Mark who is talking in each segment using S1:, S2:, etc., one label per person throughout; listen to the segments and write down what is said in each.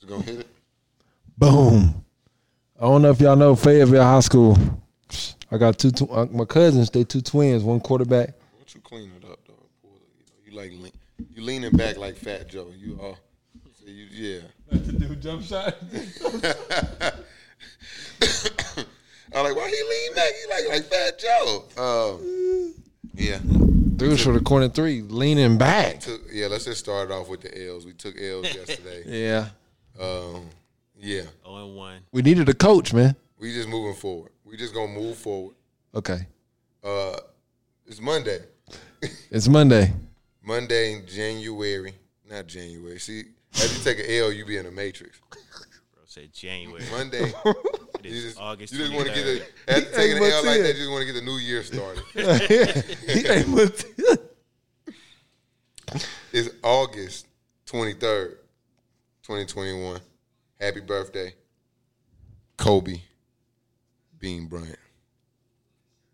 S1: Just gonna hit it.
S2: Boom. I don't know if y'all know Fayetteville High School. I got two, tw- uh, my cousins. They two twins. One quarterback.
S1: What you clean it up, dog? Boy, you, know, you like lean, you leaning back like Fat Joe. You are. so you, yeah.
S2: jump shot.
S1: I'm like, why he lean back? He like like Fat Joe. Um, yeah.
S2: Dude for the corner three, leaning back.
S1: Took, yeah. Let's just start it off with the L's. We took L's yesterday.
S2: Yeah,
S1: Um, yeah.
S3: Oh and one.
S2: we needed a coach, man.
S1: We just moving forward. We just gonna move forward.
S2: Okay,
S1: Uh, it's Monday.
S2: it's Monday.
S1: Monday, January. Not January. See, as you take an L, you be in a matrix.
S3: Bro said January.
S1: Monday.
S3: It is August.
S1: You just want to get
S3: 23rd.
S1: the after taking an
S2: much
S1: L like
S2: in.
S1: that. You just want to get the new year started.
S2: He ain't looked-
S1: it's August twenty third, twenty twenty one. Happy birthday, Kobe Bean Bryant.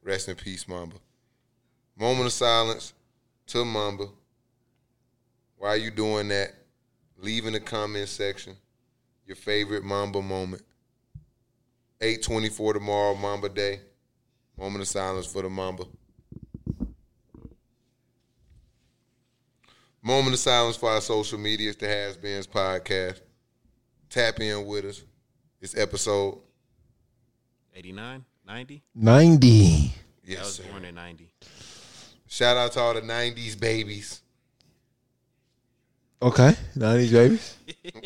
S1: Rest in peace, Mamba. Moment of silence to Mamba. Why are you doing that? Leave in the comment section your favorite Mamba moment. 824 tomorrow, Mamba Day. Moment of silence for the Mamba. Moment of silence for our social medias, the Has Beens podcast. Tap in with us. It's episode.
S3: 89, 90.
S2: Ninety.
S3: I
S1: Yes,
S3: was
S1: sir.
S3: born in 90.
S1: Shout out to all the 90s babies.
S2: Okay, nineties babies.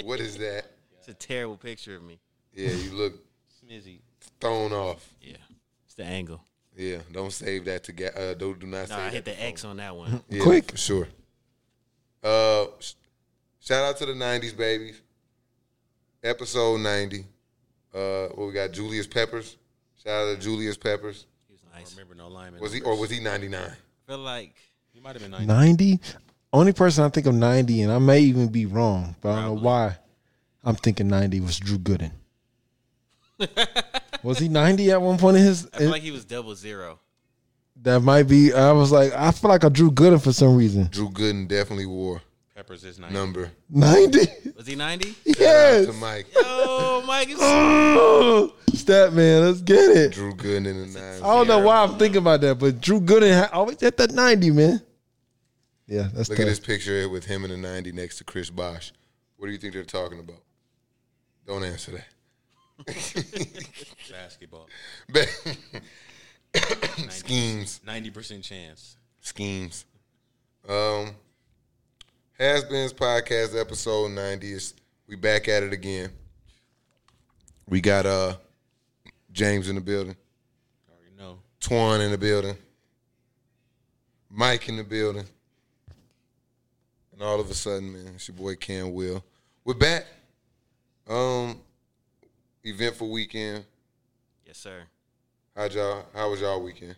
S1: what is that?
S3: It's a terrible picture of me.
S1: Yeah, you look
S4: Smizzy.
S1: thrown off.
S3: Yeah. It's the angle.
S1: Yeah, don't save that to get. Uh, don't do not
S3: No,
S1: save
S3: I
S1: that
S3: hit
S1: to
S3: the X on that one.
S1: Yeah,
S2: Quick.
S1: for sure. Uh, sh- shout out to the '90s babies. Episode ninety. Uh, what we got? Julius Peppers. Shout out to Julius Peppers.
S3: He was nice.
S4: Remember no lineman.
S1: Was he or was he ninety nine?
S3: I feel like
S4: He might have been 90.
S2: Ninety. Only person I think of ninety, and I may even be wrong, but I don't know why. I'm thinking ninety was Drew Gooden. was he ninety at one point in his?
S3: I feel like he was double zero.
S2: that might be. I was like, I feel like I drew Gooden for some reason.
S1: Drew Gooden definitely wore
S4: Peppers is 90.
S1: number.
S2: Ninety.
S3: Was he 90?
S1: Shout out to
S2: Yes.
S1: Mike.
S3: oh, Mike. It's
S2: Oh, Step man, let's get it.
S1: Drew Gooden in the nine.
S2: I don't know why I'm thinking about that, but Drew Gooden ha- always at that 90, man. Yeah, that's
S1: Look at
S2: tough.
S1: this picture with him in the ninety next to Chris Bosh. What do you think they're talking about? Don't answer that.
S4: Basketball.
S1: Schemes.
S4: 90% chance.
S1: schemes. Um, has been's podcast episode ninety is we back at it again. We got uh James in the building,
S4: I already know.
S1: Twan in the building, Mike in the building, and all of a sudden, man, it's your boy Cam Will. We're back. Um, eventful weekend.
S3: Yes, sir.
S1: How y'all? How was y'all weekend?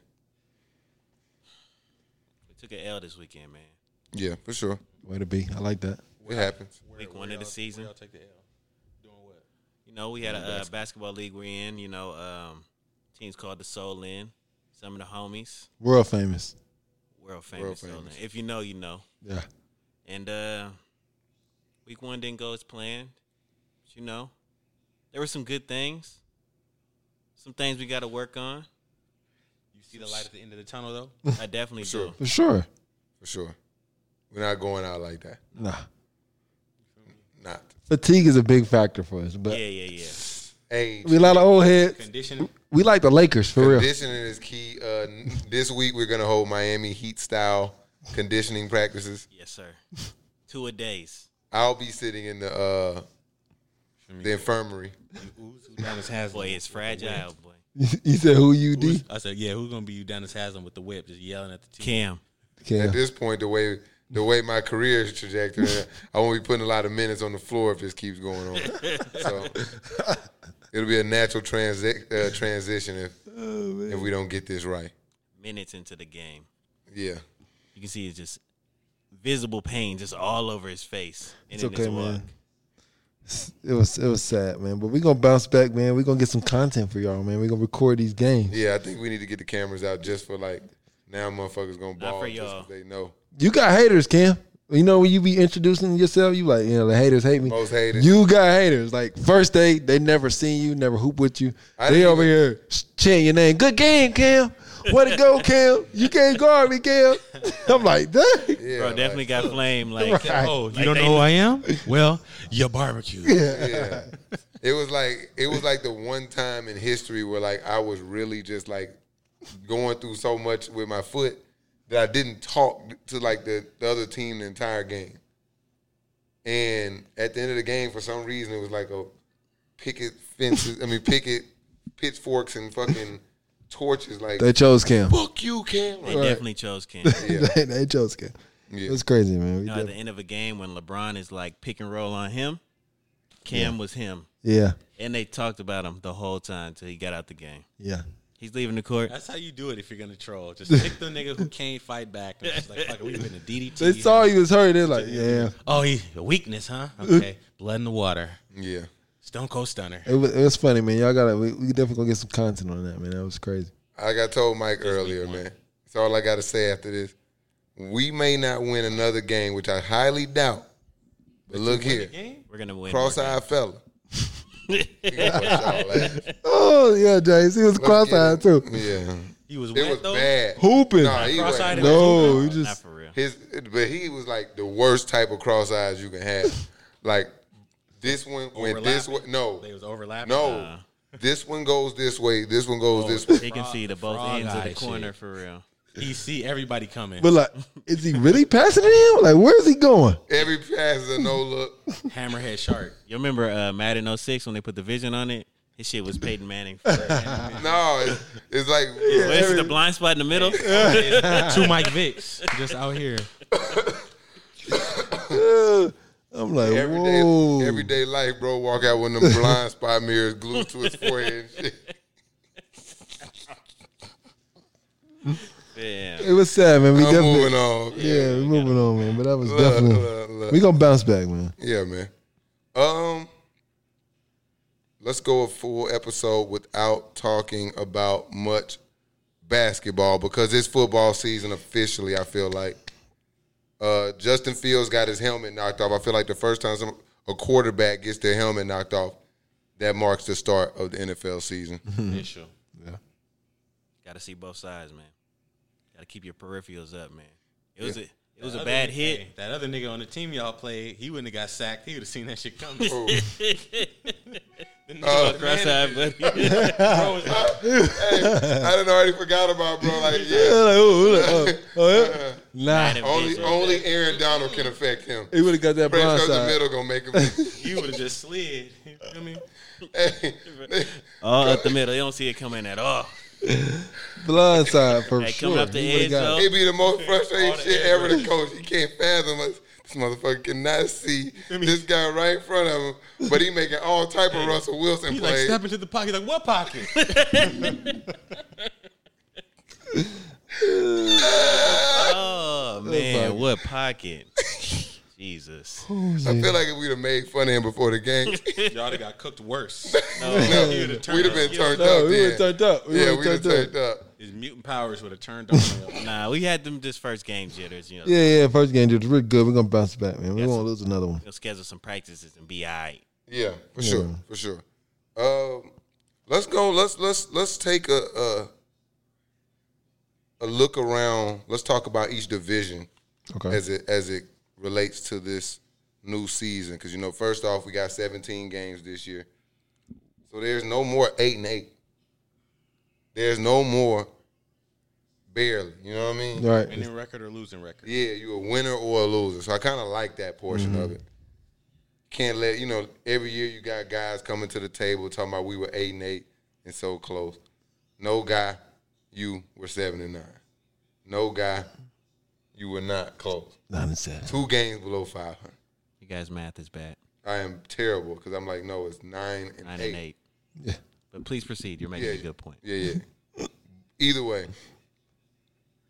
S3: We took an L this weekend, man.
S1: Yeah, for sure.
S2: Way to be. I like that.
S1: It happens.
S3: Week one of the season.
S4: Y'all take the L. Doing what?
S3: You know, we had a uh, basketball league we're in. You know, um, teams called the Soul In. Some of the homies,
S2: World famous.
S3: world famous. Soul
S1: famous.
S3: In. If you know, you know.
S2: Yeah.
S3: And uh, week one didn't go as planned. But, you know, there were some good things. Some things we got to work on.
S4: You see the light at the end of the tunnel, though?
S3: I definitely
S1: Sure.
S3: do.
S2: For sure.
S1: For sure. We're not going out like that.
S2: Nah.
S1: Not
S2: Fatigue is a big factor for us, but
S3: Yeah, yeah, yeah.
S1: age.
S2: we a lot of old heads.
S4: Conditioning.
S2: We like the Lakers, for real.
S1: Conditioning is key. Uh, n- this week we're gonna hold Miami Heat style conditioning practices.
S3: Yes, sir. Two a days.
S1: I'll be sitting in the uh, the infirmary.
S4: Who's, who's Udonis Haslam?
S3: Boy, it's fragile, boy.
S2: you said who you D?
S4: Who's- I said, yeah, who's going to be Udonis Haslam with the whip, just yelling at the team?
S3: Cam.
S1: At
S2: Yeah.
S1: this point, the way the way my career is trajectory, I won't be putting a lot of minutes on the floor if this keeps going on. So it'll be a natural transi- uh, transition if if we don't get this right.
S3: Minutes into the game.
S1: Yeah,
S3: You can see it's just visible pain just all over his face. And
S2: It's
S3: in
S2: okay,
S3: his walk.
S2: man. It was it was sad, man. But we're gonna bounce back, man. We're gonna get some content for y'all, man. We're gonna record these games.
S1: yeah. I think we need to get the cameras out just for like now. Motherfuckers gonna ball
S3: for
S1: just
S3: y'all.
S1: 'cause they know.
S2: You got haters, Cam. You know when you be introducing yourself, you like, you know, the haters hate me.
S1: Most haters.
S2: You got haters. Like first day, they never seen you, never hoop with you.
S1: I
S2: they
S1: didn't
S2: over
S1: even-
S2: here chanting your name. Good game, Cam. Way to go, Cam. You can't guard me, Cam. I'm like, dang.
S1: Yeah,
S3: Bro,
S1: like,
S3: definitely got flame. Like,
S2: Right.
S4: Oh, you
S3: Like
S4: don't
S3: they
S4: know who
S3: kn-
S4: I am? Well, your barbecue.
S1: yeah. It was like it was like the one time in history where like I was really just like going through so much with my foot that I didn't talk to like the, the other team the entire game. And at the end of the game, for some reason, it was like a picket fences. I mean, picket pitchforks and fucking torches. Like
S2: They chose Cam.
S1: fuck you, Cam.
S3: they
S1: Like,
S3: definitely chose Cam.
S1: Yeah.
S2: they, they chose Cam.
S1: yeah.
S2: It's crazy, man. We
S3: You know, at the
S2: def-
S3: end of a game when LeBron is like pick and roll on him, Cam was him.
S2: yeah,
S3: And they talked about him the whole time till he got out the game.
S2: yeah.
S3: He's leaving the court.
S4: That's how you do it if you're gonna troll. Just pick the nigga who can't fight back. And just like, fuck it, we in a DDT.
S2: They saw you was hurt. They're like, yeah.
S4: Oh, he a weakness, huh? Okay, blood in the water.
S1: yeah.
S4: Stone Cold Stunner.
S2: It was, it was funny, man. Y'all gotta. We, we definitely gonna get some content on that, man. That was crazy.
S1: Like I told Mike earlier, man. That's all I got to say after this. We may not win another game, which I highly doubt. But look here,
S4: Game?
S3: We're gonna win. more
S1: cross-eyed fella. He gonna bust y'all ass.
S2: Oh yeah, James. He was cross eyed too.
S1: Yeah,
S4: He was
S1: it
S4: wet
S1: was
S4: though.
S1: bad.
S2: Hooping.
S1: Nah, he was
S4: Cross-eyed and-
S2: no,
S3: games.
S2: he
S3: No, not
S2: just
S3: for real.
S1: his, but he was like the worst type of cross eyes you can have. like this one went this way.
S4: Overlapping?
S1: No,
S4: They was overlapping.
S1: no.
S3: Nah.
S1: This one goes this way. This one goes this
S4: Oh.
S1: way.
S3: He can see the both
S4: Frog
S3: ends of
S4: eye
S3: the corner
S4: shit.
S3: for real.
S4: He see everybody coming.
S2: But like, is he really passing to him? Like, where is he going?
S1: Every pass is a no look.
S4: Hammerhead shark.
S3: You remember uh, Madden 06 when they put the vision on it? His shit was Peyton Manning. For real.
S1: No, it's, it's like
S3: Where's the blind spot in the middle?
S4: Two Mike Vicks just out here.
S2: Uh, I'm like,
S1: everyday
S2: whoa.
S1: everyday life, bro. Walk out with them blind spot mirrors glued to his forehead. And shit.
S3: Yeah.
S2: It was sad, man. We
S1: I'm
S2: definitely,
S1: moving on.
S2: yeah, we moving on, man. But that was
S1: Look,
S2: definitely.
S1: look, look.
S2: We gonna bounce back, man.
S1: Yeah, man. Um, let's go a full episode without talking about much basketball because it's football season officially. I feel like uh, Justin Fields got his helmet knocked off. I feel like the first time some, a quarterback gets their helmet knocked off, that marks the start of the NFL season.
S4: Initial.
S3: Got to see both sides, man. Got to keep your peripherals up, man. It was a it was a bad hit.
S4: Hey, that other nigga on the team y'all played, he wouldn't have got sacked. He would have seen that shit coming.
S1: Oh.
S4: The nigga
S1: Oh.
S4: on the
S3: Cross
S4: manager,
S3: eye, buddy.
S4: bro, was like,
S1: hey, I done already forgot about bro. Like,
S2: Yeah,
S1: yeah,
S2: like, ooh, look, oh,
S3: Uh,
S2: oh, yeah. Nah,
S1: only only Aaron Donald can affect him.
S2: he would have got that
S1: French
S2: blind
S1: goes the
S2: side.
S1: middle gonna make him.
S4: you would have just slid. You feel me?
S1: Hey,
S3: all up the middle. You don't see it coming at all.
S2: Blind side for
S3: Hey,
S2: sure.
S3: coming up the
S2: He would've
S3: edge,
S2: got-
S3: though.
S1: It be the most frustrating
S4: All the
S1: shit
S4: air
S1: ever to coach. He can't fathom us. This motherfucker cannot see this guy right in front of him, but he making all type of Russell Wilson
S4: He like
S1: plays.
S4: step into the pocket. Like what pocket?
S3: Oh man, what pocket? Jesus.
S1: I feel like if we'd have made fun of him before the game,
S4: y'all done got cooked worse.
S1: no,
S4: He would've turned
S1: we'd have been
S4: up.
S1: turned
S2: No,
S1: up.
S2: we would
S1: then.
S2: have turned up. We
S1: yeah,
S2: would
S1: we'd
S2: have
S1: have
S2: turned up.
S1: turned up.
S4: His mutant powers would have turned on.
S3: Nah, we had them this first game jitters. You know,
S2: Yeah, yeah. First game, dude, we're good. We're gonna bounce back, man. We
S3: Yes.
S2: won't lose another one.
S3: we'll schedule some practices and be all right.
S1: Yeah, for sure, for sure. Um, let's go. Let's let's let's take a, a a look around. Let's talk about each division
S2: Okay.
S1: as it as it relates to this new season. Because you know, first off, we got 17 games this year, so there's no more eight and eight. There's no more barely. You know what I mean?
S2: All right.
S4: Winning record or losing record?
S1: Yeah, you a winner or a loser. So I kind of like that portion of it. Can't let you know. Every year you got guys coming to the table talking about we were eight and eight and so close. No guy, you were seven and nine. No guy, you were not close.
S2: Nine and seven.
S1: Two games below five hundred.
S3: You guys' math is bad.
S1: I am terrible because I'm like, no, it's nine and,
S3: Nine
S1: eight.
S3: and eight. But please proceed. You're making
S1: Yeah,
S3: a
S1: yeah.
S3: good point.
S1: Yeah, yeah. Either way,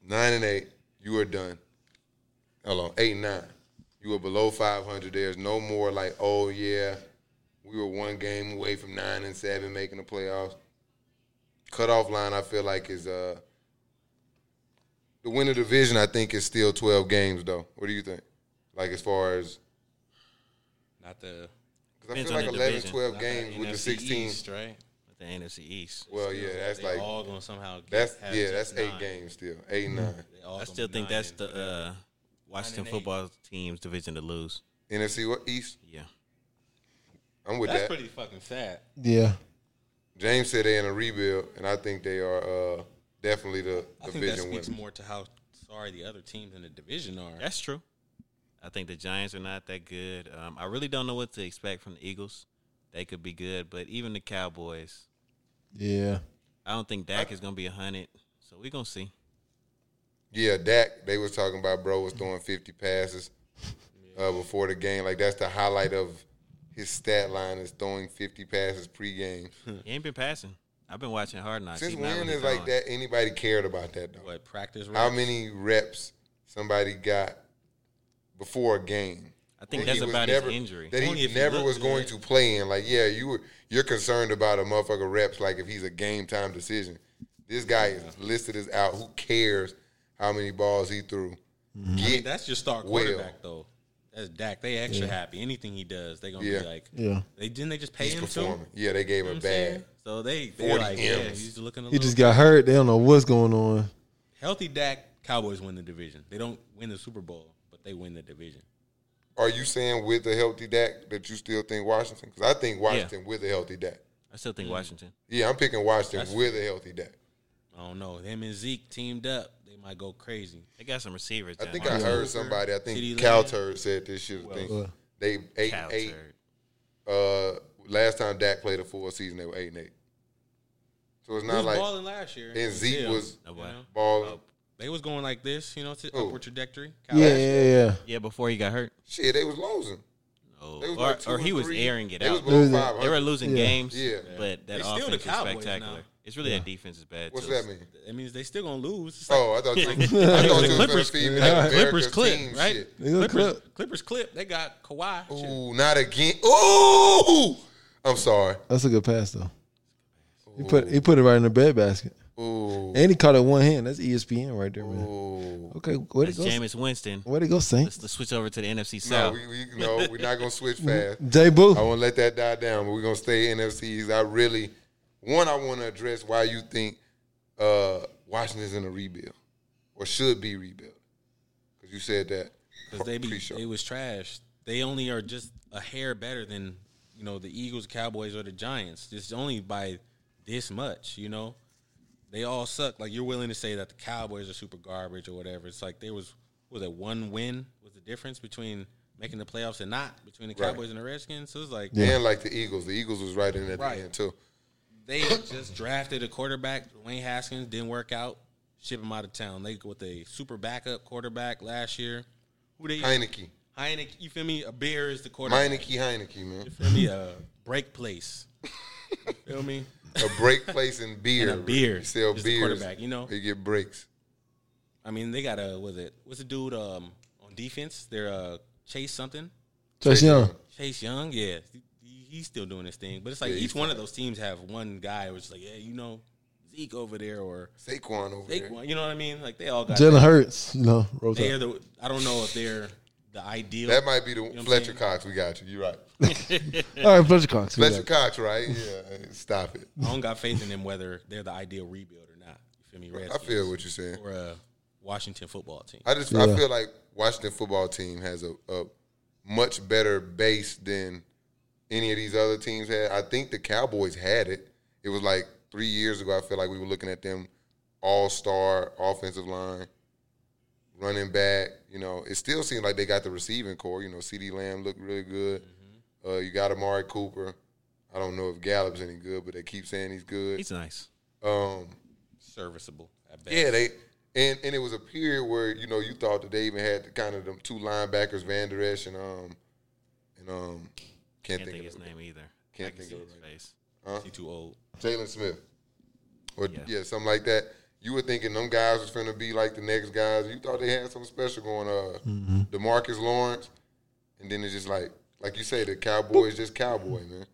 S1: nine and eight, you are done. Hold on, eight and nine, you are below five hundred. There's no more like, oh yeah, we were one game away from nine and seven making the playoffs. Cutoff line, I feel like is uh the winner division. I think is still twelve games though. What do you think? Like as far as
S4: Not the
S1: because I
S3: Depends
S1: feel
S3: on
S1: like
S3: the
S1: 11,
S3: division.
S1: 12
S4: not
S1: games with the
S4: NFC
S1: 16.
S4: East, right?
S3: With the NFC East.
S1: Well, yeah, that's
S4: they
S1: like
S4: all gonna somehow. Get,
S1: that's
S4: have
S1: yeah,
S4: just
S1: that's eight
S4: nine.
S1: games still, eight nine.
S4: They all
S3: I
S4: gonna
S3: still
S4: be
S3: think
S4: nine
S3: that's
S4: and-
S3: the uh, Washington
S4: and eight.
S3: football team's division to lose.
S1: NFC what East?
S3: Yeah.
S1: I'm with
S4: That's
S1: that.
S4: pretty fucking sad.
S2: Yeah.
S1: James said they in a rebuild, and I think they are uh, definitely the
S4: I think that
S1: division
S4: speaks
S1: winners.
S4: more to how sorry the other teams in the division are.
S3: That's true. I think the Giants are not that good. Um, I really don't know what to expect from the Eagles. They could be good, but even the Cowboys,
S2: Yeah.
S3: I don't think Dak is going to be 100. So we're going to see.
S1: Yeah, Dak. They was talking about bro was throwing fifty passes uh, before the game. Like that's the highlight of his stat line is throwing fifty passes pregame.
S3: He ain't been passing. I've been watching Hard Knocks.
S1: Hmm. Since
S3: He's not
S1: when
S3: really
S1: is like
S3: throwing.
S1: that anybody cared about that though?
S4: what practice.
S1: How
S4: reps?
S1: many reps somebody got before a game?
S3: I think
S1: that he
S3: that's
S1: was
S3: about
S1: never,
S3: his injury.
S1: That
S4: Only
S1: he
S4: if he
S1: never
S4: looked
S1: was going to
S4: good.
S1: play in. Like, yeah, you were you're concerned about a motherfucker reps, like if he's a game time decision. This guy is listed as out. Who cares how many balls he threw?
S4: Mm-hmm. I mean,
S1: Get
S4: that's your star
S1: Well.
S4: quarterback though. That's Dak. They extra happy. Anything he does, they gonna
S1: Yeah.
S4: be like,
S2: Yeah.
S4: They didn't they just pay
S1: he's
S4: him too. You know
S1: performing. Yeah, they gave
S4: what
S1: him
S4: I'm
S1: bad.
S4: saying? So they they
S1: 40
S4: like, yeah,
S1: M's.
S4: he's looking a
S2: He
S4: little
S2: just got hurt. They don't know what's going on.
S4: healthy. Dak Cowboys win the division. They don't win the Super Bowl, but they win the division.
S1: Are you saying with a healthy Dak that you still think Washington? Because I think Washington with a healthy Dak.
S3: I still
S1: Hmm.
S3: think Washington.
S1: Yeah, I'm picking Washington with a healthy Dak.
S4: I don't know. Him and Zeke teamed up. They might go crazy.
S3: They got some receivers.
S1: I
S3: down
S1: think
S3: there.
S1: I heard somebody. I
S4: T.D.
S1: think
S4: Lamb.
S1: Calturd said this shit. I think
S4: uh,
S2: Well.
S1: they eight
S3: Cal
S1: and eight.
S3: turd.
S1: Uh, last time Dak played a full season, they were eight and eight. So it's
S4: He
S1: not
S4: was
S1: like
S4: balling last year.
S1: and Zeke
S4: Still,
S1: was
S3: No
S4: you
S3: way.
S4: know?
S1: balling.
S3: Oh.
S4: They was going like this, you know, to
S1: Who?
S4: upward trajectory.
S2: Yeah,
S4: Cowboys.
S2: yeah, yeah.
S3: Yeah, before he got hurt.
S1: Shit, they was losing.
S3: No.
S1: They was
S3: Or,
S1: like two
S3: or he
S1: and
S3: was
S1: three.
S3: airing it
S1: They was
S3: out.
S1: below
S2: Losing.
S1: five
S3: They were
S1: hundred.
S3: losing
S2: Yeah.
S3: games,
S1: Yeah.
S3: but that
S4: They still the
S3: offense was
S4: Cowboys
S3: spectacular.
S4: now.
S3: It's really that defense is bad.
S1: What's
S3: too.
S1: that mean?
S4: That means they still gonna lose. It's like,
S1: Oh, I thought you, I thought
S2: The
S1: you was gonna
S3: Clippers-
S1: feed me
S2: yeah.
S1: like
S4: Clippers
S1: America's
S4: clip,
S1: team
S4: right?
S1: shit.
S2: They gonna
S4: Clippers,
S2: clip.
S4: Clippers clip. They got Kawhi. Shit.
S1: Ooh, not again. Ooh, I'm sorry.
S2: That's a good pass though. He put he put it right in the bed basket.
S1: Ooh,
S2: And he caught it one hand. That's E ESPN right there, man.
S1: ooh.
S2: Okay, where'd it
S3: That's
S2: go?
S3: Jameis Winston.
S2: Where'd it go, Saints?
S3: Let's, let's switch over to the NFC
S1: No,
S3: South.
S1: we, we no, we're not gonna switch fast.
S2: J Boo.
S1: I want to let that die down, but we're gonna stay NFCs. I really, one, I want to address why you think uh, Washington's in a rebuild or should be rebuilt because you said that.
S4: Because they be,
S1: Pre-show.
S4: it was trash. They only are just a hair better than you know the Eagles, Cowboys, or the Giants. It's only by this much, you know. They all suck. Like you're willing to say that the Cowboys are super garbage or whatever. It's like there was was it one win was the difference between making the playoffs and not between the
S1: Right.
S4: Cowboys and the Redskins. So it's like
S1: and like the Eagles, the Eagles was right in at
S4: Right.
S1: the end too.
S4: they just drafted a quarterback, Wayne Haskins, didn't work out. Ship him out of town. They with a super backup quarterback last year. Who they
S1: Heineke,
S4: Heineke, you feel me? A beer is the quarterback.
S1: Meineke, Heineke, man,
S4: You feel me? A break place. You feel me?
S1: a break place in beer.
S4: And a beer
S1: you sell
S4: is the
S1: beers.
S4: quarterback, you know?
S1: you get breaks.
S4: I mean, they got a was it? What's the dude um on defense? They're uh Chase something.
S2: Chase Young.
S4: Chase Young, yeah, he, he's still doing his thing. But it's like
S1: Yeah,
S4: each
S1: he's
S4: one of those teams have one guy who's like, yeah, you know, Zeke over there or
S1: Saquon over there.
S4: Saquon. You know what I mean? Like they all got.
S2: Jalen Hurts. You know, rose
S4: They're
S2: up.
S4: the. I don't know if they're the ideal.
S1: That might be the
S4: I'm
S1: Fletcher
S4: saying?
S1: Cox. We got you. You're right.
S2: All right, Fletcher Cox. we
S1: Fletcher
S2: got-
S1: Cox, right? Yeah. Stop it.
S4: I don't got faith in them whether they're the ideal rebuild or not. You feel me?
S1: I
S4: Redskins
S1: feel what you're saying.
S4: or a Washington football team.
S1: I just
S2: Yeah.
S1: I feel like Washington football team has a, a much better base than any of these other teams had. I think the Cowboys had it. It was like three years ago. I feel like we were looking at them all star offensive line, running back. You know, it still seems like they got the receiving core. You know, C.D. Lamb looked really good. Uh, you got Amari Cooper. I don't know if Gallup's any good, but they keep saying he's good.
S3: He's nice.
S1: Um,
S4: Serviceable. I bet.
S1: yeah, they and and it was a period where you know you thought that they even had the, kind of them two linebackers, Van Der Esch and um and um can't,
S3: Can't
S1: think,
S3: think
S1: of
S3: his
S1: it.
S3: name either.
S1: Can't
S3: I can
S1: think
S3: see
S1: of it
S3: his
S1: right
S3: face.
S4: He too old.
S1: Jalen Smith or yeah.
S3: Yeah.
S1: something like that. You were thinking them guys was gonna be like the next guys. You thought they had something special going. Uh, Demarcus Lawrence, and then it's just like like you say, the Cowboys just cowboy man.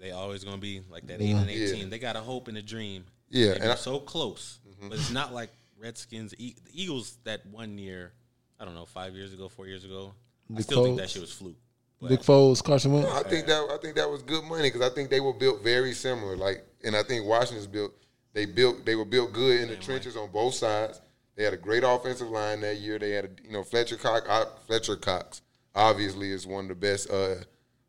S4: They always gonna be like that eight and
S1: Yeah.
S4: eighteen. They got a hope and a dream.
S1: Yeah,
S4: and
S1: and I- Mm-hmm.
S4: they're so close, but it's not like Redskins, E- the Eagles. That one year, I don't know, five years ago, four years ago, I
S2: Nick
S4: still think that
S2: Foles.
S4: shit was fluke. But
S2: Nick Foles, Carson Wentz.
S1: I think that I think that was good money because I think they were built very similar. Like, and I think Washington's built. They built. They were built good in the trenches on both sides. They had a great offensive line that year. They had a you know Fletcher Cox. uh, Fletcher Cox obviously is one of the best uh,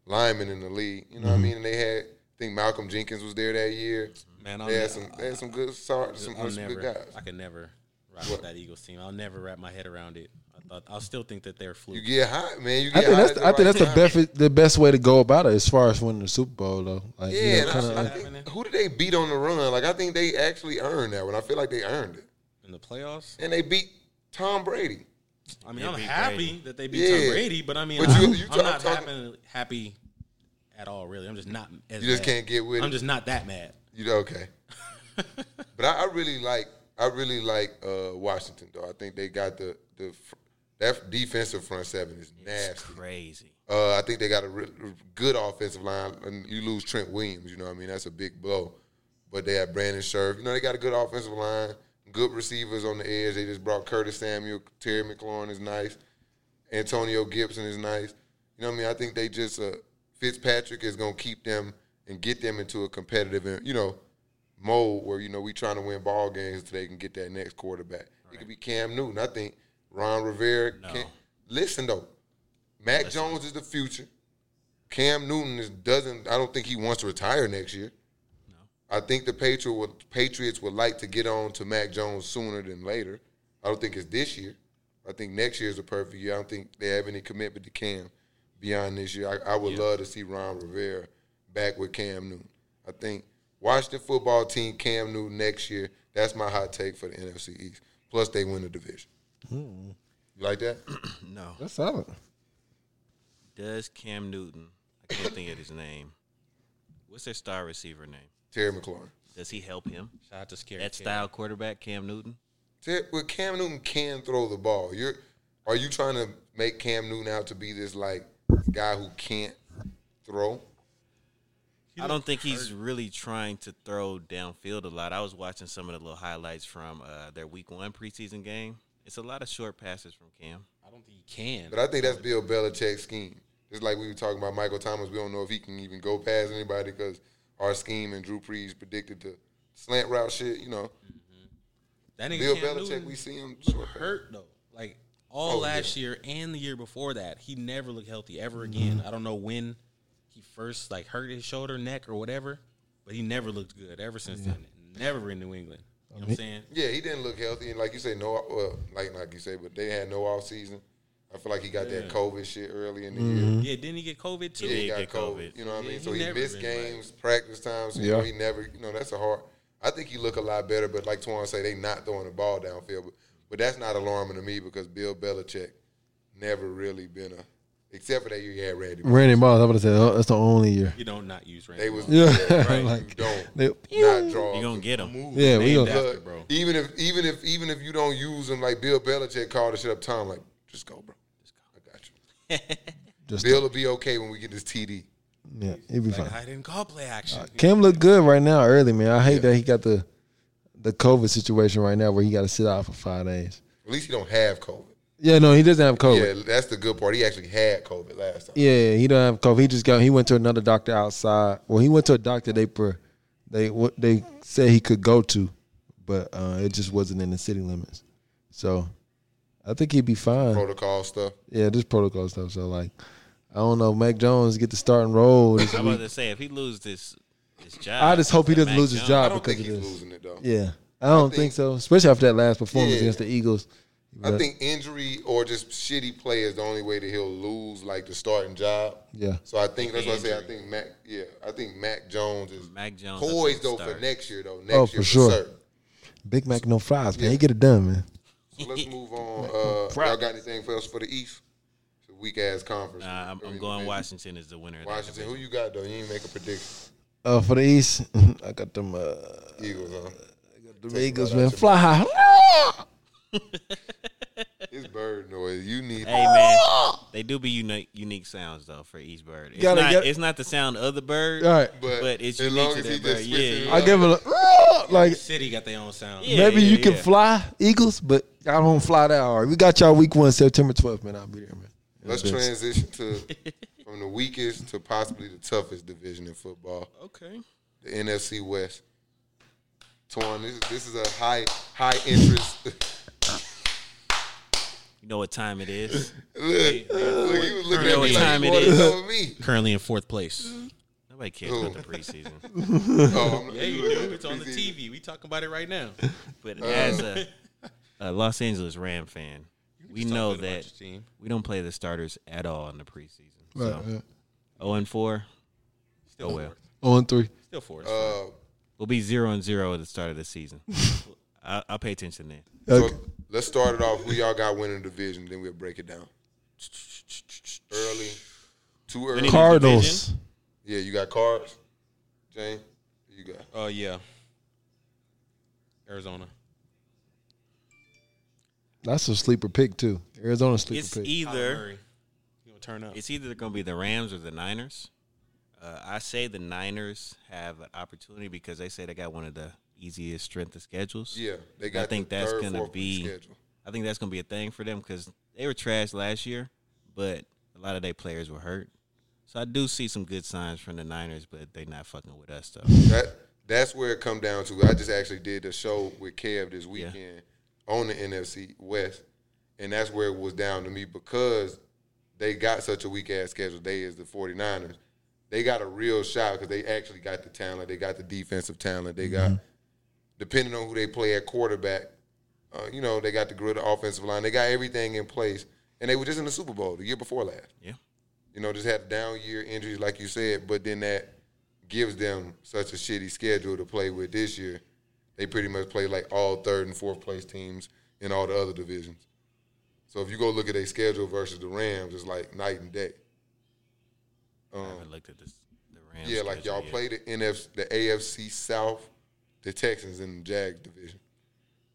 S1: linemen in the league. You know
S2: Mm-hmm.
S1: what I mean? And they had. I think Malcolm Jenkins was there that year.
S4: man,
S2: Oh,
S4: I'll
S1: They had
S4: ne-
S1: some. They had some good. sor- Some,
S4: I'll
S1: some good
S4: never,
S1: guys.
S4: I could never rock with that Eagles team. I'll never wrap my head around it. I thought I'll still think that they're
S1: You
S4: fluke.
S1: get hot, man. You get
S2: I think
S1: hot
S2: that's
S1: at
S2: the, I think
S1: right
S2: that's the
S1: time.
S2: best the best way to go about it as far as winning the Super Bowl though. Like, you
S1: Yeah, and
S2: know,
S1: I-
S2: kinda
S1: I
S2: like-
S1: think-
S4: happening.
S1: who did they beat on the run? Like I think they actually earned that one. I feel like they earned it,
S4: in the playoffs.
S1: and they beat Tom Brady.
S4: I mean,
S3: Yeah,
S4: I'm
S3: beat
S4: happy
S3: Brady.
S4: that they beat
S1: Yeah.
S4: Tom Brady, but I mean,
S1: But you-
S4: I'm,
S1: you
S4: I'm
S1: talk-
S4: not
S1: talking-
S4: happy, happy at all. Really, I'm just not. As
S1: You just
S4: mad.
S1: can't get with
S4: I'm
S1: it.
S4: just not that mad.
S1: You okay? but I, I really like I really like uh, Washington though. I think they got the the fr- that defensive front seven is nasty.
S3: Crazy.
S1: Uh, I think they got a re- good offensive line, and you lose Trent Williams. You know, what I mean, that's a big blow. But they have Brandon Scherf. You know, they got a good offensive line, good receivers on the edge. They just brought Curtis Samuel, Terry McLaurin is nice, Antonio Gibson is nice. You know, what I mean, I think they just uh, Fitzpatrick is gonna keep them and get them into a competitive, uh, you know, mode where you know we trying to win ball games so they can get that next quarterback. It could be Cam Newton. I think Ron Rivera. Can, listen though, Mac Jones is the future. Cam Newton is, doesn't. I don't think he wants to retire next year. I think the Patriot would, Patriots would like to get on to Mac Jones sooner than later. I don't think it's this year. I think next year is the perfect year. I don't think they have any commitment to Cam beyond this year. I, I would love to see Ron Rivera back with Cam Newton. I think Washington football team Cam Newton next year. That's my hot take for the NFC East. Plus, they win the division. You like that?
S3: No.
S2: that's solid.
S3: Does Cam Newton? I can't think of his name. What's their star receiver name?
S1: Terry McLaurin.
S3: Does he help him?
S4: Shout out to Scary.
S3: That
S4: Terry.
S3: style quarterback, Cam Newton.
S1: Ter- well, Cam Newton can throw the ball. You're are you trying to make Cam Newton out to be this like guy who can't throw?
S4: He
S3: I
S4: looked
S3: don't think he's really trying to throw downfield a lot. I was watching some of the little highlights from uh, their week one preseason game. It's a lot of short passes from Cam.
S4: I don't think he can.
S1: But I think that's Bill Belichick's scheme. Just like we were talking about Michael Thomas, we don't know if he can even go past anybody because our scheme and Drew Brees predicted the slant route shit. You know,
S4: that nigga
S1: Bill
S4: Cam
S1: Belichick,
S4: Newton
S1: we see him
S4: looked
S1: short pass.
S4: hurt though. Like all
S1: Oh,
S4: last year and the year before that, he never looked healthy ever again.
S1: Mm-hmm.
S4: I don't know when he first like hurt his shoulder, neck, or whatever, but he never looked good ever since then. Never in New England.
S1: Mm-hmm.
S4: You know what I'm saying?
S1: yeah, he didn't look healthy, and like you say, no, well, like like you say, but they had no off season. I feel like he got that COVID shit early in the year.
S4: Yeah, didn't he get COVID too?
S1: Yeah, he
S3: did
S1: got
S3: get
S1: COVID.
S3: COVID.
S1: You know what I
S4: Yeah,
S1: mean?
S4: he
S1: So he
S4: never
S1: missed
S4: been right.
S1: games, practice time. So you know, he
S2: Yeah.
S1: never, you know, that's a hard. I think he look a lot better, but like Twan say, they not throwing the ball downfield. But, but that's not alarming to me because Bill Belichick never really been a, except for that year he had Randy. Moss.
S2: Randy Moss, I would have said oh, that's the only year.
S4: You don't not use Randy.
S1: They was
S4: Moss.
S2: Yeah,
S1: right,
S2: like-
S1: you don't
S2: They-
S1: not draw.
S3: You're gonna get him.
S2: yeah, we
S4: Named
S2: gonna,
S4: after,
S1: Look,
S4: bro.
S1: even if even if even if you don't use him like Bill Belichick called the shit up, Tom like just go, bro. Just go. I got you.
S2: Just-
S1: Bill will be okay when we get this TD.
S2: yeah, he'd be fine. Uh,
S4: I didn't call play action.
S2: Cam look good right now early, man. I hate that he got the the COVID situation right now where he got to sit out for five days.
S1: At least he don't have COVID.
S2: Yeah, no, he doesn't have COVID.
S1: Yeah, that's the good part. He actually had COVID last time.
S2: Yeah, he don't have COVID. He just got. He went to another doctor outside. Well, he went to a doctor they pre, they what they said he could go to, but uh, it just wasn't in the city limits. So, I think he'd be fine.
S1: Protocol stuff.
S2: Yeah, this protocol stuff. So like, I don't know. Mac Jones get the starting role. this
S3: I'm
S2: week.
S3: about to say if he loses this this job,
S2: I just hope he
S3: then
S2: doesn't
S3: Mac
S2: lose his
S3: Jones-
S1: I
S2: job
S1: don't
S2: because
S1: think
S2: of
S1: he's
S2: this.
S1: losing it though.
S2: Yeah, I don't think,
S1: think-
S2: so. Especially after that last performance
S1: Yeah.
S2: against the Eagles.
S1: I think injury or just shitty play is the only way that he'll lose like the starting job.
S2: Yeah.
S1: So I think that's what I say. I
S4: Injury.
S1: think Mac. Yeah, I think Mac Jones is
S3: Mac Jones, I
S1: poised
S3: think,
S1: though for
S3: start.
S1: next year though. Next
S2: Oh,
S1: year
S2: for sure.
S1: certain.
S2: Big Mac no fries, man.
S1: Yeah.
S2: He get it done, man.
S1: So let's move on. Uh, y'all got anything else for the East? It's a weak ass conference.
S3: Nah, I'm, I'm going Washington is the winner. Of that
S1: Washington. Who you got though? You ain't make a prediction.
S2: Uh, for the East, I got them. Uh,
S1: Eagles, huh?
S2: the Eagles, man. Fly high.
S1: It's bird noise. You need.
S3: Hey man, they do be unique, unique sounds though for each bird. It's,
S2: Gotta
S3: not,
S2: get-
S3: it's not the sound of the bird,
S2: All right.
S1: But
S3: but, it's
S1: as
S3: unique
S1: long
S3: to
S1: as he
S3: that
S1: just
S3: bird.
S1: spits it
S3: Yeah,
S1: out.
S2: I give it a "Ah!" like
S4: City got their own sound.
S3: Yeah.
S2: maybe you can fly Eagles, but I don't fly that hard. We got y'all week one September twelfth, man. I'll be there, man.
S1: Let's
S2: best.
S1: transition to from the weakest to possibly the toughest division in football,
S3: Okay.
S1: the NFC West. Torn. This, this is a high high interest. look,
S3: You know what time it is.
S1: look, you was looking at
S3: know
S1: me
S3: what
S1: like
S3: time
S1: you
S3: it
S1: wanted
S3: is.
S1: to know me.
S4: Currently in fourth place.
S1: Mm-hmm.
S3: Nobody cares about the preseason.
S1: Oh, I'm-
S4: Yeah, you
S1: look,
S4: do. It's on the
S1: preseason.
S4: TV. We talking about it right now.
S3: But
S4: Uh,
S3: as a, a Los Angeles Ram fan, we know
S4: good about
S3: that
S4: your team.
S3: we don't play the starters at all in the preseason.
S2: Right,
S3: so
S2: right.
S3: zero and four,
S4: Still
S3: Oh, well.
S4: fourth.
S2: Oh, and three.
S4: Still fourth.
S1: Uh,
S3: we'll be zero and zero at the start of the season. I, I'll pay attention then.
S2: Okay.
S1: so let's start it off. Who y'all got winning the division? Then we'll break it down. Early, too early.
S3: Car-
S2: Cardinals.
S1: yeah, you got cards. Jane, who you got.
S4: Oh yeah. Arizona.
S2: That's a sleeper pick too. Arizona sleeper
S3: It's E-
S2: pick.
S3: either
S4: You gonna turn up?
S3: It's either going to be the Rams or the Niners. Uh, I say the Niners have an opportunity because they say they got one of the easiest strength of schedules.
S1: Yeah, they got.
S3: I think
S1: the
S3: that's
S1: third,
S3: gonna
S1: fourth
S3: be-
S1: schedule.
S3: I think that's going to be a thing for them because they were trash last year, but a lot of their players were hurt. So I do see some good signs from the Niners, but they not fucking with us though.
S1: That that's where it come down to. I just actually did a show with Kev this weekend on the NFC West, and that's where it was down to me because they got such a weak ass schedule. They is the 49ers. They got a real shot because they actually got the talent. They got the defensive talent. They got depending on who they play at quarterback. Uh, you know, they got the grid, the offensive line. They got everything in place, and they were just in the Super Bowl the year before last
S3: Yeah,
S1: you know, just had a down year injuries, like you said, but then that gives them such a shitty schedule to play with this year. They pretty much play like all third and fourth place teams in all the other divisions. So if you go look at their schedule versus the Rams, it's like night and day.
S3: I haven't looked at this. The Rams.
S1: Um, Yeah, like
S3: schedule
S1: y'all
S3: yet.
S1: play the NFC, the AFC South, the Texans and the Jags division.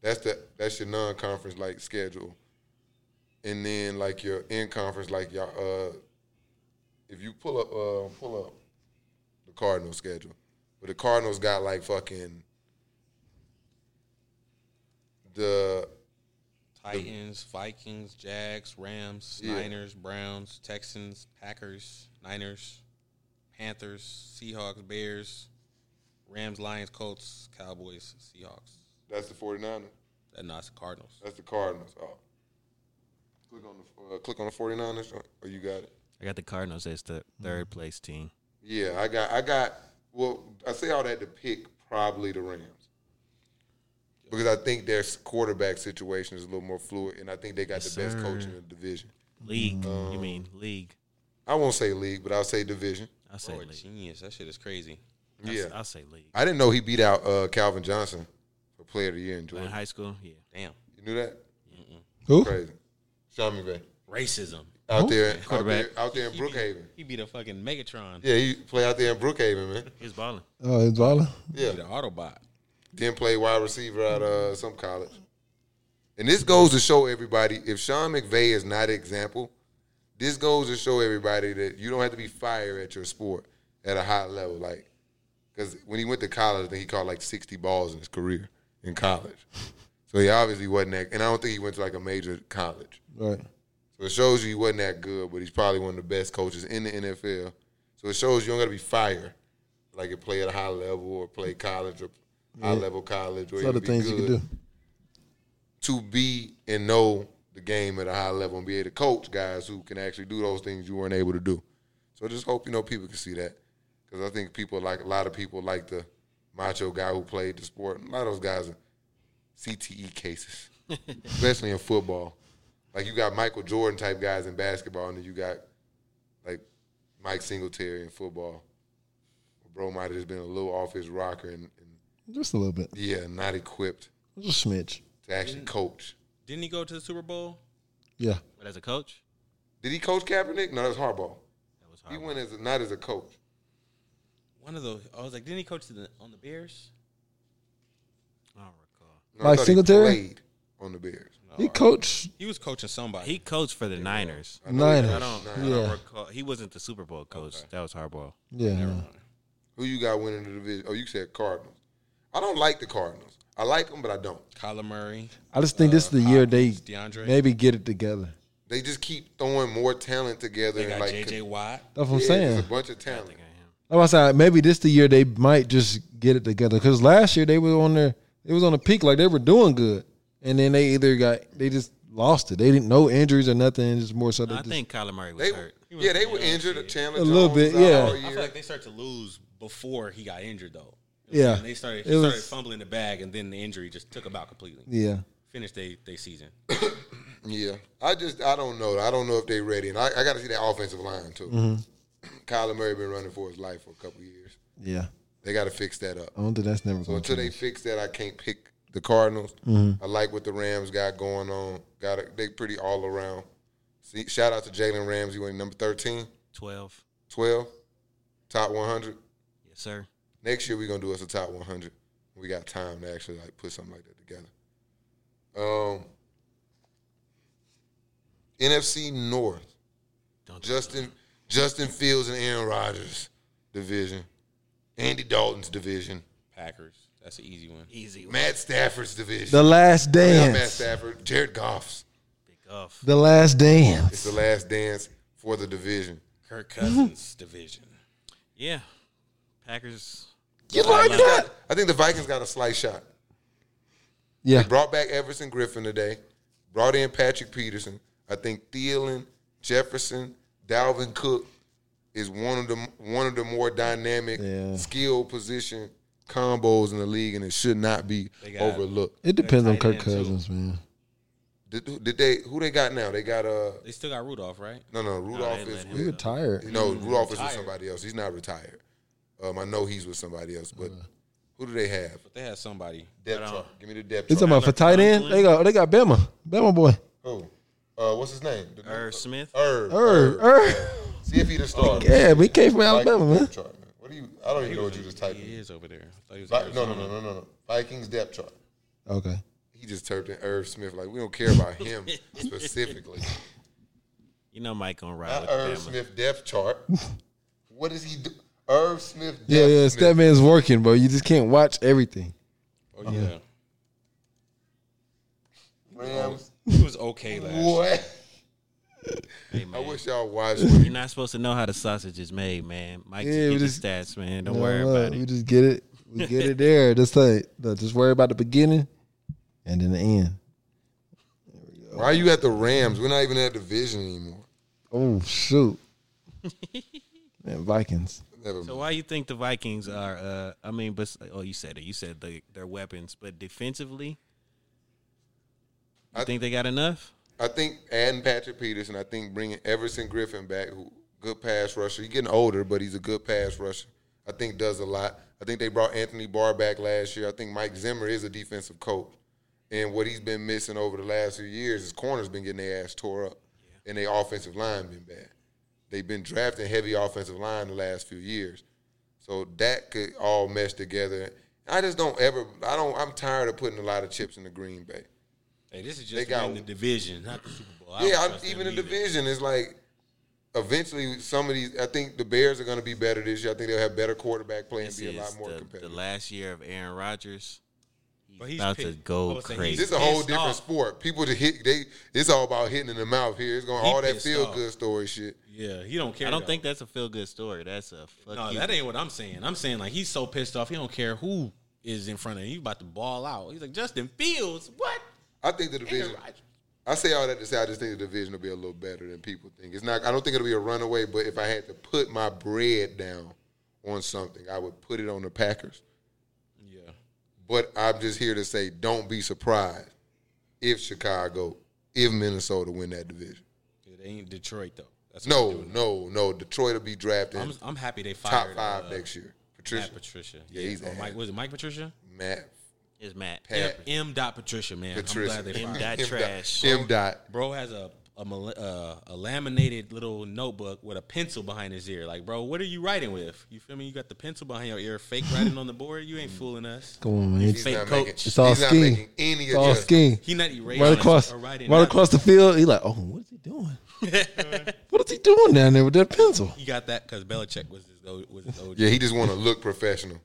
S1: That's the that's your non-conference like schedule, and then like your in-conference like y'all. Uh, if you pull up, uh, pull up the Cardinals schedule, but the Cardinals got like fucking the
S4: Titans, Vikings, Jags, Rams,
S1: Yeah.
S4: Niners, Browns, Texans, Packers, Niners, Panthers, Seahawks, Bears, Rams, Lions, Colts, Cowboys, Seahawks.
S1: that's the 49ers.
S4: And not the Cardinals.
S1: That's the Cardinals. Oh. Click on the uh, click on the 49ers or you got it.
S3: I got the Cardinals as the third place team.
S1: Yeah, I got I got well, I say all that to pick probably the Rams. Because I think their quarterback situation is a little more fluid and I think they got
S3: Yes,
S1: the best
S3: sir.
S1: coach in the division.
S3: League,
S1: Mm-hmm.
S3: you mean league?
S1: I won't say league, but I'll say division.
S3: I say
S4: Bro, a
S3: league.
S4: genius. That shit is crazy.
S1: Oh, Yeah.
S3: I say league.
S1: I didn't know he beat out uh, Calvin Johnson for player of the year in
S3: In
S1: Georgia.
S3: high school, yeah.
S4: Damn.
S1: You knew that?
S2: Who?
S1: Crazy. Sean McVay.
S4: Racism.
S1: Out there, out there
S3: Quarterback.
S1: out there in Brookhaven.
S4: He be the fucking Megatron.
S1: Yeah, he play out there in Brookhaven, man.
S3: He was balling.
S2: Oh, it's Vala.
S1: Yeah.
S4: He the Autobot.
S1: then play wide receiver at uh, some college. And this goes to show everybody if Sean McVay is not an example, this goes to show everybody that you don't have to be fire at your sport at a high level. Like, because when he went to college, I think he caught like 60 balls in his career in college. So he obviously wasn't that, and I don't think he went to like a major college.
S2: Right.
S1: So it shows you he wasn't that good, but he's probably one of the best coaches in the NFL. So it shows you don't got to be fire, like you play at a high level or play college or high level college or
S2: There's other
S1: even be
S2: things
S1: good
S2: you can do.
S1: to be and know the game at a high level and be able to coach guys who can actually do those things you weren't able to do. So I just hope you know people can see that because I think people like a lot of people like the macho guy who played the sport. A lot of those guys are CTE cases, especially in football. Like you got Michael Jordan type guys in basketball, and then you got like Mike Singletary in football. Bro might have just been a little off his rocker and, and
S2: Just a little bit.
S1: yeah, not equipped
S2: Just a smidge.
S1: to actually coach.
S4: Didn't he go to the Super Bowl?
S2: Yeah.
S3: But as a coach,
S1: Did he coach Kaepernick? No, that's Harbaugh.
S3: that was
S1: He
S3: hard.
S1: went as a, not as a coach.
S4: One of those. I was like, didn't he coach to the, on the Bears?
S3: I don't recall.
S1: No, I
S2: Mike
S1: thought he
S2: Singletary?
S1: played on the Bears.
S2: He coached
S4: He was coaching somebody.
S3: He coached for the Niners.
S1: I know he
S2: Niners.
S1: coached
S3: I don't, I
S2: Yeah.
S3: don't recall. He wasn't the Super Bowl coach. That was Harbaugh.
S2: Yeah.
S4: Never
S2: no.
S4: mind.
S1: Who you got winning the division? Oh, you said Cardinals. I don't like the Cardinals. I like them, but I don't.
S4: Kyler Murray.
S1: Uh,
S2: I just think this is the year they
S4: DeAndre.
S2: maybe get it together.
S1: They just keep throwing more talent together.
S4: They
S1: and
S4: got
S1: like,
S4: JJ Watt.
S2: That's what I'm
S1: yeah,
S2: saying.
S1: it's a bunch of talent.
S3: Think I am.
S2: I'm about to say, maybe this the year they might just get it together. Because last year they were on their, it was on a peak, like they were doing good, and then they either got, they just lost it. They didn't no injuries or nothing. It's more so. They
S3: I
S2: just,
S3: think Kyler Murray was
S1: They
S3: hurt.
S1: yeah, they were injured. Chandler
S2: A little
S1: Jones
S2: bit,
S1: was out
S2: yeah.
S1: all
S2: I
S4: I
S1: year.
S4: feel like they started to lose before he got injured, though.
S2: Yeah.
S4: And they started,
S2: It
S4: he started
S2: was-
S4: fumbling the bag, and then the injury just took him out completely.
S2: yeah,
S4: Finished they, they season.
S1: Yeah, I just I don't know. I don't know if they're ready, and I, I got to see that offensive line too.
S2: Mm-hmm.
S1: Kyler Murray been running for his life for a couple years.
S2: yeah.
S1: They got to fix that up.
S2: I don't think that's never
S1: So
S2: going
S1: until
S2: to.
S1: they fix that, I can't pick the Cardinals. I like what the Rams got going on. Got a, they pretty all around. See, shout out to Jalen Ramsey went number 13,
S3: Twelve,
S1: 12, top one hundred.
S3: yes sir.
S1: Next year we're gonna do us a top one hundred. We got time to actually like put something like that together. Um, NFC North.
S3: Don't do
S1: Justin Justin Fields and Aaron Rodgers division. Andy Dalton's division.
S4: Packers. That's an easy one.
S3: it. easy.
S1: Matt Stafford's division.
S2: The last
S1: Yeah, Matt
S2: dance.
S1: Stafford, Jared Goff's.
S3: Big off.
S2: The last dance.
S1: It's the last dance for the division.
S4: Kirk Cousins division.
S3: Yeah, Packers.
S2: You like that?
S1: I think the Vikings got a slight shot.
S2: Yeah,
S1: They brought back Everson Griffin today. Brought in Patrick Peterson. I think Thielen, Jefferson, Dalvin Cook is one of the one of the more dynamic,
S2: Yeah.
S1: skilled position combos in the league, and it should not be
S4: got-
S1: overlooked.
S2: it depends on
S4: They're
S2: Kirk
S4: tight end, too.
S2: Cousins, man.
S1: Did, who- did they? Who they got now? They got uh
S4: They still got Rudolph, right?
S1: no no Rudolph
S3: they
S1: is
S3: let
S1: with
S2: He retired.
S1: No, Rudolph is with
S4: retired.
S1: somebody else. He's not retired. Um, I know he's with somebody else, but who do they have?
S4: But they had somebody.
S1: Depth
S3: I
S1: chart. Give me the depth
S2: It's
S1: chart.
S2: about for tight end. They got they got Bama, Bama boy.
S1: Who? Uh, what's his name? The-
S3: Irv Smith.
S1: Irv.
S2: Er,
S1: Irv.
S2: er.
S1: See if he the star.
S2: Yeah, we came from
S1: Vikings
S2: Alabama, man.
S1: depth chart, man. What do you? I don't even know what you just typed.
S4: He
S1: in.
S4: is over there. I thought he was
S1: Vi- No, no,
S4: Arizona.
S1: no, no, no, no. Vikings depth chart.
S2: Okay.
S1: He just typed in Irv Smith. Like we don't care about him specifically.
S3: You know Mike gonna ride
S1: Not
S3: with
S1: Irv
S3: Bama.
S1: Smith depth chart. What does he do? Irv Smith. Depth
S2: Yeah, yeah.
S1: Smith.
S2: That man's working, bro. You just can't watch everything.
S4: Oh, yeah.
S1: Rams.
S4: He was okay last year.
S1: What?
S3: Hey,
S1: I
S3: man.
S1: wish y'all watched. when
S3: You're not supposed to know how the sausage is made, man. Mike,
S2: Yeah, we just-
S3: just get the stats, man. Don't
S2: Yeah,
S3: worry
S2: look,
S3: about
S2: We
S3: it.
S2: just get it. We get it there. Just like, look, just worry about the beginning and then the end.
S1: Why are you at the Rams? We're not even at division anymore.
S2: Oh shoot. man, Vikings.
S1: Never
S3: So
S1: mind.
S3: why you think the Vikings are? Uh, I mean, but oh, you said it. You said the, their weapons, but defensively, you
S1: I-
S3: think they got enough?
S1: I think adding Patrick Peterson, I think bringing Everson Griffin back, who good pass rusher. He's getting older, but he's a good pass rusher. I think does a lot. I think they brought Anthony Barr back last year. I think Mike Zimmer is a defensive coach, and what he's been missing over the last few years is corners been getting their ass tore up, and their offensive line been bad. They've been drafting heavy offensive line the last few years. So that could all mesh together. I just don't ever. I don't. I'm tired of putting a lot of chips in the Green Bay.
S4: Hey, this is
S1: They
S4: just
S1: got-
S4: in the division, not the Super Bowl. I
S1: Yeah,
S4: don't
S1: I,
S4: trust them
S1: even the
S4: either.
S1: division is like eventually some of these. I think the Bears are going to be better this year. I think they'll have better quarterback play and
S3: This
S1: be a
S3: is
S1: lot more
S3: the, the
S1: competitive.
S3: last year of Aaron Rodgers.
S4: But
S3: He's about to go
S4: I would say
S3: crazy.
S1: this is a whole
S4: pissed
S1: different
S4: off.
S1: sport. People just hit. They it's all about hitting in the mouth here. It's going
S4: He
S1: all that
S4: pissed
S1: feel
S4: off.
S1: good story shit.
S4: Yeah, he don't care.
S3: I don't
S4: though.
S3: think that's a feel good story. That's a fuck
S4: No,
S3: you.
S4: that ain't what I'm saying. I'm saying like he's so pissed off. He don't care who is in front of him. He's about to ball out. He's like Justin Fields. What?
S1: I think the division.
S4: Aaron Rodgers.
S1: I say all that to say I just think the division will be a little better than people think. It's not. I don't think it'll be a runaway. But if I had to put my bread down on something, I would put it on the Packers.
S4: Yeah.
S1: But I'm just here to say, don't be surprised if Chicago, if Minnesota win that division.
S4: It ain't Detroit though. That's what
S1: No, no, no. Detroit will be drafting
S4: I'm, I'm happy they
S1: top
S4: fired
S1: five
S4: uh,
S1: next year. Patricia,
S4: Matt Patricia.
S1: Yeah, he's
S4: Or
S1: a-
S4: Mike. Was it Mike Patricia?
S1: Matt,
S3: It's Matt.
S1: Pat,
S4: M. Dot Patricia. Man,
S1: Patricia.
S4: I'm glad they
S1: M.
S4: fired.
S3: Dot
S1: M.
S3: trash.
S1: Dot, M. Dot.
S4: Bro has a a, mil- uh, a laminated little notebook with a pencil behind his ear. Like, bro, what are you writing with? You feel me? You got the pencil behind your ear, fake writing on the board. You ain't fooling us.
S2: Come on, man.
S1: He's
S4: Fake
S1: not
S4: coach.
S1: making.
S2: It's all
S1: he's not
S2: scheme.
S1: making any
S2: It's all
S1: adjustments.
S2: scheme.
S4: He not erasing
S2: Right across,
S4: or
S2: right
S4: writing. nothing.
S2: across the field. He like, oh, what is he doing? what is he doing down there with that pencil?
S4: He got that because Belichick was his o- was his OG.
S1: Yeah, he just want to look professional.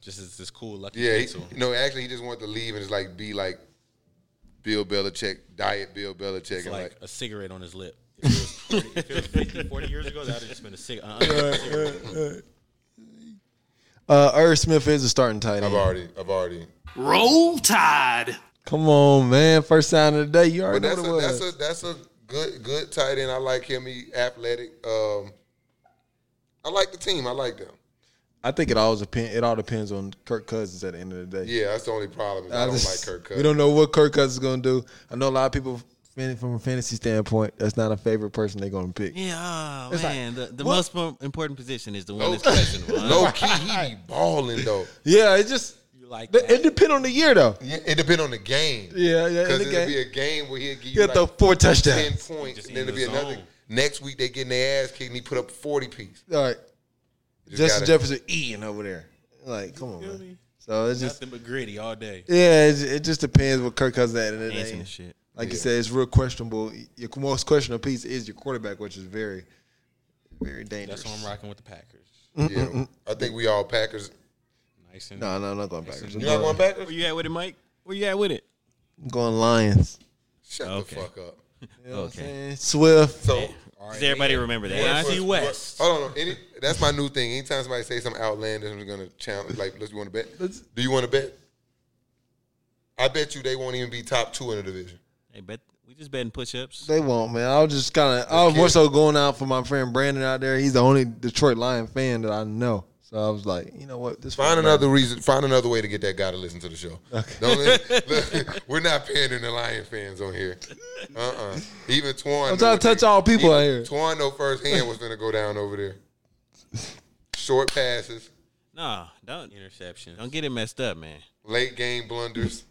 S4: Just as this cool lucky
S1: Yeah, he,
S4: pencil.
S1: no, actually, he just wanted to leave and just like be like Bill Belichick, diet Bill Belichick,
S4: It's
S1: and
S4: like
S1: like
S4: a cigarette on his lip. If it was 40, if it was 50, 40 years ago, that would have just been a cig- uh, cigarette.
S2: Uh, Irv Smith is a starting tight
S1: I've
S2: end.
S1: already, I've already.
S5: Roll Tide.
S2: Come on, man. First sign of the day. You
S1: But
S2: already know
S1: that's
S2: what
S1: a,
S2: it was.
S1: that's a that's a good good tight end. I like him. He athletic. Um, I like the team. I like them.
S2: I think it all depends. It all depends on Kirk Cousins at the end of the day.
S1: Yeah, that's the only problem. Is I, don't
S2: just-
S1: like Kirk
S2: We
S1: Cousins.
S2: don't know what Kirk Cousins is going to do. I know a lot of people, fan- from a fantasy standpoint, that's not a favorite person they're going to pick.
S3: Yeah, oh,
S2: It's like,
S3: man. the the
S2: what?
S3: most mo- important position is the one
S1: Low-
S3: that's questionable. huh?
S1: Low key, he be balling though.
S2: Yeah, it just
S4: You like
S2: it,
S4: that?
S2: depends on the year though.
S1: Yeah, it depend on the game.
S2: Yeah, yeah, in
S1: Because
S2: the
S1: it'll
S2: game.
S1: be a game where he'll give you
S2: He'll
S1: like
S2: throw four
S1: ten
S2: touchdowns.
S1: points,
S4: Just
S1: and then it'll
S4: in
S1: be
S4: the
S1: another.
S4: zone.
S1: Next week they getting their ass kicked, and he put up a forty piece.
S2: All right,
S1: Just
S2: Justin
S1: gotta-
S2: Jefferson eating over there. Like, come on, man. So it's just
S4: Nothing but gritty all day.
S2: yeah, it, it just depends what Kirk Cousins at the end of the
S3: Dancing
S2: day.
S3: and shit.
S2: Like you
S1: Yeah.
S2: said, it's real questionable. Your most questionable piece is your quarterback, which is very, very dangerous.
S4: That's why I'm rocking with the Packers.
S1: Yeah, I think we all Packers.
S4: Nice and
S2: No, no, I'm not going Packers. I'm
S1: You not
S2: going,
S1: going Packers?
S3: Where you at with it, Mike? Where you at with it?
S2: I'm going Lions.
S1: Shut
S3: Okay.
S1: the fuck up.
S2: You know what I'm
S3: Okay.
S2: saying? Swift.
S1: So
S3: Does everybody remember that?
S4: Kanye West.
S1: Hold on. Any, that's my new thing. Anytime somebody says something outlandish, I'm gonna challenge. Like, let's you want to bet?
S2: Let's-
S1: Do you want to bet? I bet you they won't even be top two in the division.
S3: Hey, bet we just betting push-ups.
S2: They won't, man. I was just kind of, I was more so going out for my friend Brandon out there. He's the only Detroit Lion fan that I know. So I was like, you know what? This
S1: Find another reason. Find another way to get that guy to listen to the show. Don't let- look, we're not pandering the Lion fans on here. Uh uh Even Twan.
S2: I'm trying to touch all people out here.
S1: Twan, no first hand was gonna go down over there. Short passes,
S3: Nah, don't
S4: interception.
S3: don't get it messed up, man.
S1: late game blunders.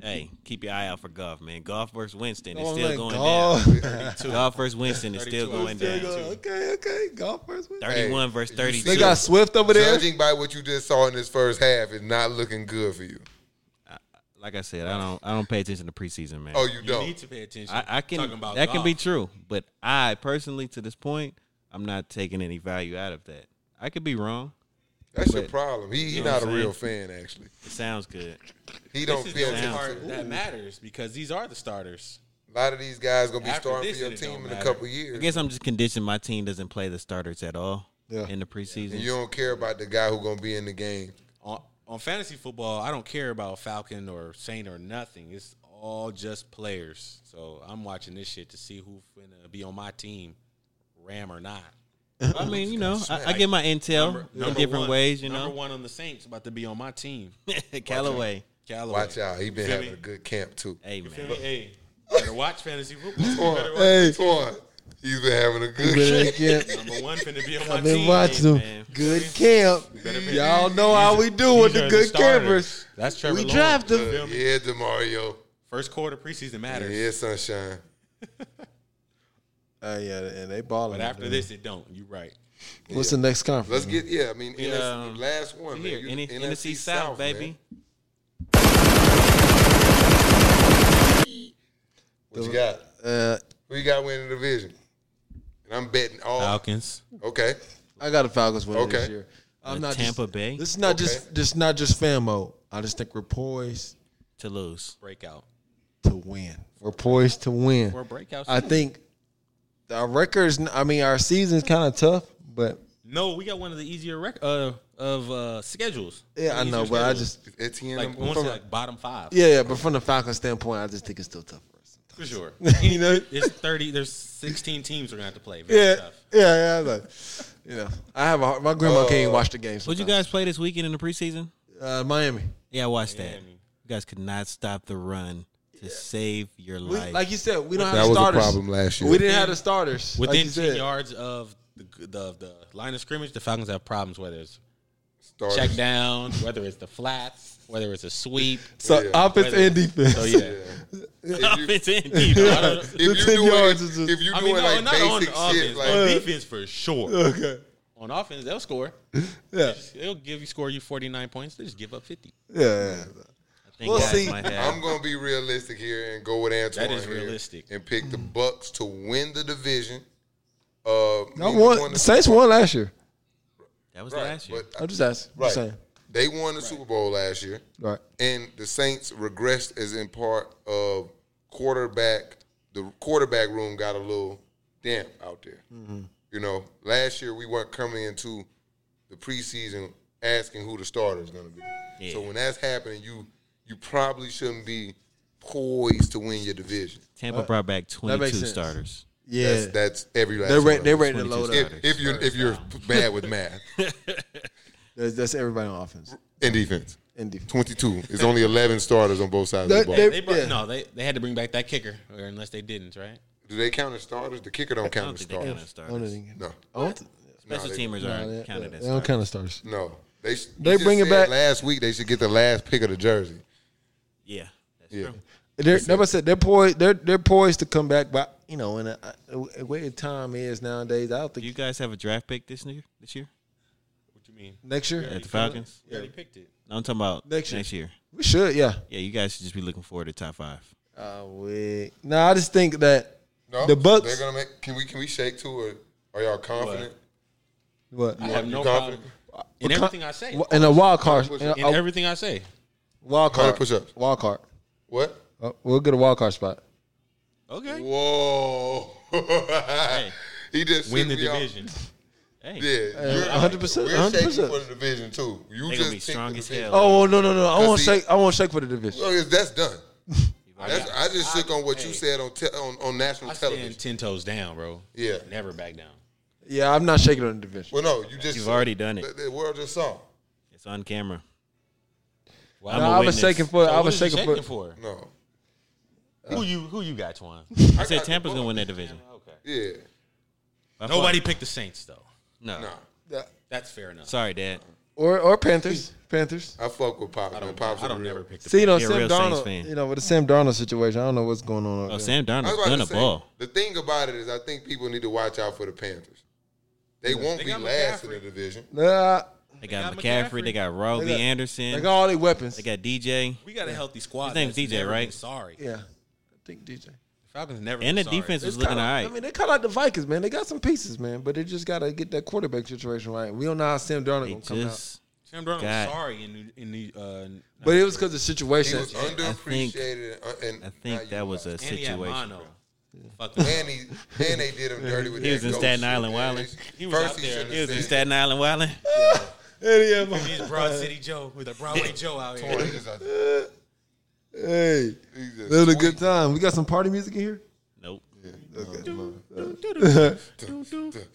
S3: Hey, keep your eye out for golf, man. Golf versus Winston is
S2: Oh,
S3: still
S2: man,
S3: going
S2: golf.
S3: down. Golf versus Winston is still
S4: 32
S3: going
S4: Still
S3: down.
S4: going.
S2: Okay, okay. Golf first. win.
S3: Thirty-one
S1: Hey,
S3: versus
S1: you
S3: thirty-two.
S2: They got Swift over there.
S1: Judging by what you just saw in this first half, is not looking good for you.
S3: like I said, I don't I don't pay attention to preseason, man.
S1: Oh, you
S4: You
S1: don't.
S4: need to pay attention.
S3: I, I can
S4: Talking about
S3: that can be
S4: golf.
S3: true, but I personally, to this point, I'm not taking any value out of that. I could be wrong.
S1: That's your
S3: But-
S1: problem. He he
S3: know
S1: not a
S3: what I'm
S1: real fan actually.
S3: It sounds good.
S1: He
S4: This
S1: don't
S4: is
S1: pay
S4: the only
S1: attention.
S4: part
S1: to-
S4: that matters because these are the starters.
S1: A lot of these guys gonna be
S4: After
S1: starting
S4: this,
S1: for your
S4: it
S1: team
S4: don't
S1: in a
S4: matter.
S1: couple
S3: I
S1: years.
S3: guess I'm just conditioned. My team doesn't play the starters at all
S2: Yeah.
S3: in the preseason.
S1: And you don't care about the guy who gonna be in the game.
S4: On, on fantasy football, I don't care about Falcon or Saint or nothing. It's all just players. So I'm watching this shit to see who's gonna be on my team, Ram or not.
S3: I mean, you know, I, I get my intel in different
S4: one,
S3: ways. You know,
S4: number one on the Saints about to be on my team.
S3: Callaway.
S4: Callaway.
S1: Watch out. He been
S4: Feel
S1: having
S4: me?
S1: a good camp too.
S3: Hey
S4: Feel
S3: man,
S4: me? Hey, better watch fantasy football. You better
S1: Twan,
S4: watch.
S2: Hey.
S1: Twan, he's been having a good
S2: Good camp.
S4: Number one finna be on my
S2: uh, I've
S4: team.
S2: been watching them.
S3: man.
S2: Good camp. Y'all know how we do with
S4: These
S2: the
S4: are
S2: good
S4: starters.
S2: campers.
S4: That's Trevor.
S2: We
S4: Lawrence.
S2: draft them.
S4: You feel
S1: camp.
S4: me?
S1: Yeah, Demario.
S4: First quarter preseason matters,
S1: Yeah, sunshine.
S2: Uh, yeah, and they balling.
S4: but after
S2: dude.
S4: this, it don't. You right.
S2: what's the next conference?
S1: Let's get yeah. I mean, NS
S3: um,
S1: last one
S3: here
S1: man. You-
S3: N-
S1: NFC
S3: NFC South,
S1: man.
S3: baby.
S1: What you got?
S2: Uh,
S1: Who you got winning the division? And I'm betting all.
S4: Falcons.
S1: Okay.
S2: I got a Falcons winning this
S1: Okay.
S2: year.
S3: The Tampa
S2: just,
S3: Bay?
S2: This is not just this is not just fan mode. I just think we're poised
S3: to lose.
S4: Breakout.
S2: to win. We're poised to win.
S4: Or breakout.
S2: I think our records. I mean, our season's kind of tough, but
S4: no, we got one of the easier rec- uh, of uh, schedules.
S2: yeah, I
S4: Easier
S2: know. But I
S4: schedules.
S2: just
S1: Is Etienne
S4: like
S1: number
S4: I want
S1: one?
S4: to say like bottom five.
S2: yeah, yeah. But from the Falcons standpoint, I just think it's still tough for us.
S4: for sure.
S2: you know?
S4: There's thirty. There's sixteen teams we're gonna have to play. Very
S2: Yeah,
S4: tough.
S2: yeah, yeah. Like, you know, Oh. I have a hard- my grandma can't even watch the games.
S3: Would you guys play this weekend in the preseason?
S2: Uh, Miami.
S3: Yeah, I watched that.
S4: Miami.
S3: You guys could not stop the run to save your
S2: We,
S3: life.
S2: like you said, we don't
S1: That
S2: have
S1: was a
S2: starters.
S1: problem last year.
S2: We didn't have the starters. like
S4: Within
S2: you
S4: ten
S2: said.
S4: yards of the, the the line of scrimmage, the Falcons have problems. Whether it's
S1: Starters.
S4: check down, whether it's the flats, whether it's a sweep.
S2: So
S1: Yeah.
S2: offense and defense.
S4: So Oh, yeah.
S1: If you-
S3: Offense and defense.
S4: I don't-
S1: if
S2: The
S1: you
S2: 10
S1: doing
S2: yards is just-
S1: if you
S4: I
S1: doing
S4: mean, no,
S1: like
S4: not on
S1: basic shit,
S4: offense.
S1: like
S4: on defense for sure.
S2: Okay.
S4: On offense, they'll score.
S2: Yeah.
S4: They'll give you score you forty nine points. They just give up fifty.
S2: Yeah. yeah.
S3: I think
S2: We'll
S3: guys
S2: see.
S3: might have-
S1: I'm gonna be realistic here and go with Antoine.
S4: That is
S1: here
S4: realistic.
S1: And pick the Bucks to win the division. Uh,
S2: I
S1: neither
S2: won.
S1: one
S2: The
S1: is-
S2: Saints won last year.
S3: that was
S1: Right,
S3: last year.
S1: but
S2: I'm just asking.
S1: Right.
S2: Just saying.
S1: They won the Super Bowl last year.
S2: Right.
S1: and the Saints regressed as in part of quarterback. The quarterback room got a little damp out there. You know, last year we weren't coming into the preseason asking who the starter is going to be. So when that's happening, you you probably shouldn't be poised to win your division.
S3: Tampa brought back
S2: makes
S3: 22
S2: sense.
S3: starters.
S2: Yeah.
S1: That's, that's every last.
S2: they're
S1: one
S2: re-
S1: of
S2: they're
S1: them.
S2: ready to load
S3: 22
S2: up.
S1: If, if you if you're bad with math
S2: That's, that's everybody on offense
S1: and defense,
S2: and defense.
S1: twenty two. It's only eleven starters on both sides of
S2: That-
S1: the ball.
S2: they-
S4: They brought,
S2: Yeah.
S4: No, they, they had to bring back that kicker, or unless they didn't, right?
S1: Do they count as starters? The kicker don't
S3: I
S1: count
S3: don't
S1: as
S3: think they count
S1: starters.
S3: as
S2: I don't
S3: starters.
S2: think-
S1: No,
S2: I don't think-
S3: Special
S1: they-
S3: teamers
S2: nah,
S3: aren't
S2: they-
S3: counted as
S2: They don't
S3: starters.
S2: count as starters.
S1: no. They sh-
S2: They
S1: you just
S2: bring it
S1: said
S2: back-
S1: last week. They should get the last pick of the jersey.
S3: Yeah, that's
S1: Yeah,
S3: true.
S2: They're, like I said, they're poised. They're they're poised to come back, but you know, in a, a way time is nowadays, I don't
S3: Do
S2: think
S3: you guys have a draft pick this year? This year
S4: What you mean?
S2: next year
S3: at the Falcons?
S4: You already picked it.
S3: No, I'm talking about
S2: Next
S3: next
S2: year.
S3: year.
S2: we should. Yeah,
S3: Yeah, you guys should just be looking forward to top five.
S2: uh, we. No, I just think that
S1: no,
S2: the Bucks.
S1: They're gonna make. Can we can we shake too? Or are y'all confident?
S2: what,
S4: I have
S1: You
S4: no
S1: confident?
S4: problem in everything I say.
S2: in a wild card, in a,
S4: In
S2: a
S4: everything I say.
S2: wild
S1: Hundred
S2: card,
S1: push-ups.
S2: wild card.
S1: What?
S2: Oh, we'll get a wild card spot.
S4: Okay.
S1: Whoa! he just
S4: Win the
S1: shook me off.
S4: division.
S3: Hey,
S1: Yeah,
S2: Uh,
S1: you're-
S2: 100%,
S1: We're shaking
S2: 100%.
S1: for the division too. You
S3: They gonna
S1: just
S3: be
S1: picked
S3: strong
S1: the
S3: as
S1: division.
S3: hell.
S2: Oh no no no! I won't
S1: see-
S2: shake. I won't shake for the division.
S1: So it's- that's done. That's, I just shook on what you said on te- on, on national
S4: I
S1: television.
S4: stand ten toes down, bro.
S1: Yeah.
S4: Never back down.
S2: Yeah, I'm not shaking on the division.
S1: Well, no, you just
S3: You've already done
S1: The,
S3: it.
S1: the world just saw.
S3: It's on camera.
S4: Well,
S3: I'm
S2: No,
S3: a
S2: I was
S3: witness.
S2: shaking for.
S4: So
S2: I
S4: what
S2: was
S4: is you
S2: shaking for.
S4: for.
S1: No,
S4: Who you who you got, Twan?
S3: I
S1: got
S3: said
S1: the
S3: Tampa's gonna
S1: Bucs.
S3: win that division.
S4: okay.
S1: yeah,
S3: By far.
S4: Nobody picked the Saints though.
S3: No.
S1: nah.
S2: Yeah.
S4: That's fair enough.
S3: Sorry, Dad.
S2: Or or Panthers. Panthers.
S1: I fuck with Pop. I
S4: I don't,
S1: don't, Pop's
S4: I
S1: a
S4: don't
S1: real-
S4: never pick the
S2: See, you know,
S3: You're a
S2: Sam
S3: real Saints
S2: Darnold.
S3: fan.
S2: You know, with the Sam Darnold situation, I don't know what's going on.
S3: Oh,
S2: over there.
S3: Sam
S1: I was
S3: Darnold's
S1: about
S3: gonna
S1: to say,
S3: ball.
S1: The thing about it is, I think people need to watch out for the Panthers. They won't
S4: They
S1: be
S4: got
S1: last in the
S4: McCaffrey.
S1: division.
S2: Nah,
S3: They got,
S4: got
S3: McCaffrey,
S4: McCaffrey.
S3: They got Robbie
S2: They got-
S3: Anderson.
S2: they got all their weapons.
S3: they got DJ.
S4: We got a healthy
S3: His
S4: squad.
S3: name's
S4: that's
S3: DJ,
S4: never been
S3: right?
S4: Sorry.
S2: yeah, I think DJ.
S4: Falcons never
S3: And the
S4: been sorry.
S3: defense
S2: It's
S3: was looking all
S2: kinda-
S3: right.
S2: I mean, they call out the Vikings, man. They got some pieces, man, but they just gotta get that quarterback situation right. We don't know how Sam Darnold
S3: they
S2: gonna come out.
S3: just
S4: Sam Darnold
S3: God.
S4: was sorry in New- in the uh,
S2: But it was because the
S1: He
S2: situation.
S1: was underappreciated, uh, and, and
S3: I
S1: now you
S3: think that was a
S1: watch.
S4: and he had
S3: situation.
S4: mono.
S3: bro.
S4: Fuck
S1: And he and they did him dirty with
S3: He
S1: that
S3: was in
S1: ghost
S3: Staten
S1: shit,
S3: Island
S1: man.
S3: wildin'.
S4: He was
S1: First
S4: out there.
S1: shouldn't
S3: He was
S1: have
S3: in
S1: said
S3: Staten Island wilding.
S2: Hey, yeah,
S4: He's Broad City Joe with a Broadway Joe out
S1: it.
S4: here.
S1: He just out-
S2: hey,
S1: he just
S2: that was a good
S1: sweet.
S2: time. We got some party music in here.
S3: Nope.
S2: all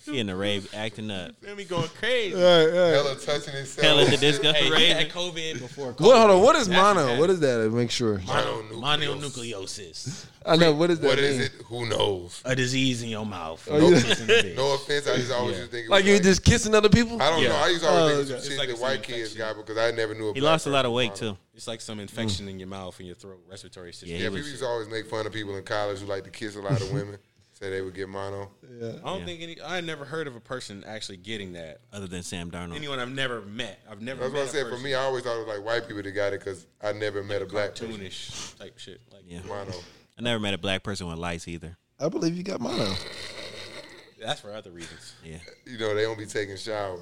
S3: He in the rave acting up.
S4: Then we going crazy.
S2: right, all right.
S1: Hella touching himself.
S3: Hell in the disco
S4: Hey, he had
S3: rave.
S4: COVID before. COVID.
S2: What? Hold on. What is
S4: That's
S2: mono?
S4: bad.
S2: What is that? Make sure.
S1: Mononucleosis.
S4: Mononucleosis,
S2: I know. What is that?
S1: What is
S2: mean?
S1: it? Who knows?
S4: a disease in your mouth.
S2: Oh, yeah.
S4: No kiss in the dick.
S1: No offense. I just always just think it was
S2: Like you just kissing other people?
S1: I don't
S4: Yeah.
S1: know. I used to always
S2: Oh,
S1: think
S2: okay.
S1: of some
S4: It's
S1: shit
S4: like
S1: that
S4: it's
S1: white
S4: an
S1: kids
S4: infection.
S1: got because I never knew.
S3: He lost a lot of weight too.
S4: It's like some infection in your mouth and your throat, respiratory system.
S3: Yeah,
S1: Yeah,
S3: He
S1: people
S3: was-
S1: used to always make fun of people in college who like to kiss a lot of women. Say they would get mono.
S4: I don't think any. I never heard of a person actually getting that.
S3: Other than Sam Darnold.
S4: Anyone I've never met. I've never.
S1: That's
S4: met
S1: what I
S4: a
S1: said. For
S4: person
S1: me, I always thought it was like white people that got it because I never met a black person.
S4: cartoonish type shit. Like
S3: Yeah.
S1: Mono.
S3: I never met a black person with lights either.
S2: I believe you got mono.
S4: that's for other reasons.
S3: Yeah.
S1: You know, they don't be taking showers.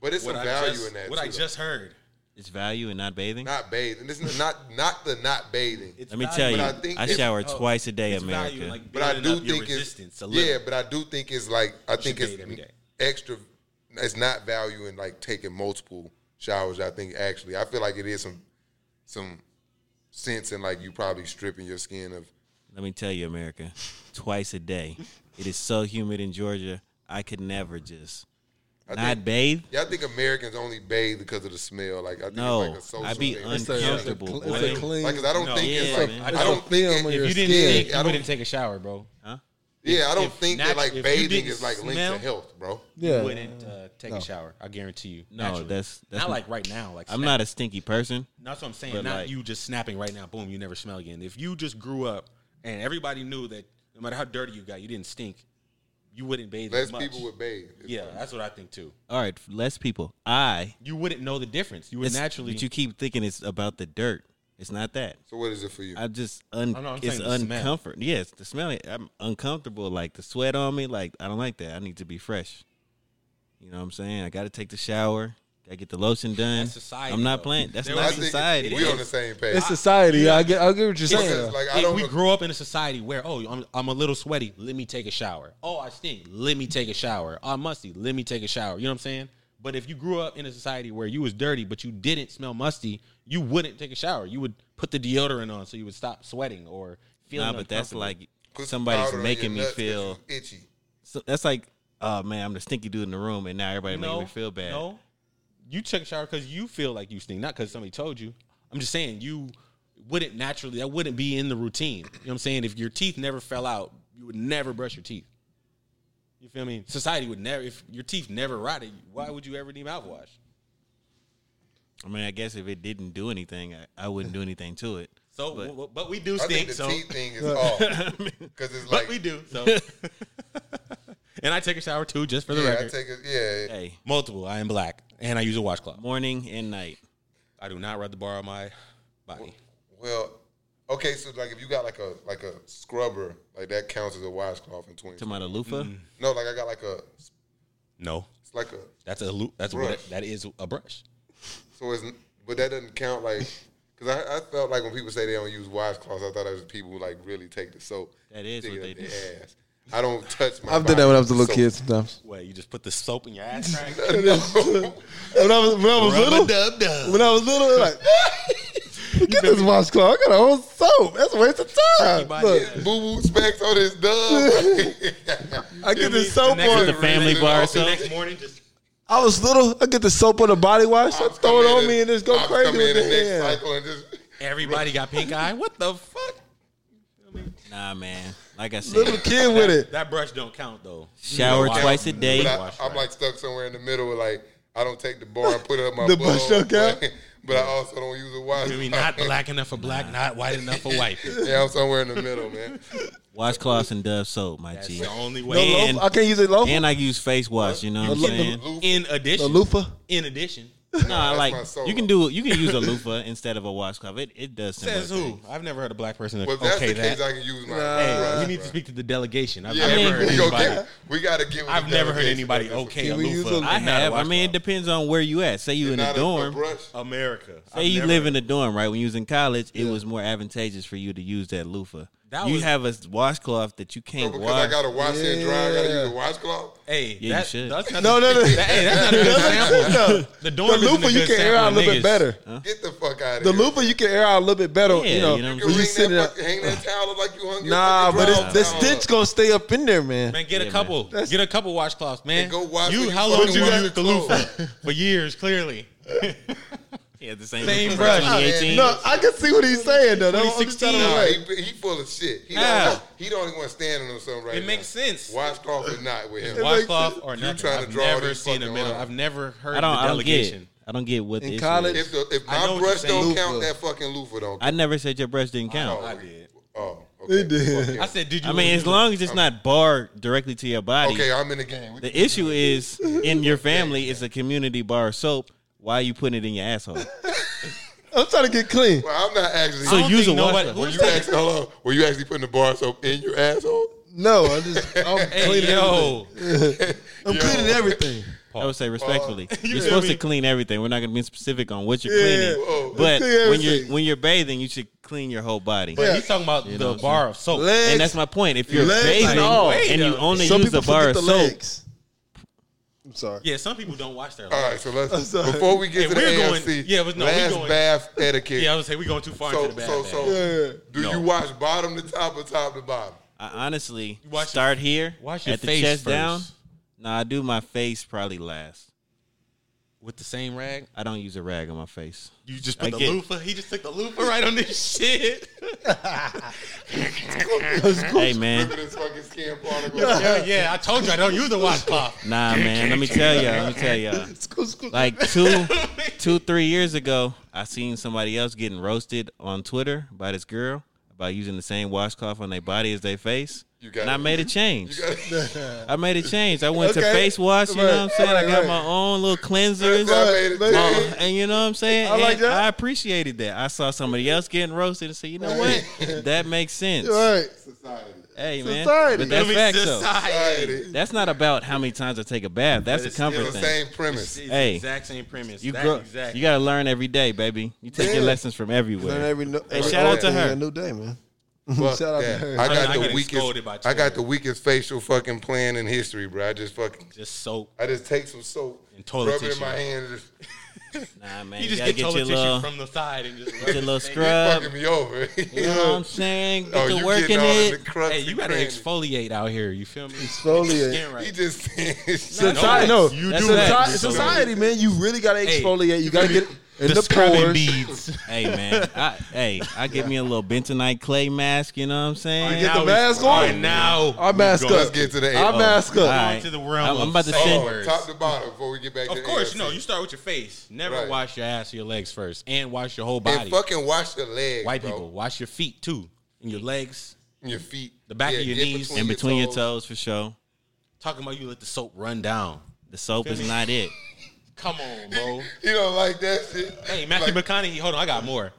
S1: But it's
S4: What
S1: some
S4: I
S1: value
S4: just,
S1: in that.
S4: What
S1: too,
S4: I
S1: though.
S4: just heard.
S3: It's value and not bathing.
S1: not bathing. This is not not the not bathing.
S4: It's
S3: Let me
S4: value.
S3: tell you,
S1: But
S3: I,
S1: I think it's-
S3: shower
S4: Oh,
S3: twice a day,
S4: it's
S3: America.
S4: value, like,
S1: but I
S4: building
S1: do
S4: up your
S1: think
S4: resistance
S1: it's
S4: a little.
S1: yeah. But I do think it's like I think
S4: bathe
S1: it's
S4: every day.
S1: extra. It's not value in like taking multiple showers. I think actually, I feel like it is some some sense in like you probably stripping your skin of.
S3: Let me tell you, America, twice a day. It is so humid in Georgia. I could never just
S1: I
S3: not
S1: think,
S3: bathe.
S1: yeah, I think Americans only bathe because of the smell. Like I think
S3: No,
S1: it's like a social
S3: I be
S1: thing.
S3: uncomfortable. Comfortable,
S2: It's a, it's a
S3: boy.
S2: clean.
S1: Like, 'cause I don't
S4: No.
S1: think
S3: Yeah,
S1: it's like
S3: man.
S1: I don't
S2: It's a film
S1: think
S2: on
S1: it-
S2: your
S4: If you
S2: skin.
S4: didn't think,
S1: I
S4: you
S1: don't-
S4: wouldn't take a shower, bro.
S1: yeah, I don't
S4: if
S1: think that
S4: nat-
S1: like
S4: if you
S1: bathing
S4: didn't
S1: is like linked
S4: smell-
S1: to health, bro.
S2: yeah.
S4: You wouldn't uh, take a shower. I guarantee you.
S3: No,
S4: naturally.
S3: that's- that's
S4: not
S3: not-
S4: like right now. Like
S3: I'm not a stinky person.
S4: That's what I'm saying.
S3: But,
S4: Not
S3: like-
S4: you just snapping right now. Boom, you never smell again. If you just grew up and everybody knew that no matter how dirty you got, you didn't stink, you wouldn't bathe
S1: Less
S4: as much.
S1: people would bathe.
S4: yeah, that's what I think too.
S3: All right, less people. I
S4: You wouldn't know the difference. You would
S3: it's-
S4: naturally.
S3: But you keep thinking it's about the dirt. It's not that.
S1: So what is it for you?
S3: I'm just un.
S4: Oh, no, I'm
S3: it's
S4: saying the smell.
S3: uncomfort. Yes, the smell. I'm uncomfortable. Like the sweat on me. Like I don't like that. I need to be fresh. You know what I'm saying? I got to take the shower. Gotta get the lotion done.
S4: That's society,
S3: I'm not
S4: though.
S3: playing. That's
S4: There
S1: I
S3: not
S4: was-
S1: think
S3: society.
S1: we on the same page.
S2: It's society. I get. I get what you're
S1: Because,
S2: saying.
S1: like I
S4: If
S1: don't.
S4: we
S1: know-
S4: grew up in a society where, oh, I'm, I'm a little sweaty, let me take a shower. Oh, I stink, let me take a shower. Oh, I'm musty, let me take a shower. You know what I'm saying? But if you grew up in a society where you was dirty but you didn't smell musty, you wouldn't take a shower. You would put the deodorant on so you would stop sweating or feeling.
S3: Nah, but that's
S4: uncomfortable.
S3: like
S1: put some
S3: somebody's
S1: powder on your
S3: making me
S1: nuts 'cause
S3: feel.
S1: you itchy.
S3: So that's like, oh man, I'm the stinky dude in the room, and now everybody making me feel bad.
S4: No, you take a shower because you feel like you stink, not because somebody told you. I'm just saying you wouldn't naturally. That wouldn't be in the routine. You know what I'm saying? If your teeth never fell out, you would never brush your teeth. You feel me? Society would never. If your teeth never rotted, why would you ever need mouthwash?
S3: I mean, I guess if it didn't do anything, I, I wouldn't do anything to it.
S4: So,
S3: But-
S4: but, but, we do
S1: I think
S4: stink.
S1: the
S4: So,
S1: teeth thing is off because it's like
S4: but we do. So, and I take a shower too, just for the
S1: Yeah, I
S4: record.
S1: take it. Yeah,
S3: Hey,
S4: Multiple. I am black, and I use a washcloth.
S3: morning and night.
S4: I do not rub the bar on my body.
S1: Well, okay, so like if you got like a like a scrubber, like that counts as a washcloth in twenty.
S3: To my loofah.
S4: Mm.
S1: No, like I got like a
S4: No,
S1: it's like a
S4: that's a loop. That's what
S1: Brush.
S4: it, that is a brush.
S1: so it's but that doesn't count like because I, I felt like when people say they don't use washcloths, I thought that was people who like really take the soap.
S3: That is
S1: stick it
S3: what
S1: up
S3: they
S1: their Ass. I don't touch my.
S2: I've done that when I was a
S1: body with
S2: little
S1: soap.
S2: kid sometimes.
S4: What you just put the soap in your ass crack?
S2: When I was when I was little,
S4: Rub-a-dub-dub.
S2: when I was little, like get this washcloth. I got a whole soap. That's a waste of time.
S4: Everybody
S2: Look,
S4: has-
S1: Boo boo specks on his dub.
S2: I get this soap
S4: next-
S2: on.
S3: The family bar.
S4: The
S3: So
S4: next morning, just
S2: I was little. I get the soap on the body wash. I
S1: I'll
S2: throw it
S1: come
S2: on
S1: in
S2: me and just go
S1: I'll
S2: crazy
S1: come
S2: with
S1: in
S2: the
S1: the next
S2: hand.
S1: cycle and just
S4: everybody got pink eye. What the fuck?
S3: nah, man. Like I said,
S2: Little kid with it.
S4: That brush don't count though.
S3: shower
S4: Wow.
S3: twice a day.
S1: But I,
S4: Wash
S1: I'm
S4: right.
S1: like stuck somewhere in the middle with like I don't take the bar and put it up my
S2: The
S1: butthole,
S2: bush don't count?
S1: But, but I also don't use a watch.
S4: I mean, not black enough for black, not white enough for white.
S1: yeah, I'm somewhere in the middle, man.
S3: Washcloths and Dove soap, my
S4: That's
S3: G.
S4: the only
S2: The
S4: way.
S3: No,
S2: loaf, I can't use a loaf.
S3: And I use face wash. You know what I'm
S2: look-
S3: saying?
S1: Loof-
S4: In
S2: A
S4: addition,
S2: loofah.
S4: in addition,
S3: No, I
S1: that's
S3: like
S1: my soul.
S3: you can do you can use a loofah instead of a washcloth. It it does similar
S4: says who?
S3: things.
S4: I've never heard a black person.
S1: Well, if that's
S4: okay,
S1: the case,
S4: that.
S1: I can use my.
S4: Hey,
S1: brush,
S4: we need to
S1: bruh.
S4: speak to the delegation. I've
S1: Yeah,
S4: never
S1: we,
S4: heard
S1: we, go
S4: anybody.
S1: get, we gotta get. with
S4: I've
S1: the
S4: never heard
S1: delegation
S4: anybody.
S1: on this
S4: Okay,
S2: Can
S4: a
S2: we use
S4: loofah.
S2: a-
S3: I
S4: and not a
S3: have. I mean, it
S4: washcloth.
S3: depends on where you at. Say you in a
S1: Not
S3: dorm.
S1: brush.
S4: America.
S3: Say you live in a dorm, right? When you was in college, it was more advantageous for you to use that loofah.
S4: That
S3: you
S4: was-
S3: have a washcloth that you
S1: So
S3: can't
S1: because I
S3: wash.
S1: gotta wash it and dry, I gotta
S2: Yeah.
S1: use a washcloth.
S4: Hey,
S3: you
S4: that-
S3: should.
S4: That's not
S2: No, no, no.
S4: That- hey, that's not a good example.
S2: No.
S4: The
S2: The
S4: dorm is
S2: loofah, you can air out a little bit better.
S1: Get the fuck out of
S2: The
S1: here.
S2: loofah, you can air out a little bit better.
S3: Yeah,
S2: you know,
S3: you know what I'm
S1: You
S2: when
S1: can
S2: you
S1: hang
S2: sit
S1: that,
S2: up.
S1: fuck- hang that towel up like you hung your
S2: Nah,
S1: fucking
S2: but
S1: dry
S2: it's, the
S1: towel
S2: stitch
S1: up.
S2: gonna stay up in there, man.
S4: Man, get a
S3: Yeah,
S4: couple.
S2: That's-
S4: Get a couple washcloths, man.
S1: And go wash
S4: you,
S1: when you
S4: how long
S1: fucking
S4: you
S1: wash
S4: use the
S1: your
S4: loofah
S1: clothes.
S4: for years? Clearly,
S3: yeah, the same,
S4: Same
S3: loofah
S4: brush.
S3: from 2018.
S2: No, I can see what he's saying though. That's what I'm
S4: 2016.
S2: trying to
S1: Nah,
S2: say.
S1: he, he full of shit. He
S4: How?
S1: don't, he don't even want to stand on something right
S4: It
S1: now.
S4: makes sense.
S1: Washcloth or not with him.
S4: washcloth or
S1: You
S4: nothing.
S1: trying to
S4: I've
S1: draw
S4: never
S1: these
S4: seen a
S1: fucking
S4: middle.
S1: lines.
S4: I've never heard
S3: I don't.
S4: the
S3: I don't get.
S4: delegation.
S3: it. I don't get what
S2: In
S3: the issue
S2: college-
S3: is.
S1: If, the, if
S4: I know
S1: my
S4: what
S1: brush
S4: you're saying.
S1: don't count,
S2: Loofah.
S1: that fucking loofah don't count.
S3: I never said your brush didn't count.
S1: I
S4: did.
S1: Oh, okay.
S2: It did.
S1: Fuck yeah.
S4: I said, did you?
S3: I mean, as long as it's not barred directly to your body.
S1: Okay, I'm in the game.
S3: The issue is in your family it's a community bar of soap. Why are you putting it in your asshole?
S2: I'm trying to get clean.
S1: Well, I'm not actually.
S3: So use a
S4: nobody-
S3: washcloth.
S1: were
S4: who's
S1: you actually? Hold on. Were you actually putting the bar soap in your asshole?
S2: No, I just I'm
S4: Hey,
S2: cleaning everything.
S4: yo,
S2: I'm
S1: Yo.
S2: cleaning everything.
S3: I would say respectfully, you're
S4: feel
S3: supposed
S4: me?
S3: to clean everything. We're not going to be specific on what you're
S2: Yeah.
S3: cleaning,
S1: Whoa.
S3: but
S2: Clean
S3: when you're
S2: everything.
S3: when you're bathing, you should clean your whole body.
S4: but he's talking about
S3: know
S4: the
S3: what I'm
S4: bar of soap.
S2: Legs.
S3: And that's my point. If you're
S2: Legs
S3: bathing
S2: and all.
S3: and you only
S2: Some
S3: use
S2: people
S3: a bar
S2: forget
S3: of
S2: the
S3: soap,
S2: legs. I'm sorry.
S4: Yeah, some people don't wash their.
S1: All
S4: legs.
S1: right, so let's
S2: sorry.
S1: before we get
S4: Yeah,
S1: to the
S4: we're going-
S1: AFC.
S4: yeah, but no, we
S1: last
S4: going-
S1: bath etiquette.
S4: Yeah, I was say we going too far
S1: so,
S4: into the bad.
S1: so,
S4: bad.
S1: so,
S2: Yeah.
S1: do
S4: No.
S1: you wash bottom to top or top to bottom?
S3: I honestly
S4: Wash your-
S3: start here
S4: wash your
S3: at the
S4: face
S3: chest down.
S4: first.
S3: Nah, I do my face probably last.
S4: with the same rag,
S3: I don't use a rag on my face.
S4: you just
S3: I
S4: put the
S3: get-
S4: loofah. He just took the loofah right on this shit.
S3: Hey man,
S1: Look at this fucking skin particle.
S4: yeah, yeah, I told you I don't use the washcloth.
S3: nah man. Let me tell y'all. Let me tell y'all.
S2: Scoot, scoot.
S3: like two, two, three years ago, I seen somebody else getting roasted on Twitter by this girl about using the same washcloth on their body as their face.
S1: You got
S3: and I
S1: it.
S3: made a change. I made a change. I went to
S2: Okay.
S3: face wash. You know what I'm
S2: Right,
S3: saying? I got
S2: right,
S3: my
S2: right.
S3: own little cleansers.
S1: That's how I made it.
S2: Look,
S1: Yeah.
S3: Uh, and you know what I'm saying?
S2: I like
S3: And
S2: that.
S3: I appreciated that. I saw somebody else getting roasted and said, you know what? that makes sense.
S2: All right.
S1: Society.
S3: Hey man,
S2: Society.
S3: but that's facts though.
S1: Society.
S3: That's not about how many times I take a bath. That's a
S4: it's still
S1: Still
S3: comfort
S1: the
S3: thing.
S1: same premise.
S4: It's
S3: Hey,
S4: the exact same premise.
S3: You
S4: that
S3: grow.
S4: exact-
S3: You got to learn every day, baby. You take your
S1: Yeah.
S3: lessons from
S2: Learn
S3: everywhere.
S2: every, no-
S3: Hey, shout out to
S2: everything
S3: her.
S2: A new day, man.
S1: Fuck
S2: Shout out to
S1: that.
S2: her.
S1: I
S4: I
S1: got
S4: get
S1: the
S4: exploded by
S1: weakest. I
S4: Twitter.
S1: got the weakest facial fucking plan in history, bro. I just fucking.
S4: just soap.
S1: I just take some soap
S4: And toilet
S1: rub it in
S4: tissue.
S1: my hand. And just,
S3: Nah, man. You,
S4: You just
S3: gotta
S4: get
S3: get,
S4: toilet
S3: your
S4: tissue
S3: little,
S4: from the side and just
S3: get your little
S1: fucking
S3: scrub.
S1: me over.
S3: You know what I'm saying? Get
S1: oh,
S3: to
S1: you
S3: work
S1: getting
S3: in
S1: all in
S3: it.
S1: the crux
S4: Hey, you
S1: and
S4: gotta
S1: cranny.
S4: exfoliate out here. You feel me?
S2: Exfoliate.
S4: Skin right.
S1: He just
S4: No,
S2: Society, no,
S4: you
S2: that's
S3: do
S2: soci-
S3: that.
S2: society, man. You really gotta exfoliate. you gotta get in the,
S4: the scrubbing
S2: pores.
S4: beads.
S3: Hey man, I, hey, I get me a little bentonite clay mask. You know what I'm saying?
S2: get the
S4: Now
S2: mask
S4: it's-
S2: on.
S4: and now
S2: I mask up.
S1: Let's get to the
S2: I
S1: A.
S2: mask
S3: All
S2: up.
S3: right.
S4: to the realm
S3: I'm,
S4: of
S3: I'm about to
S4: sex.
S3: send.
S1: Oh, top to bottom before we get back to
S4: Of
S1: the
S4: course,
S1: AFC.
S4: no. You start with your face. Never
S1: Right.
S4: wash your ass or your legs first, and wash your whole
S1: And
S4: body.
S1: fucking wash your legs,
S4: White
S1: bro.
S4: people, wash your feet too, and your legs.
S1: And your feet,
S4: The back of your
S1: get
S4: knees.
S3: in between your toes for sure.
S4: Talking about you let the soap run down.
S3: The soap is not it.
S4: Come on, bro.
S1: You don't like that shit.
S4: Hey, Matthew
S1: Like,
S4: McConaughey. Hold on, I got more.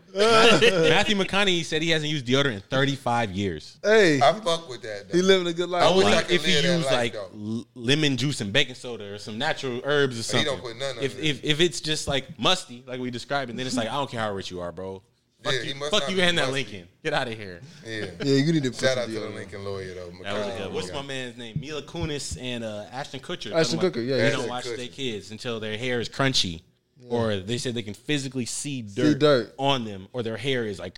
S4: Matthew McConaughey said he hasn't used deodorant in 35 years.
S2: Hey,
S1: I fuck with that. Though.
S2: he living a good life.
S1: I wish
S4: Only
S1: I could
S4: if he
S1: live that
S4: used
S1: life,
S4: like
S1: though.
S4: l- lemon juice and baking soda or some natural herbs or
S1: He
S4: something.
S1: don't put none of
S4: if,
S1: it.
S4: if if it's just like musty, like we described, and then it's like I don't care how rich you are, bro. Fuck
S1: Yeah, he
S4: you,
S1: must
S4: fuck
S1: not
S4: you
S1: be
S4: and that
S1: musty.
S4: Lincoln. Get out of here.
S1: yeah.
S2: yeah, you need to put
S1: Shout out
S2: some
S1: to the
S2: deodorant.
S1: Lincoln lawyer though.
S4: That was a good
S1: McConaughey.
S4: one. Oh, What's my man's name? Mila Kunis and uh, Ashton Kutcher.
S2: Ashton
S4: Talking about
S2: Kutcher, yeah,
S4: They
S2: yeah.
S4: don't
S1: Ashton
S4: watch
S1: Kutcher.
S4: their kids until their hair is crunchy, or they said they can physically see dirt,
S2: dirt.
S4: on them, or their hair is like.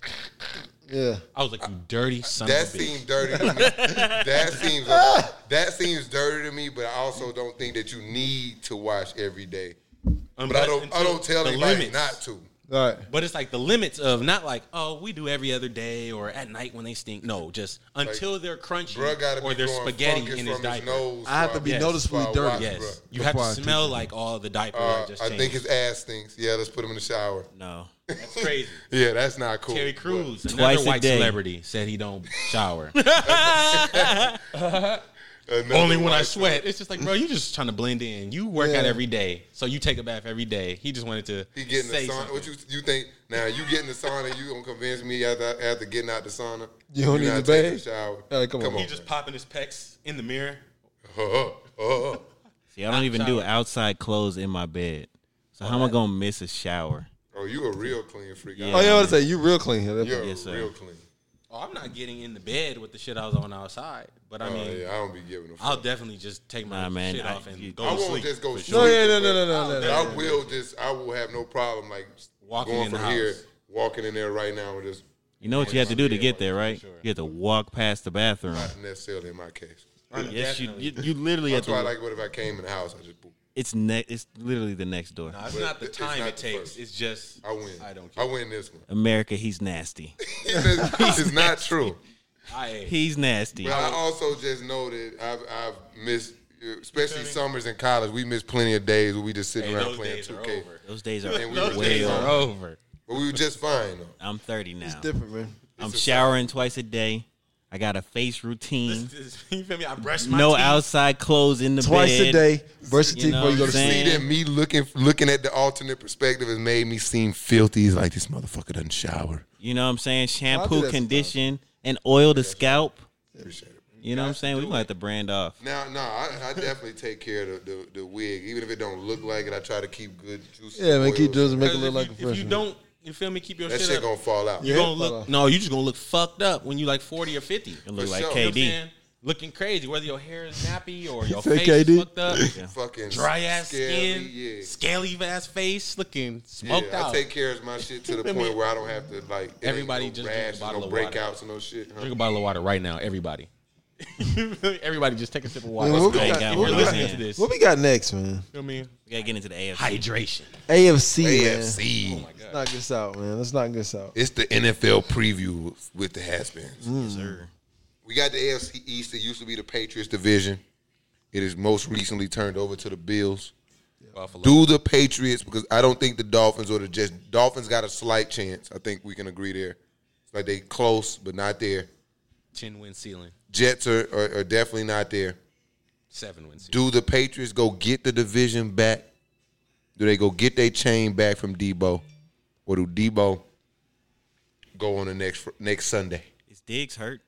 S2: Yeah,
S4: I was like, you dirty son
S1: That
S4: of a bitch.
S1: seems dirty to me. that seems that seems dirty to me, but I also don't think that you need to wash every day. But I don't I don't tell
S4: Um, the
S1: anybody
S4: limits.
S1: not to.
S2: all right.
S4: But it's like the limits of not like oh we do every other day or at night when they stink. No, just until they're crunchy
S1: Bruh gotta
S4: or
S1: be
S4: there's
S1: growing
S4: spaghetti
S1: fungus
S4: in
S1: from
S4: his
S1: his
S4: diaper.
S1: nose.
S2: I have to
S1: bro.
S2: be
S4: Yes.
S2: noticeably
S1: Before I
S2: dirty.
S1: watch,
S4: Yes,
S1: bruh.
S4: you have to
S2: Before I do
S4: smell like all the diaper.
S1: Uh,
S4: just
S1: I
S4: changed.
S1: think his ass stinks. Yeah, let's put him in the shower.
S3: No,
S4: crazy.
S1: Yeah, that's not cool.
S4: Terry
S1: but-
S4: Crews,
S3: Twice
S4: another
S3: a
S4: white
S3: day.
S4: celebrity, said he don't shower.
S1: Another
S4: Only when I
S1: white-
S4: sweat. It's just like, bro, you just trying to blend in. You work
S2: Yeah.
S4: out every day, so you take a bath every day. He just wanted to
S1: He getting the
S4: say
S1: sauna. What
S4: something.
S1: you you think now? You getting the sauna? You gonna convince me after after getting out the sauna?
S2: You don't
S1: you
S2: need
S1: not
S2: to
S1: taking
S2: bathe?
S1: a Shower.
S2: Hey, come on.
S4: He just popping his pecs in the mirror.
S3: see, I don't even do outside clothes in my bed. So how am I gonna miss a shower?
S1: Oh, you a real clean freak.
S3: Yeah.
S2: Oh, yeah, I was gonna say you real clean. here.
S1: You're
S3: Yes, sir.
S1: real clean.
S4: Oh, I'm not getting in the bed with the shit I was on outside. But I
S1: Oh,
S4: mean,
S1: yeah, I don't be giving a fuck.
S4: I'll definitely just take my
S3: Nah, man,
S4: shit
S3: I-
S4: off and
S3: you-
S4: go
S1: I
S4: to
S1: won't
S4: sleep.
S1: just go.
S2: No,
S1: sleep,
S2: yeah, no, no,
S1: but
S2: no, no, no,
S1: I
S2: no.
S1: will just. I will have no problem like
S4: Walking
S1: going
S4: in the
S1: from here,
S4: house.
S1: walking in there right now, and just
S3: You know what you have to do to
S1: yeah,
S3: get there, right? You have to walk past the bathroom.
S1: necessarily in my case.
S3: Yes, you, you you literally have
S1: That's why,
S3: to.
S1: like, what if I came in the house? I just boop.
S3: It's ne- It's literally the next door.
S4: Nah, it's
S1: But
S4: not the
S1: it's
S4: time
S1: not
S4: it
S1: the
S4: takes.
S1: first.
S4: It's just
S1: I win.
S4: I don't
S1: I
S4: care.
S1: win this one.
S3: America, he's nasty.
S1: this is not true.
S4: I,
S3: He's nasty.
S1: But I also just know that I've I've missed, especially summers in college. We missed plenty of days where we just sitting
S4: hey,
S1: around
S4: those
S1: playing
S4: days
S1: two
S4: are
S1: K.
S4: over.
S3: Those days are
S1: And we were
S4: Those
S1: just
S4: days
S3: way
S1: fine.
S4: are
S3: over.
S4: over.
S1: But we were just fine though.
S3: I'm 30 now.
S2: different, man.
S3: I'm showering twice a day. I got a face routine.
S4: This- this- You feel me? I brush my
S3: No
S4: teeth.
S3: outside clothes in the
S2: Twice
S3: bed.
S2: a day, brush your
S3: You
S2: teeth
S3: know
S2: before you go
S3: what
S2: to
S3: I'm
S2: sleep.
S1: See
S3: saying?
S1: that me looking looking at the alternate perspective has made me seem filthy. It's like this motherfucker doesn't shower.
S3: You know what I'm saying?
S2: that
S3: Shampoo,
S2: sometimes.
S3: condition, and oil the scalp.
S1: Appreciate it.
S3: You know what I'm saying? We're going to have to brand off.
S1: Now, no, I, I definitely take care of the, the, the wig, even if it don't look like it. I try to keep good juices.
S2: Yeah, man, keep
S1: oils.
S2: doing make it
S4: Because
S2: look like a
S4: if, you, if you
S2: freshman.
S4: don't, you feel me? Keep your
S1: That
S4: shit,
S1: shit
S4: up.
S1: gonna fall out.
S4: you
S2: Yeah,
S4: gonna look
S2: fuck off.
S4: no. You just gonna look fucked up when you like forty or fifty. You
S3: It
S4: know
S3: look
S1: For
S3: like
S1: sure.
S4: what I'm
S3: KD.
S4: saying? looking crazy. Whether your hair is nappy or your
S2: said
S4: face
S2: KD.
S4: is fucked up,
S1: Fucking
S4: dry ass
S1: scaly,
S4: skin,
S1: Yeah.
S4: scaly ass face, looking
S1: Yeah,
S4: smoked
S1: I
S4: out.
S1: take care of my shit to the point where I don't have to like it ain't
S4: Everybody
S1: no
S4: just drink a
S1: rash,
S4: bottle
S1: no
S4: of water.
S1: breakouts, and no shit. huh?
S4: Drink a bottle of water right now, everybody. everybody, just take a sip of water.
S2: Man, what, we
S3: go.
S2: got,
S3: Gang,
S2: what,
S4: We're
S2: we
S3: we're
S4: listening to
S2: got,
S3: listening.
S4: this.
S2: what we got next, man?
S4: I mean,
S3: We got to get into the AFC.
S4: hydration.
S2: AFC, man.
S4: Oh
S1: AFC.
S2: Let's not get us out, man. Let's not get us out.
S1: It's the NFL preview with the has-beens.
S2: Mm.
S3: Yes, sir.
S1: We got the AFC East. It used to be the Patriots division. It is most recently turned over to the Bills.
S4: Buffalo.
S1: Do the Patriots because I don't think the Dolphins or the Jets. Dolphins got a slight chance. I think we can agree there. It's like they close, but not there.
S4: Ten win ceiling,
S1: Jets are, are, are definitely not there.
S4: seven win
S1: Do
S4: ceiling.
S1: the Patriots go get the division back? Do they go get their chain back from Debo, or do Debo go on the next next Sunday?
S3: Is Diggs hurt?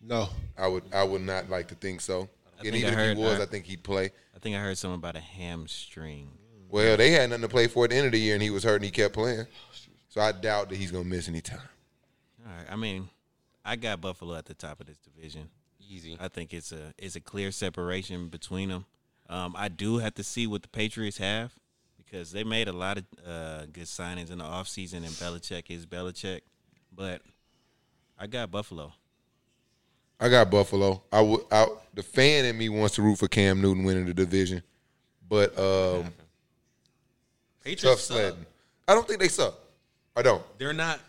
S2: No.
S1: I would I would not like to think so.
S3: I
S1: And
S3: think I
S1: even if
S3: heard
S1: he was,
S3: that.
S1: I think he'd play.
S3: I think I heard something about a hamstring.
S1: Well, they had nothing to play for at the end of the year, and he was hurt, and he kept playing. So I doubt that he's gonna miss any time.
S3: All right. I mean, I got Buffalo at the top of this division.
S4: Easy.
S3: I think it's a it's a clear separation between them. Um, I do have to see what the Patriots have because they made a lot of uh, good signings in the offseason, and Belichick is Belichick. But I got Buffalo.
S1: I got Buffalo. I would. I, the fan in me wants to root for Cam Newton winning the division, but um, tough
S4: Patriots suck.
S1: sledding. I don't think they suck. I don't.
S4: They're not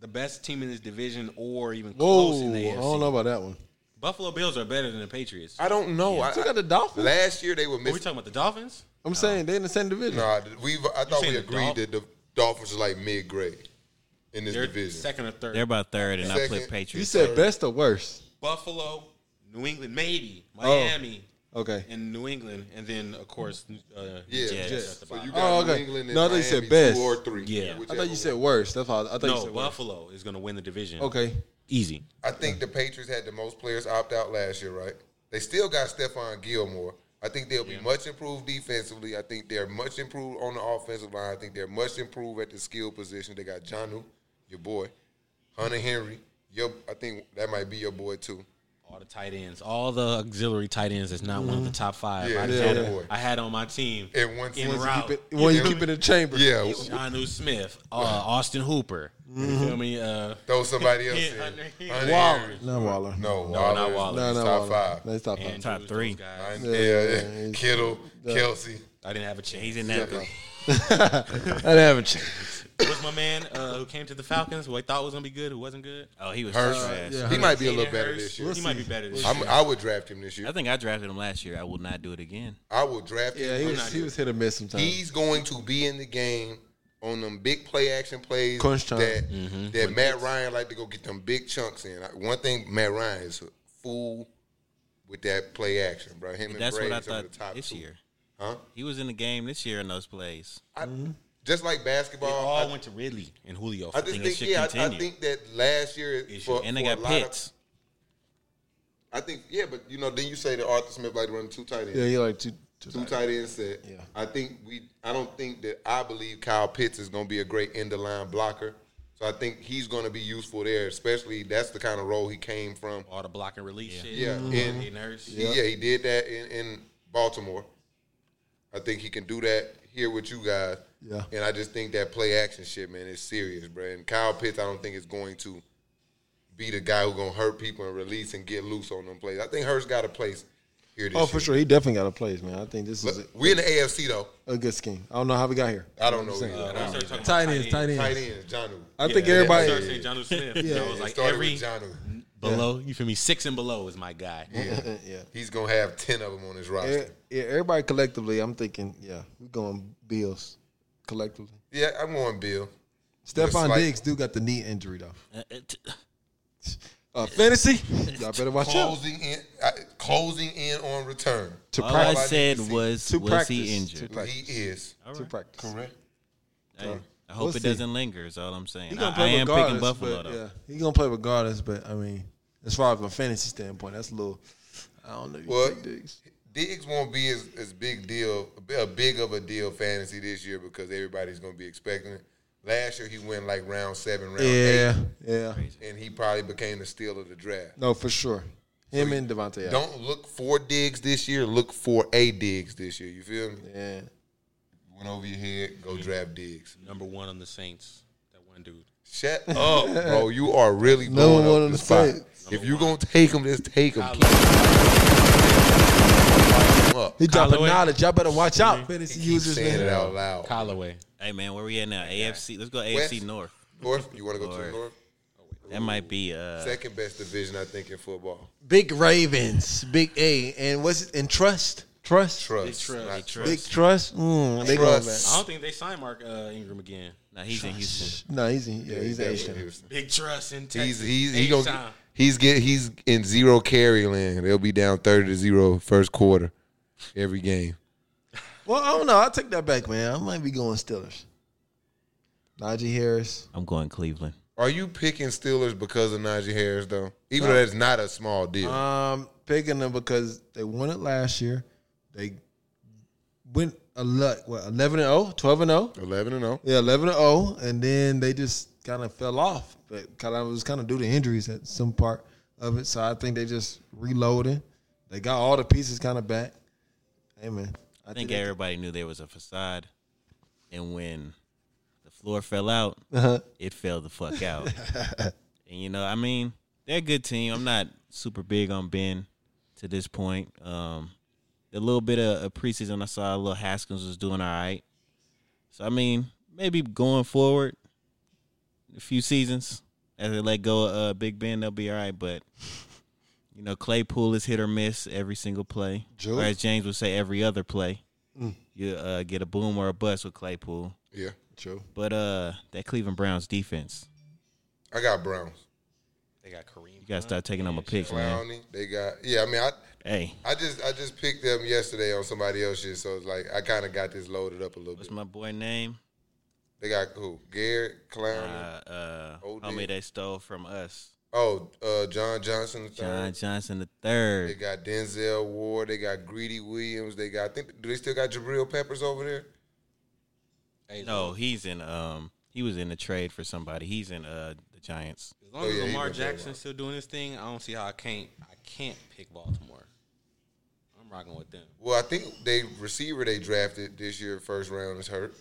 S4: the best team in this division or even
S2: Whoa.
S4: close in the
S2: I
S4: AFC.
S2: don't know about that one.
S4: Buffalo Bills are better than the Patriots.
S1: I don't know. I,
S2: Took out the
S1: I,
S2: Dolphins.
S1: last year they were
S4: Are we
S1: missing.
S4: talking about the Dolphins?
S2: I'm saying they in the same division.
S1: Nah, we've. I thought
S4: saying
S1: we
S4: the
S1: agreed that the Dolphins are like mid grade in this
S4: They're
S1: division.
S4: second or 3rd
S3: They're about third, and I put
S1: Second.
S2: You
S3: Patriots.
S2: said best or worst?
S4: Buffalo, New England, maybe
S3: Oh.
S4: Miami,
S2: Okay.
S4: and New England, and then of course, uh,
S1: Yeah.
S3: Jets. Jets.
S1: So you
S2: Oh,
S1: got New
S2: okay.
S1: England and
S2: No, I thought
S1: Miami
S2: you said best.
S1: two or three.
S4: Yeah.
S1: Whichever
S2: I thought you said
S1: one.
S2: worst. That's how I thought you
S4: no,
S2: said worst.
S4: Buffalo is going to win the division.
S2: Okay.
S4: easy.
S1: I think the Patriots had the most players opt out last year, right? They still got Stephon Gilmore. I think they'll be much improved defensively. I think they're much improved on the offensive line. I think they're much improved at the skill position. They got Johnu, your boy, Hunter Henry. Your, I think that might be your boy too.
S4: All the tight ends, all the auxiliary tight ends. That's not one
S3: Mm-hmm.
S4: of the top five.
S1: Yeah,
S4: I,
S1: yeah.
S4: Had, I had on my team.
S1: And once
S4: In
S1: once-
S4: route.
S2: Keep it, when Oh. you
S1: Yeah.
S2: keep it in the chamber.
S1: yeah,
S4: Johnu Smith, uh, Austin Hooper. You feel
S3: Mm-hmm.
S4: me? Uh,
S1: throw somebody else in.
S4: Hunter
S1: Hunter
S4: Henry.
S1: Henry.
S2: Not Waller.
S1: No,
S4: not
S1: Waller.
S4: Waller.
S2: No, no,
S1: top
S2: Waller.
S1: five.
S2: That's top
S4: Andrews,
S2: five.
S3: Top three.
S4: those guys.
S1: Yeah, yeah, Kittle, Kelsey.
S4: I didn't have a chance.
S3: He's in that.
S2: I didn't have a chance.
S4: was my man uh, who came to the Falcons, who I thought was going to be good, who wasn't good.
S3: Oh, he was
S1: Hurts.
S3: trash.
S2: Yeah.
S1: He might be a little
S4: Hayden
S1: better
S4: Hurst,
S1: this year.
S4: He might be better this year.
S1: I'm, I would draft him this year.
S3: I think I drafted him last year. I will not do it again.
S1: I would draft him.
S2: Yeah, he
S1: this
S2: was he was hit or miss sometimes.
S1: He's going to be in the game on them big play action plays
S2: Crunch time.
S1: that
S3: Mm-hmm.
S1: that Matt Ryan like to go get them big chunks in. Like, One thing Matt Ryan is a fool with that play action, bro. Him and
S3: That's
S1: Brady
S3: what I
S1: is on the
S3: thought
S1: top
S3: this
S1: two.
S3: year.
S1: huh?
S3: He was in the game this year in those plays.
S1: I,
S2: Mm-hmm.
S1: Just like
S4: They
S1: basketball,
S4: all
S1: I,
S4: went to Ridley and Julio.
S1: uh, I just
S3: it
S1: think,
S3: should
S1: yeah, I, I
S3: continue.
S1: think that last year
S4: It
S1: for,
S4: should.
S3: And they
S1: for a
S3: got
S1: lot of-
S3: picks.
S1: I think yeah, but you know, then you say that Arthur Smith like to run two tight ends.
S2: yeah, he like two. two
S1: two tight end set.
S2: Yeah.
S1: I think we. I don't think that I believe Kyle Pitts is going to be a great end of line blocker. So I think he's going to be useful there, especially that's the kind of role he came from.
S4: all the block and release shit.
S1: Yeah,
S2: Mm-hmm.
S1: and
S4: Hayden Hurst.
S1: he- yeah, he did that in, in Baltimore. I think he can do that here with you guys.
S2: Yeah.
S1: and I just think that play action shit, man, is serious, bro. And Kyle Pitts, I don't think is going to be the guy who's going to hurt people and release and get loose on them plays. I think Hurst got a place here this
S2: Oh, for
S1: year.
S2: sure. He definitely got a place, man. I think this is
S1: But we in the AFC though.
S2: a, a good scheme. I don't know how we got here.
S1: I don't know.
S2: Understand.
S1: either.
S4: When I started talking
S2: Tight
S4: about
S2: ends, tight
S1: tight
S2: ends.
S1: ends, Johnu.
S2: I
S4: yeah,
S2: think
S4: yeah,
S2: everybody.
S4: I started saying John Smith. yeah, it was
S1: It
S4: like
S1: started
S4: every
S1: with Johnu.
S4: below, you feel me? Six and below is my guy.
S2: yeah.
S1: He's gonna have ten of them on his roster.
S2: Yeah, E-, yeah, everybody collectively, I'm thinking, yeah, we're going Bills collectively.
S1: Yeah, I'm going Bill.
S2: Stephon
S1: slight-
S2: Diggs do got the knee injury though.
S3: Uh, uh, t-
S2: Uh, fantasy, y'all better watch out.
S1: Closing in, uh, closing in on return.
S2: To
S3: All I
S2: practice,
S3: said
S1: see.
S3: was,
S2: To
S3: was
S2: practice.
S3: he injured?
S2: To practice.
S1: He is
S2: to practice.
S1: correct.
S3: Hey, I hope
S2: We'll
S3: it
S2: see.
S3: doesn't linger. Is all I'm
S2: He
S3: saying. I,
S2: gonna
S3: I
S2: play
S3: am
S2: regardless,
S3: picking Buffalo
S2: but,
S3: though.
S2: yeah, he gonna play regardless. But I mean, as far as a fantasy standpoint, that's a little. I don't know. You
S1: Well,
S2: pick Diggs.
S1: Diggs won't be as, as big deal, a big of a deal fantasy this year because everybody's gonna be expecting it. Last year he went like round seven, round
S2: Yeah, yeah.
S1: eight, and he probably became the steal of the draft.
S2: No, for sure. Him and Devontae. Adams.
S1: Don't look for Diggs this year. Look for a Diggs this year. You feel me?
S2: Yeah.
S1: Went over your head. Go draft Diggs.
S4: Number one on the Saints. That one dude.
S1: Shut up, bro. You are really
S2: Number
S1: blowing
S2: one
S1: up
S2: on
S1: the
S2: the
S1: spot.
S2: side.
S1: If you're going to take him, just take him. Keep him up.
S2: He dropping
S4: Holloway.
S2: knowledge. Y'all better watch out, fantasy
S1: Keep
S2: users.
S1: saying
S2: Man.
S1: it out loud.
S4: Callaway.
S3: Hey man, where we at now? AFC. Let's go
S1: West.
S3: AFC North.
S1: North, you want to go to the
S3: Lord.
S1: North?
S3: That might be uh
S1: Second best division, I think, in football.
S2: Big Ravens, Big A, and what's it? And trust, trust,
S1: Trust.
S4: trust.
S1: not
S4: Big
S2: Big
S1: trust.
S2: trust. Mm, they going back.
S1: Trust.
S4: I don't think they signed Mark uh, Ingram again.
S3: nah, he's in Houston.
S2: No, he's in, yeah, he's in H-Town.
S1: Houston.
S4: Big trust in Texas.
S1: He's he's he gonna
S4: H-Town.
S1: get, he's get he's in zero carry land. They'll be down thirty to zero first quarter, every game.
S2: Well, I don't know. I'll take that back, man. I might be going Steelers. Najee Harris.
S3: I'm going Cleveland.
S1: Are you picking Steelers because of Najee Harris though? Even though that's not a small deal.
S4: Uh,
S2: Um, picking them because they won it last year. They went a lot, what, 11 and 0, 12 and 0.
S1: Eleven and zero.
S2: Yeah, 11 and 0. And then they just kind of fell off. But kind of was kind of due to injuries at some part of it. So I think they just reloading. They got all the pieces kind of back. Hey, man.
S3: I think everybody knew there was a facade, and when the floor fell out, it fell the fuck out. and you know, I mean, they're a good team. I'm not super big on Ben to this point. Um, the little bit of, of preseason I saw, little Haskins was doing all right. So I mean, maybe going forward, a few seasons as they let go of uh, Big Ben, they'll be all right. But you know, Claypool is hit or miss every single play,
S2: Sure.
S3: or as James would say, every other play. You uh, get a boom or a bust with Claypool.
S1: Yeah.
S2: True.
S3: But uh, that Cleveland Browns defense,
S1: I got Browns.
S4: They got Kareem.
S3: you gotta start taking them a picks, man.
S1: Clowney. They got yeah, I mean I
S3: Hey,
S1: I just I just picked them yesterday on somebody else's shit, so it's like I kinda got this loaded up a little
S3: what's
S1: bit.
S3: my boy name?
S1: They got who? Garrett,
S3: Uh,
S1: Clowney.
S3: uh,
S1: Oh,
S3: homie,
S1: dude.
S3: they stole from us,
S1: oh, uh, John Johnson the
S3: John
S1: third.
S3: Johnson the
S1: They
S3: third.
S1: got Denzel Ward, they got Greedy Williams, they got I think do they still got Jabril Peppers over there?
S4: Hey,
S3: No, he's in. Um, he was in the trade for somebody. He's in uh the Giants.
S4: As long
S1: Oh,
S4: as
S1: yeah, he
S4: Lamar
S1: been playing
S4: Jackson's still doing his thing, I don't see how I can't I can't pick Baltimore. I'm rocking with them.
S1: Well, I think they receiver they drafted this year first round is hurt.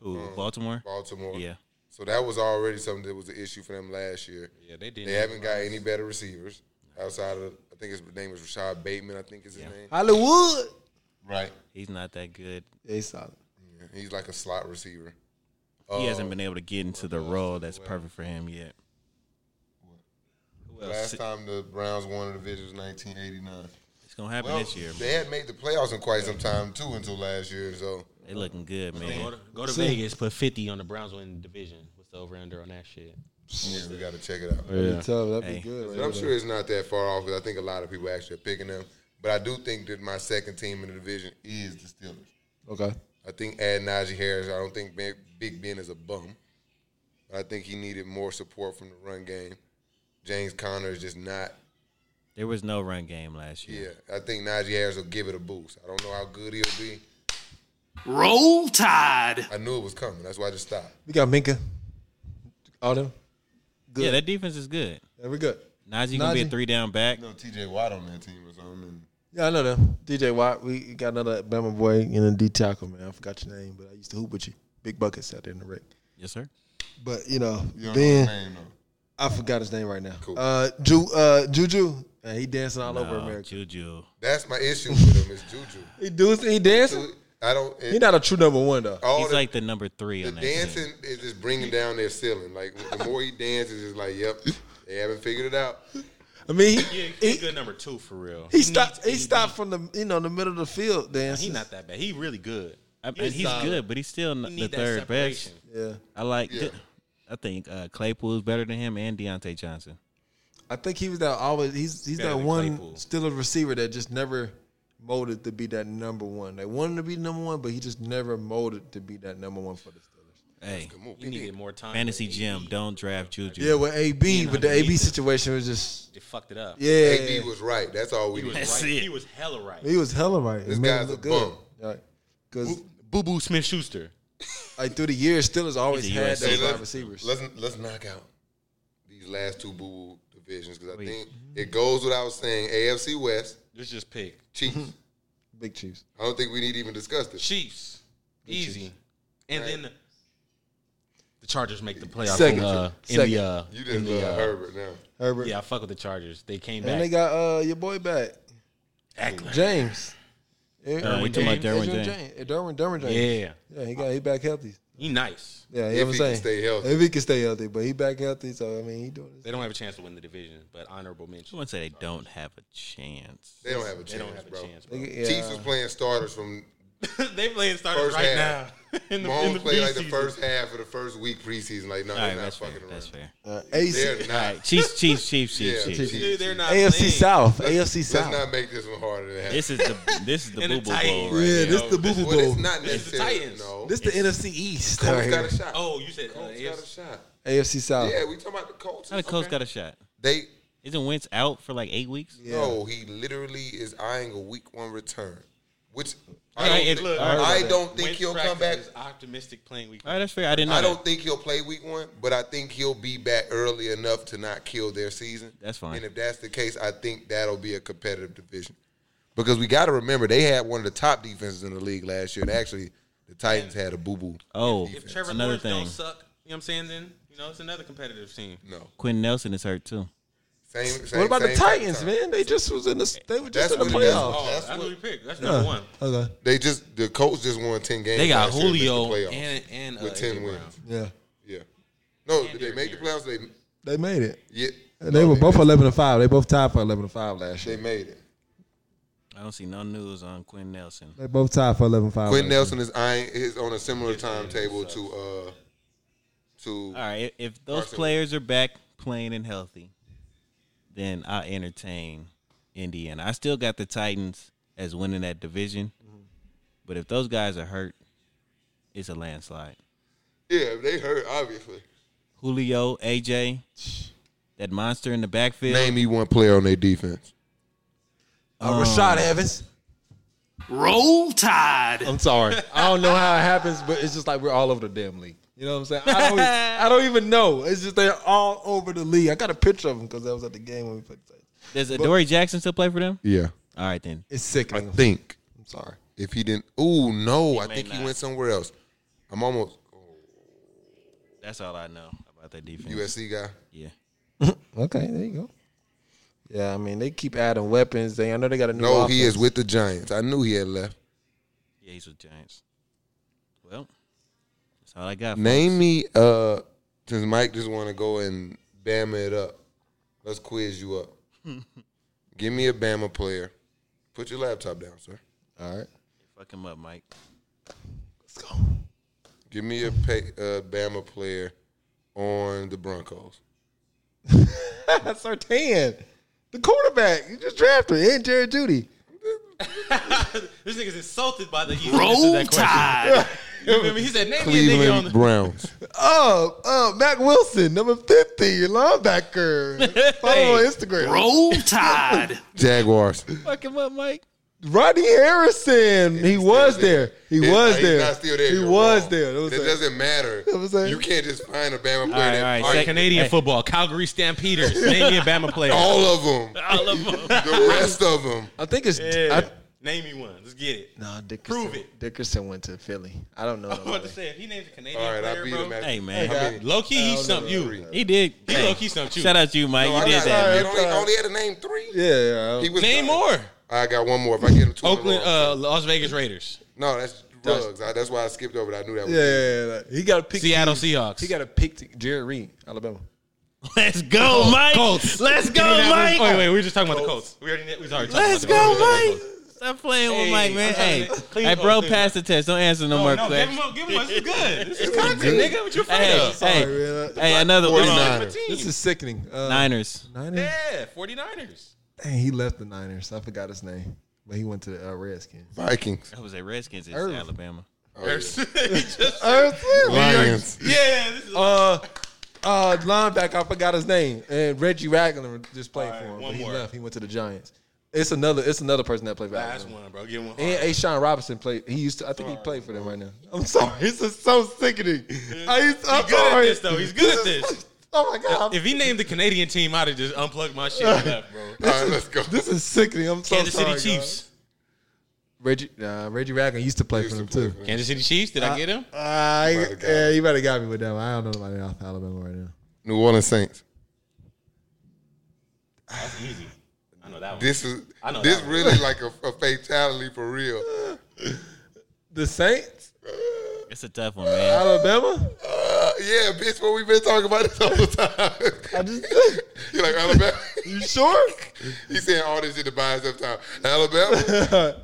S3: Who? Baltimore.
S1: Oh. Baltimore.
S3: Yeah.
S1: So that was already something that was an issue for them last year.
S4: Yeah, they did.
S1: They haven't got any better receivers outside of I think his name is Rashad Bateman. I think is his name.
S2: Hollywood.
S1: Right.
S3: He's not that good.
S2: They solid.
S1: He's like a slot receiver. Uh,
S3: he
S1: Oh.
S3: hasn't been able to get into the role that's perfect for him yet. Who else?
S1: Last time the Browns won the division was 1989.
S3: It's gonna happen
S1: Well,
S3: this year.
S1: they had made the playoffs in quite some time too until last year. So
S3: They looking good,
S4: Go
S3: man.
S4: to, go to Vegas, put 50 on the Browns winning the division. What's the over under on that shit?
S1: yeah, we got to check it out.
S2: Yeah. Tough. That'd
S3: Hey.
S2: be good.
S1: But I'm sure it's not that far off because I think a lot of people actually are picking them. But I do think that my second team in the division is the Steelers.
S2: Okay.
S1: I think add Najee Harris. I don't think Ben- Big Ben is a bum. I think he needed more support from the run game. James Conner is just not.
S3: There was no run game last year.
S1: Yeah, I think Najee Harris will give it a boost. I don't know how good he'll be.
S5: Roll Tide.
S1: I knew it was coming. That's why I just stopped.
S2: We got Minka. All them.
S3: Yeah, that defense is good.
S2: Yeah, we good.
S3: Najee gonna be a
S2: Najee.
S3: three down back.
S1: You know, T.J. Watt on that team or something. and
S2: Yeah, I know them. DJ Watt. We got another Bama boy in a D tackle, man. I forgot your name, but I used to hoop with you. Big buckets out there in the wreck.
S3: Yes, sir.
S2: But you know,
S1: you don't know
S2: Ben,
S1: his name though.
S2: I forgot his name right now.
S1: Cool.
S2: Uh, Ju, uh, Juju, Man, he dancing all over
S3: Oh,
S2: America.
S3: Juju.
S1: That's my issue with him. Is Juju.
S2: He do, he dancing.
S1: I don't.
S2: He
S1: It,
S2: not a true number one though.
S1: all
S3: He's
S1: Oh, the,
S3: like the number three
S1: the
S3: on that team.
S1: dancing is just bringing down their ceiling. Like the more he dances, it's like, yep, they haven't figured it out.
S2: I mean,
S4: Yeah,
S2: he,
S4: he's
S2: he,
S4: good number two for real.
S2: he stopped. He stopped from the you know the middle of the field dancing.
S4: He's not that bad. He really good.
S3: I mean, he's
S4: solid.
S3: good, but he's still n
S4: He
S3: the
S4: need that
S3: third best.
S4: separation.
S2: Yeah,
S3: I like.
S1: Yeah.
S3: I think uh, Claypool is better than him and Deontay Johnson.
S2: I think he was that always. He's he's
S4: Better
S2: that
S4: than
S2: one
S4: Claypool.
S2: still a receiver that just never molded to be that number one. They wanted to be number one, but he just never molded to be that number one for the Steelers.
S3: Hey,
S1: Come on,
S4: You need to get more time.
S3: fantasy
S4: They-
S3: gem. Don't draft Juju.
S2: Yeah, with AB, but the AB
S4: underneath it.
S2: situation was just
S4: They fucked it up.
S2: yeah.
S1: AB was right. That's all we
S4: He was,
S1: need.
S3: That's
S4: right.
S3: it.
S4: he was hella right.
S2: He was hella right. It
S1: This
S2: made him
S1: guy's a
S2: look
S1: bum.
S2: Right. Because
S4: Boo Boo Smith Schuster.
S2: like through the years, Steelers always
S3: He's a
S2: had
S3: USA
S2: those
S1: let's-
S2: wide receivers.
S1: Let's let's knock out these last two boo boo divisions because I think it goes without saying AFC West
S4: Let's just pick
S2: Mm-hmm.
S1: Chiefs.
S2: Big Chiefs.
S1: I don't think we need to even discuss this.
S4: Chiefs. Easy. And then the Chargers make the playoffs
S2: Second.
S4: in, uh, in
S2: Second.
S4: the uh,
S1: You
S4: in
S1: just
S4: the,
S1: love
S4: uh,
S1: Herbert now.
S2: Herbert.
S4: Yeah, I fuck with the Chargers. They came
S2: And they
S4: back.
S2: got uh, your boy back, James. Eh,
S3: Uh, you talking about Derwin
S2: Adrian
S3: James?
S2: Eh, Derwin, Derwin James.
S4: Yeah.
S2: Yeah, he got he back healthy.
S4: He nice.
S2: Yeah, you
S1: If
S2: know what
S1: he
S2: I'm
S1: can
S2: saying.
S1: stay healthy.
S2: If he can stay healthy, but he back healthy, so I mean, he doing
S4: They don't have a chance to win the division, but honorable
S3: I
S4: mention.
S3: wouldn't say they don't have a chance.
S1: They don't have a chance,
S4: They don't have a
S1: bro.
S4: chance. Bro.
S2: his.
S1: Chiefs
S2: Yeah.
S1: was playing starters from
S4: they playing started
S1: First
S4: right
S1: half.
S4: now. in the, in the
S1: Mahomes played like the
S4: preseason.
S1: first half of the first week preseason. Like, no,
S3: All right,
S1: they're not
S3: that's fair.
S1: fucking
S3: That's
S1: around.
S3: fair.
S2: Uh,
S1: They're
S2: AC,
S1: not.
S3: All right, Chiefs, Chiefs, Chiefs,
S1: Yeah,
S3: Chiefs, Chiefs.
S1: Chiefs.
S4: Dude, they're not
S2: AFC
S4: playing.
S2: South, AFC
S1: Let's
S2: South.
S1: not make this one harder than it has
S3: This is the this is the
S4: And the
S3: boo boo bowl right
S4: Titans.
S2: yeah,
S3: here.
S2: this the boo boo
S1: Well,
S2: bowl.
S1: it's not
S4: It's the
S1: necessarily.
S4: Titans.
S1: No.
S2: This the NFC East.
S1: Colts
S2: right
S1: got
S2: here.
S1: a shot.
S4: Oh, you said uh,
S1: Colts got a
S4: AFC.
S1: shot.
S2: AFC South.
S1: Yeah, we talking about the Colts.
S3: How the Colts got a shot?
S1: They
S3: Isn't Wentz out for like eight weeks?
S1: no, he literally is eyeing a week one return, which I
S3: Hey,
S1: don't,
S3: it's-
S1: thi-
S3: look,
S1: I don't think
S4: Wentz
S1: he'll come
S4: practice
S1: back.
S4: is Optimistic playing week.
S3: All right, that's fair. I didn't know.
S1: I
S3: that.
S1: don't think he'll play week one, but I think he'll be back early enough to not kill their season.
S3: That's fine.
S1: And if that's the case, I think that'll be a competitive division. Because we got to remember, they had one of the top defenses in the league last year. And actually, the Titans had a boo boo.
S3: Oh,
S4: If Trevor
S3: another
S4: Lawrence
S3: thing.
S4: don't suck, you know what I'm saying? Then you know it's another competitive team.
S1: No.
S3: Quinn Nelson is hurt too.
S1: Same, same,
S2: What about the
S1: same type of
S2: Titans,
S1: time.
S2: man? They just was in the they were just
S1: That's
S2: in the
S1: what it is.
S2: playoffs.
S4: Oh,
S1: That's
S4: that's,
S1: what-
S4: what we picked. That's number one.
S2: Okay.
S1: They just, the Colts just won 10 games.
S4: They got
S1: last year and missed the
S4: Julio
S1: playoffs
S4: and and uh,
S1: with 10
S4: AJ
S1: wins.
S4: Brown.
S2: Yeah.
S1: Yeah. No, did they
S4: Derrick
S1: make the playoffs? They,
S2: They made it.
S1: yeah,
S2: And
S1: no,
S2: they were both
S1: missed-
S2: eleven and five. They both tied for eleven and five last
S1: They
S2: year.
S1: made it.
S3: I don't see no news on Quinn Nelson.
S2: They both tied for eleven and five.
S1: Quentin
S2: last
S1: Nelson
S2: year.
S1: is eyeing, is on a similar timetable to uh to
S3: All right, if, if those
S1: Carson
S3: players are back playing and healthy, then I entertain Indiana. I still got the Titans as winning that division, but if those guys are hurt, it's a landslide.
S1: yeah they hurt obviously.
S3: Julio, AJ, that monster in the backfield.
S1: Name me one player on their defense.
S2: Uh, Rashad Evans.
S5: Roll Tide.
S2: I'm sorry. I don't know how it happens, but it's just like we're all over the damn league. You know what I'm saying? I don't, e, I don't even know. It's just they're all over the league. I got a picture of them because I was at the game when we played. the Titans.
S3: Does Adoree Jackson still play for them?
S1: Yeah,
S3: All right then.
S2: It's
S1: I
S2: sickening.
S1: think
S2: I'm sorry.
S1: if he didn't. Oh no, I
S3: may
S1: think he
S3: not.
S1: went somewhere else. I'm almost
S3: That's all I know about that defense.
S1: USC guy.
S3: Yeah.
S2: Okay, there you go. Yeah, I mean they keep adding weapons. They I know they got a new.
S1: No, he
S2: offense.
S1: is with the Giants. I knew he had left.
S3: Yeah, he's with Giants. Well, that's all I got.
S1: Name me uh since Mike just want to go and Bama it up. Let's quiz you up. Give me a Bama player. Put your laptop down, sir.
S2: All right,
S3: Fuck him up, Mike.
S2: let's go.
S1: Give me a pay, uh, Bama player on the Broncos.
S2: Sartan, the quarterback you just drafted, and Jared Judy.
S4: This nigga's insulted by the you answered
S5: Roll
S4: that question.
S5: Tide.
S4: You remember he said name me a nigga on
S1: Cleveland
S4: the
S1: Browns.
S2: Oh, oh, Mac Wilson, number fifty, your linebacker. Follow on Instagram.
S5: Roll Tide.
S1: Jaguars.
S3: Fuck him up, Mike.
S2: Rodney Harrison. He was there. He
S1: It's-
S2: was
S1: he's
S2: there.
S1: not still there.
S2: He
S1: You're
S2: was
S1: wrong.
S2: there. That was
S1: it
S2: like-
S1: doesn't matter.
S2: I'm saying-
S1: You can't just find a Bama player.
S3: All right,
S1: that,
S3: all right,
S1: all right,
S3: second-
S4: Canadian
S3: Hey. Oh.
S4: football, Calgary Stampeders. Name me a Bama player.
S1: all of them.
S4: All of them.
S1: The rest of them.
S2: I think it's.
S4: Yeah.
S2: I,
S4: Name me one. Let's get it.
S2: nah, Dickerson.
S4: Prove it.
S2: Dickerson went to Philly. I don't know.
S4: I was about to
S2: nobody.
S4: say if he names a Canadian
S1: All right,
S4: player,
S1: I beat
S4: bro.
S1: him at
S3: Hey man,
S4: Low key, he stumped you.
S3: he did.
S4: He
S3: Hey,
S4: low-key stumped you.
S3: Shout out to you, Mike.
S1: No, I
S3: you did
S1: got-
S3: that.
S1: I
S3: man.
S1: only, I only had to name three.
S2: Yeah,
S1: He
S2: yeah.
S1: was
S4: Name
S1: done.
S4: more.
S1: I got one more. If I get him two, in a
S4: Oakland,
S1: row.
S4: uh, Las Vegas Raiders,
S1: no, that's drugs. I, that's why I skipped over. it. I knew that was.
S2: Yeah, yeah, yeah. He got a pick.
S4: Seattle Seahawks.
S2: He got a pick. To Jared Reed, Alabama.
S3: Let's go, Mike.
S4: Colts.
S3: Let's go,
S4: Indianapolis-
S3: Mike.
S4: Oh, Wait, wait, we were just talking about the Colts. We already, we was already talking
S3: Let's
S4: about the
S3: go,
S4: Colts. We were talking about the
S3: Mike.
S4: Colts.
S3: Stop playing
S4: Hey,
S3: with Mike, man.
S4: I'm trying
S3: Hey,
S4: to clean
S3: hey,
S4: up,
S3: bro,
S4: clean
S3: pass the test. Don't answer no more
S4: No, give him
S3: questions.
S4: up. Give him up. This is good. This is content, nigga. What you afraid
S3: Hey,
S4: of?
S3: hey,
S2: man.
S3: hey, another one.
S1: 49ers.
S4: Team.
S2: This is sickening. Uh,
S3: Niners.
S2: Niners.
S4: yeah, 49ers.
S2: Dang, he left the Niners. I forgot his name, but he went to the uh, Redskins.
S1: Vikings.
S3: That was at Redskins. It's
S2: Irv.
S3: Alabama.
S1: Oh, yeah.
S4: He just-
S1: Lions.
S4: yeah, this is
S2: Uh, uh, linebacker. I forgot his name. And Reggie Ragland just played
S4: All right,
S2: for him.
S4: one
S2: but he
S4: more.
S2: left. He went to the Giants. It's another. It's another person that played for
S4: last
S2: Alabama.
S4: one, bro. Give him one.
S2: And
S4: hard.
S2: A. Sean Robinson played. He used to. I think he played for them right now. I'm sorry. This is so sickening. I used, I'm
S4: He's good at
S2: sorry.
S4: this, though. He's good at
S2: is-
S4: this.
S2: Oh my god.
S4: If he named the Canadian team, I'd have just unplugged my shit and left, bro.
S1: All right, let's go.
S2: this is sickening. I'm so
S4: Kansas
S2: sorry.
S4: City Chiefs.
S2: God. Reggie. Nah, Reggie Ragland used to play for them too.
S4: Kansas City Chiefs. Did I get him?
S2: Uh,
S1: might've got
S2: yeah,
S1: him.
S2: you better got me with that. One. I don't know nobody off Alabama right now.
S1: New Orleans Saints.
S4: That's easy. I know that one.
S1: This is
S4: I know
S1: this
S4: that one.
S1: really like a, a fatality for real.
S2: The Saints.
S3: It's a tough one, man.
S2: Alabama.
S1: Uh, yeah, bitch, what we been talking about this whole time.
S2: I just
S1: you like Alabama?
S2: you sure?
S1: He saying all this shit to buy us up time. Alabama,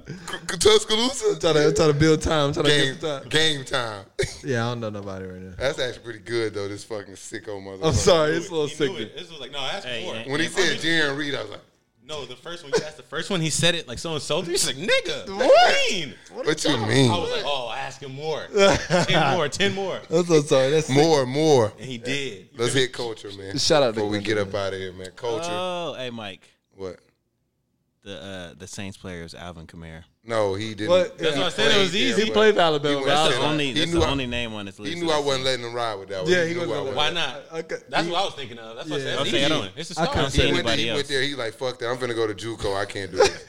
S1: C- C- Tuscaloosa,
S2: trying to trying to build time. Trying
S1: game,
S2: to get some time.
S1: game time.
S2: Yeah, I don't know nobody right now.
S1: That's actually pretty good though. This fucking sicko motherfucker.
S2: I'm sorry, it's a little
S4: He knew
S2: sick.
S4: it. This was like, no, that's
S3: Hey,
S4: more.
S3: and-
S1: When he said Jaron Reed, I was like,
S4: No, the first one. That's the first one. He said it like so insulting. He's like, "Nigga, what? Mean.
S1: "What, you mean?
S4: I was like, "Oh, ask him more. ten more. Ten more."
S2: I'm so sorry. That's sick.
S1: more, more."
S4: And he did.
S1: Let's hit culture, man.
S2: Shout out to
S1: before we
S2: Glendon,
S1: get up out of here, man. Culture.
S4: Uh,
S3: Oh, hey Mike,
S1: what?
S3: the uh, the Saints player is Alvin Kamara.
S1: No, he didn't.
S2: But
S4: That's what I said. It was easy.
S2: He played for Alabama.
S1: He
S2: but I
S1: went
S3: That's
S2: was
S3: the
S1: Outside.
S3: only
S1: He
S3: that's
S1: knew
S3: the
S1: I-
S3: only name on this list.
S1: He knew I wasn't letting him ride with that one.
S2: Yeah, he
S1: knew
S2: wasn't
S1: I
S2: gonna
S4: Why not?
S2: I- I ca-
S4: That's
S2: he-
S4: what I was thinking of. That's what
S2: Yeah.
S4: I said.
S3: Okay, I
S4: It's,
S3: don't-
S4: easy. it's a
S2: I
S4: start.
S2: can't
S1: He went, there,
S3: Anybody
S1: he
S3: else.
S1: went there. He like, fuck that. I'm finna go to JUCO. I can't do this.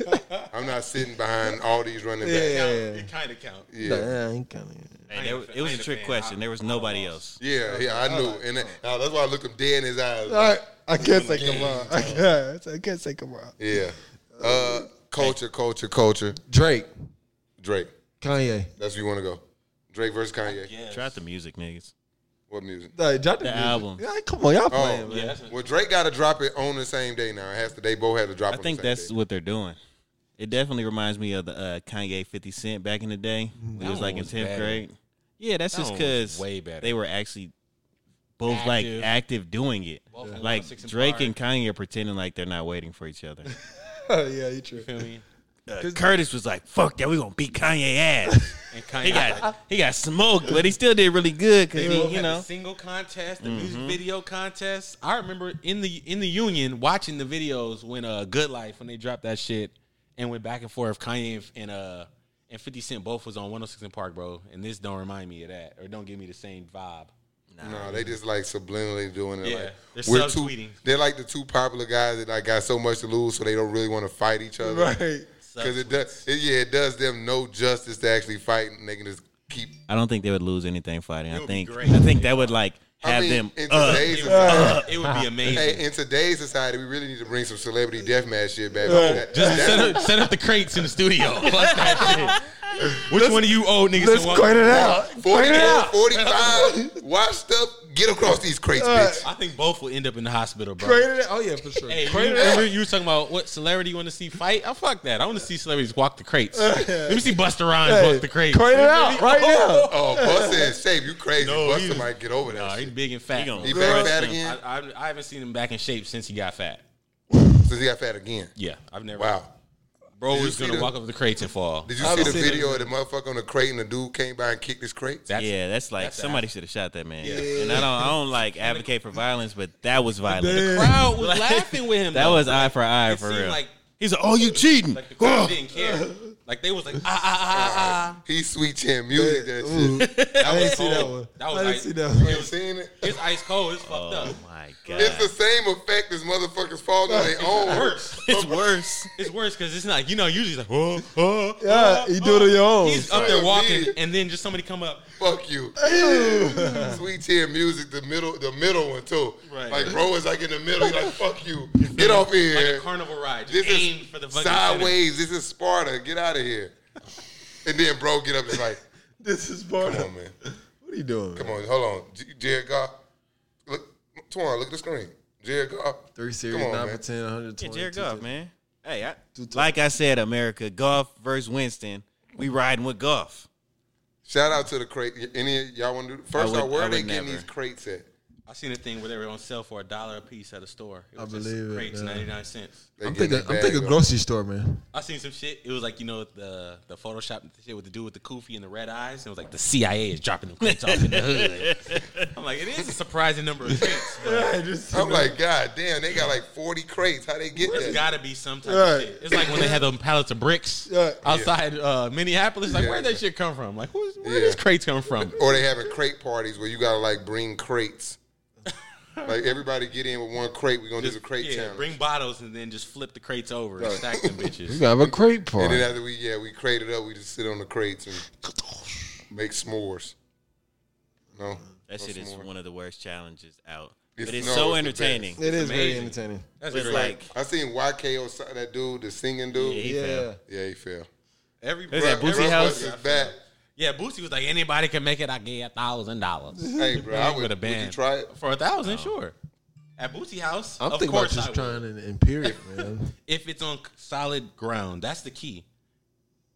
S1: I'm not sitting behind all these running backs.
S2: Yeah.
S1: Yeah,
S4: It kind of count.
S1: yeah, yeah.
S2: Yeah, he kinda-
S3: Hey,
S4: I
S3: there-
S4: ain't a-
S3: it was a
S4: I ain't a
S3: trick
S4: fan.
S3: question.
S4: I-
S3: There was nobody else.
S1: I knew. and that, now that's why I looked him dead in his eyes.
S2: All right, I can't say Kamara. I can't, I can't say Kamara.
S1: Yeah. Uh, culture, culture, culture.
S2: Drake,
S1: Drake.
S2: Kanye.
S1: That's where you want to go. Drake versus Kanye.
S3: Try out the music, niggas.
S1: What music?
S2: Nah, drop the, music.
S3: album.
S2: Yeah, come on, y'all playing,
S1: Oh,
S2: man.
S1: well, Drake got to drop it on the same day now. It has to. They both had to drop.
S3: I
S1: on
S3: think
S1: the same
S3: that's
S1: day.
S3: what they're doing. It definitely reminds me of the uh, Kanye 50 Cent back in the day. When he was
S4: one
S3: like in
S4: was
S3: 10th
S4: better.
S3: grade. Yeah, that's
S4: That
S3: just
S4: one was
S3: because
S4: way better.
S3: they were actually both like
S4: Active.
S3: active doing it.
S4: Both of them
S3: Like
S4: on Six and
S3: Drake
S4: Park.
S3: and Kanye are pretending like they're not waiting for each other.
S2: Oh, yeah, you true.
S4: Feel me?
S3: Uh, Curtis was like, "Fuck that, we gonna beat Kanye ass."
S4: And
S3: he
S4: Kanye
S3: got
S4: got
S3: he got smoked, but he still did really good because
S4: they
S3: he,
S4: both
S3: you
S4: had
S3: know.
S4: the single contest, the
S3: Mm-hmm.
S4: music video contest. I remember in the in the union watching the videos when uh Good Life when they dropped that shit and went back and forth. Kanye and, and uh and Fifty Cent both was on 106 and Park, bro. And this don't remind me of that, or don't give me the same vibe.
S1: No, they just like subliminally doing it.
S4: Yeah,
S1: like,
S4: they're
S1: too,
S4: subtweeting.
S1: They're like the two popular guys that like got so much to lose, so they don't really want to fight each other.
S2: Right.
S1: Because it does. It, yeah, it does them no justice to actually fight, and they can just keep.
S3: I don't think they would lose anything fighting. I think
S4: great.
S3: I think that would like
S1: I
S3: have
S1: mean,
S3: them
S1: in
S3: up.
S1: today's society,
S4: It would be amazing.
S1: hey, in today's society, we really need to bring some celebrity deathmatch shit back. That-
S4: Just
S1: that-
S4: set up, set up the crates in the studio. Fuck that shit. Which one of you old niggas?
S2: Let's
S4: can walk-
S2: quit it out. Quit
S1: 40,
S2: it out.
S1: 45, washed up, get across these crates, bitch.
S4: I think both will end up in the hospital, bro.
S2: Quit it out. Oh, yeah, for sure.
S4: Hey,
S2: Quit
S4: you,
S2: it out.
S4: remember you were talking about what celebrity you want to see fight? I fuck that. I want to see celebrities walk the crates. Let me see Buster Rhymes
S2: Hey,
S4: walk the crates.
S2: Quit it out right now.
S1: Oh, Buster in shape, you crazy.
S4: No,
S1: Buster
S4: he's-
S1: might get over that.
S4: Nah,
S1: shit.
S4: he's big and fat.
S3: gonna-
S1: He
S3: he
S1: back
S3: Bro.
S1: fat
S4: I,
S1: again
S4: I, I haven't seen him back in shape since he got fat.
S1: since he got fat again.
S4: Yeah, I've never.
S1: Wow.
S4: bro
S1: Did you
S4: was
S1: see
S4: gonna
S1: the-
S4: walk over the crates and fall.
S1: Did you
S2: I've
S1: see the
S2: seen
S1: video of the motherfucker on the crate and the dude came by and kicked his crate?
S4: That's,
S3: yeah, that's like
S4: that's a-
S3: somebody should have shot that man. And I don't, I don't like advocate for violence, but that was violent.
S2: Damn.
S4: Crowd was laughing with him.
S3: That
S4: though.
S3: was eye for eye
S4: It
S3: for
S4: seemed
S3: real.
S4: like
S3: He's like, "Oh, you cheating!"
S4: like the crowd didn't care. Like they was like ah ah ah ah.
S1: He sweet chin music that shit.
S2: Ooh, I didn't see that
S4: cold.
S2: one.
S4: Oh. That was
S2: I didn't
S4: like-
S2: see that
S1: You
S2: one.
S1: ain't seen it?
S4: ah. It's ice cold. It's fucked
S3: oh
S4: up.
S3: my god!
S1: It's the same effect as motherfuckers falling on their own.
S4: Worse.
S3: It's worse.
S4: It's worse because it's not. You know, usually it's like oh oh.
S2: Yeah, Uh, you do it on your own.
S4: He's up
S1: Right.
S4: there walking, and then just somebody come up.
S1: Fuck you. Sweet chin music, the middle, the middle one too.
S4: Right.
S1: Like bro is like in the middle, he like fuck you, get off
S4: Like a
S1: here.
S4: carnival ride. Just
S1: This
S4: aim
S1: is
S4: for the fucking center.
S1: sideways. This is Sparta. Get out of here. And then bro get up and like,
S2: This is part
S1: come on man,
S2: What are you doing?
S1: come on, hold on, J- Jared Goff. Look, Twan, look at the screen. Jared Goff.
S2: Three series,
S1: Come on,
S2: nine
S1: man.
S2: for 10, 120.
S3: Yeah, Jared Goff, man. Hey, I,
S2: tight.
S3: like I said, America, Goff versus Winston. We riding with Goff.
S1: Shout out to the crate. Y- Any of y'all want to do first
S3: would-
S1: off? Where
S3: I
S1: are they
S3: would
S1: getting
S3: never.
S1: these crates at?
S4: I seen a thing where they were on sale for a dollar a piece at a store. It was
S2: I
S4: just
S2: believe it,
S4: crates,
S2: yeah.
S4: ninety nine cents.
S1: They
S2: I'm
S1: getting
S2: thinking,
S1: that
S2: I'm
S1: bag
S2: thinking
S1: up.
S2: grocery store, man.
S4: I seen some shit. It was like you know the the Photoshop shit with the dude with the kufi and the red eyes. It was like the CIA is dropping them crates off in the hood. I'm like, it is a surprising number of crates. But
S1: I'm like, God damn, they got like 40 crates. How they get
S4: there's
S1: that?
S4: got to be some type
S2: Right.
S4: of shit. It's like when they had them pallets of bricks
S2: Yeah.
S4: outside uh, Minneapolis. Like,
S1: Yeah.
S4: where'd that shit come from? Like, who's, where
S1: Yeah.
S4: did these crates come from?
S1: Or they having crate parties where you gotta like bring crates. like everybody get in with one crate. We're gonna do the crate
S4: yeah,
S1: challenge.
S4: bring bottles and then just flip the crates over and stack them bitches.
S2: You have a crepe
S1: and then
S2: party.
S1: after we yeah we crate it up, we just sit on the crates and make s'mores. No,
S3: That shit is
S1: more.
S3: one of the worst challenges out.
S1: It's-
S3: but it's
S1: no,
S3: so
S1: it's the best.
S3: entertaining.
S2: It is very
S4: amazing.
S2: entertaining.
S4: That's
S3: It's
S4: great.
S3: like
S1: I seen YKO si- that dude, the singing dude.
S3: he
S2: Yeah,
S3: fell.
S2: yeah.
S1: Yeah, he fell.
S4: every
S3: There's that
S1: Bruh,
S3: Boosie
S1: Bruh
S3: House?
S1: busted his back.
S4: Yeah, Boosie was like, anybody can make it. I get a thousand dollars
S1: Hey, bro, I would,
S4: with a
S1: would
S4: band.
S1: you try it?
S4: for a thousand, sure. At Boosie House,
S2: I'm
S4: of
S2: thinking about
S4: course I
S2: just
S4: would.
S2: trying an imperial, man.
S4: If it's on solid ground, that's the key.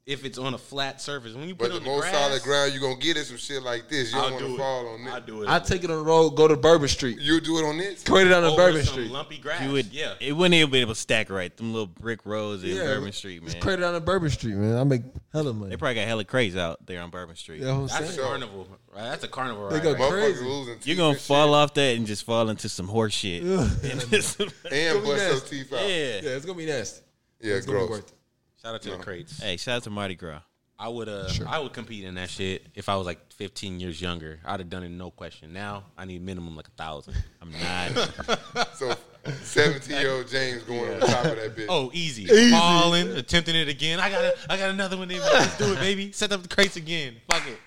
S4: If it's on a flat surface, when you put
S1: But the
S4: on the
S1: most
S4: grass,
S1: solid ground you're gonna get is some shit like this. You
S4: I'll
S1: don't want
S4: do
S1: to
S4: it.
S1: fall on
S4: I'll
S1: this.
S4: do it.
S2: I take it on the road, go to Bourbon Street,
S1: You do it on this?
S2: put it down on
S4: Over
S2: Bourbon
S4: some
S2: Street,
S4: lumpy grass.
S3: You would,
S4: yeah.
S3: It wouldn't even be able to stack right. Them little brick roads in
S2: Yeah,
S3: Bourbon Street, man.
S2: Just put it down on Bourbon Street, man. I make hella money.
S3: They probably got hella craze out there on Bourbon Street.
S2: You know what I'm
S4: That's a
S2: saying?
S4: carnival. Right? That's a carnival.
S2: They
S4: Right?
S2: go
S4: right?
S1: Motherfuckers
S2: Crazy.
S1: losing teeth.
S3: You're gonna
S1: and shit
S3: fall off that and just fall into some horse shit. yeah.
S1: and
S2: Don't
S1: bust
S2: mess.
S1: those teeth out. Yeah,
S2: Yeah, it's gonna be nasty. it's gonna be
S1: gross.
S2: worth it.
S4: Shout out to the crates.
S3: Hey, shout out to Mardi Gras.
S4: I would uh I would compete in that shit if I was like 15 years younger. I'd have done it no question. Now I need minimum like a thousand.
S3: I'm not.
S1: So, 17 year old James going on top of that bitch.
S4: Oh, easy. Falling, attempting it again. I got a, I got another one. in me. Let's do it, baby. Set up the crates again. Fuck it.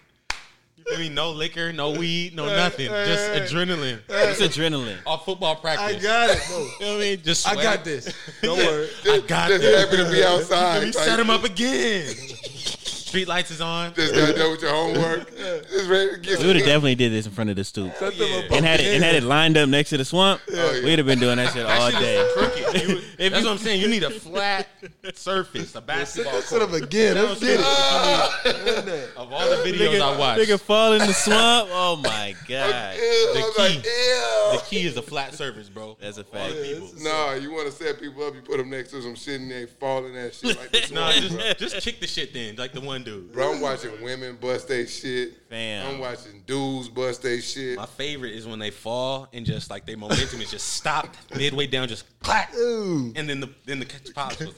S4: You feel me? No liquor, no weed, no nothing. Just adrenaline.
S3: it's adrenaline.
S4: All football practice.
S2: got it. bro.
S4: you know what I mean? Just
S2: I
S4: sweat.
S2: got this. Don't worry.
S4: I got
S1: Just
S4: this.
S1: happy to be outside.
S4: We
S1: Like,
S4: set him up again. Street lights is on.
S1: Just got done with your homework. Just ready to get
S3: We would have definitely did this in front of the stoop.
S2: Oh,
S3: And had it and had it lined up next to the swamp.
S1: yeah.
S3: We'd have been doing that shit all day.
S4: Crooked. You-
S3: If
S4: that's
S3: you-
S4: what I'm saying. You need a flat surface, a basketball
S2: Set up again. Let's get it.
S4: Of all the videos I watched,
S3: Nigga fall in the swamp. Oh my god.
S1: Ew, I was
S4: key. the
S1: like,
S4: key is a flat surface, bro.
S3: That's a
S4: all
S3: fact.
S4: the people.
S1: ew. Nah, you want to set people up, you put them next to some shit and they falling that shit like this.
S4: Nah,
S1: one, bro.
S4: just, just kick the shit then, like the one dude.
S1: Bro, I'm watching women bust they shit.
S3: Fam.
S1: I'm watching dudes bust they shit.
S4: My favorite is when they fall and just like their momentum is just stopped midway down, just clack, and then the then the catch pops was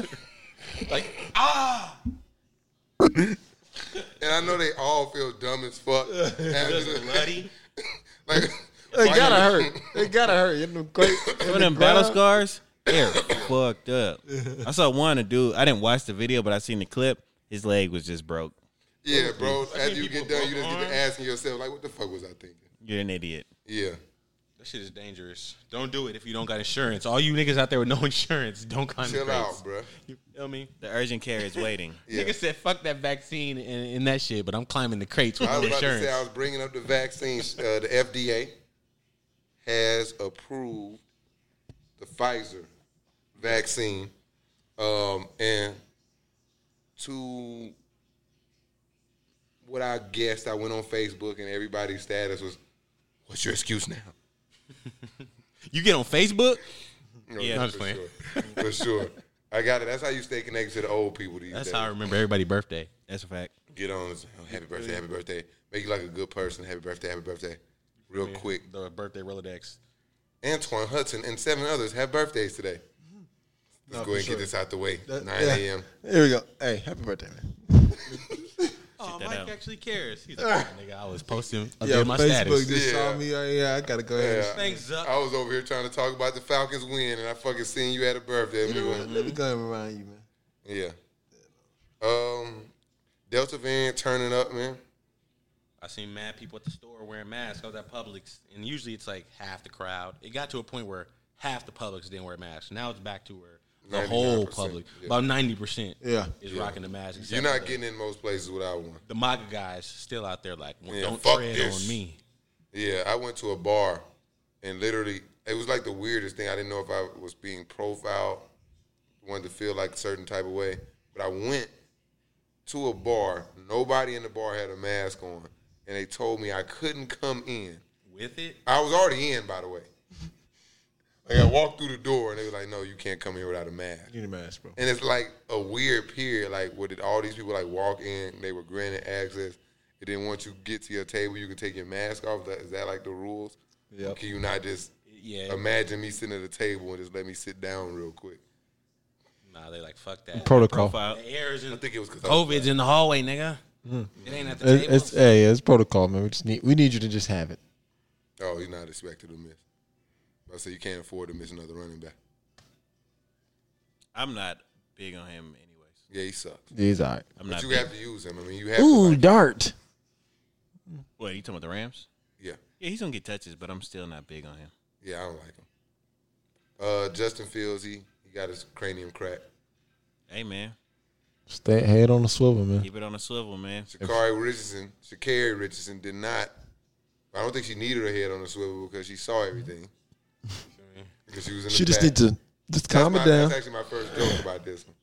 S4: like ah.
S1: And I know they all feel dumb as fuck.
S4: Just bloody.
S1: like,
S2: They gotta hurt. They gotta hurt. In them great, in
S3: One
S2: the
S3: of them battle
S2: ground.
S3: scars, they're fucked up. I saw one a dude. I didn't watch the video, but I seen the clip. His leg was just broke.
S1: yeah, bro. After you
S4: people
S1: get done, you
S4: broke
S1: just get to
S4: arms.
S1: asking yourself, like, what the fuck was I thinking?
S3: You're an idiot.
S1: Yeah.
S4: That shit is dangerous. Don't do it if you don't got insurance. All you niggas out there with no insurance, don't come.
S1: Chill out, bro.
S4: You feel me?
S3: The urgent care is waiting.
S1: Yeah.
S4: Nigga said, "Fuck that vaccine and, and that shit," but I'm climbing the crates with
S1: I
S4: no
S1: was about to
S4: insurance.
S1: say I was bringing up the vaccine. Uh, the FDA has approved the Pfizer vaccine, um, and to what I guessed, I went on Facebook and everybody's status was, "What's your excuse now?"
S4: you get on Facebook?
S1: No,
S3: Yeah, I'm
S4: just playing.
S1: sure. for sure. I got it. That's how you stay connected to the old people these
S4: That's
S1: days.
S4: how I remember everybody's birthday.
S3: That's a fact.
S1: Get on. it's, oh, happy birthday! Happy birthday! Make you like a good person. Happy birthday! Happy birthday! Real quick.
S4: The birthday Rolodex.
S1: Antoine Hudson and seven others have birthdays today. Let's go ahead and
S2: sure.
S1: get this out the way. 9
S2: yeah.
S1: a.m.
S2: Here we go. Hey, happy birthday, man.
S4: Oh,
S3: that
S4: Mike
S3: out.
S4: actually cares. He's like, "Ah, nigga, I was posting I
S2: Yeah,
S4: did my
S2: Facebook
S4: status.
S2: just
S1: Yeah.
S2: saw me. Oh, yeah, I gotta go ahead.
S1: Yeah.
S2: and-
S4: Thanks, Zuck.
S1: I was over here trying to talk about the Falcons win, and I fucking seen you at a birthday. Let me go-
S2: Let me go ahead and remind you, man.
S1: Yeah. Um, Delta variant turning up, man.
S4: I seen mad people at the store wearing masks. I was at Publix, and usually it's like half the crowd. It got to a point where half the Publix didn't wear masks. Now it's back to where the whole
S1: 99%,
S4: public,
S1: yeah.
S4: about ninety percent,
S2: Yeah.
S4: is rocking the mask.
S1: You're
S4: except for
S1: not
S4: the-
S1: getting in most places without one.
S4: the MAGA guys still out there like, well,
S1: Yeah,
S4: don't
S1: fuck
S4: tread
S1: this.
S4: on me.
S1: Yeah, I went to a bar, and literally, it was like the weirdest thing. I didn't know if I was being profiled, wanted to feel like a certain type of way, but I went to a bar. Nobody in the bar had a mask on, and they told me I couldn't come in.
S4: With it,
S1: I was already in, by the way. Like I walked through the door and they were like, "No, you can't come here without a mask."
S2: You need a mask, bro.
S1: And it's like a weird period, like where did all these people like walk in? They were granted access. And then once you get to your table, you can take your mask off. That- Is that like the rules? Yeah.
S2: Yep.
S1: Can you not just
S4: yeah,
S1: imagine me sitting at a table and just let me sit down real quick?
S4: nah, they like fuck that.
S2: Protocol.
S3: Profile.
S4: the air's in,
S1: I think it was because
S4: COVID's in the hallway, nigga. It ain't at the
S2: Mm-hmm. It,
S4: table.
S2: it's hey, it's protocol, man. We just need we need you to just have it.
S1: Oh, he's not expected to miss. I said you can't afford to miss another running back.
S3: I'm not big on him anyways.
S1: Yeah, he sucks.
S2: He's all right.
S3: I'm
S1: But
S3: not
S1: you
S3: big.
S1: have to use him. I mean, you have to.
S2: Ooh,
S1: Like,
S2: dart.
S3: What, you talking about the Rams?
S1: yeah.
S3: Yeah, he's gonna get touches, but I'm still not big on him.
S1: Yeah, I don't like him. Uh, Justin Fields, he, he got his cranium cracked.
S3: Hey man.
S2: Stay head on the swivel, man.
S3: Keep it on a swivel, man.
S1: Shakari Richardson, Shakari Richardson did not. I don't think she needed her head on the swivel because she saw everything. Because she was in the
S2: She just
S1: pack.
S2: need to just
S1: That's
S2: calm
S1: my-
S2: it down.
S1: That's actually my first joke about this one.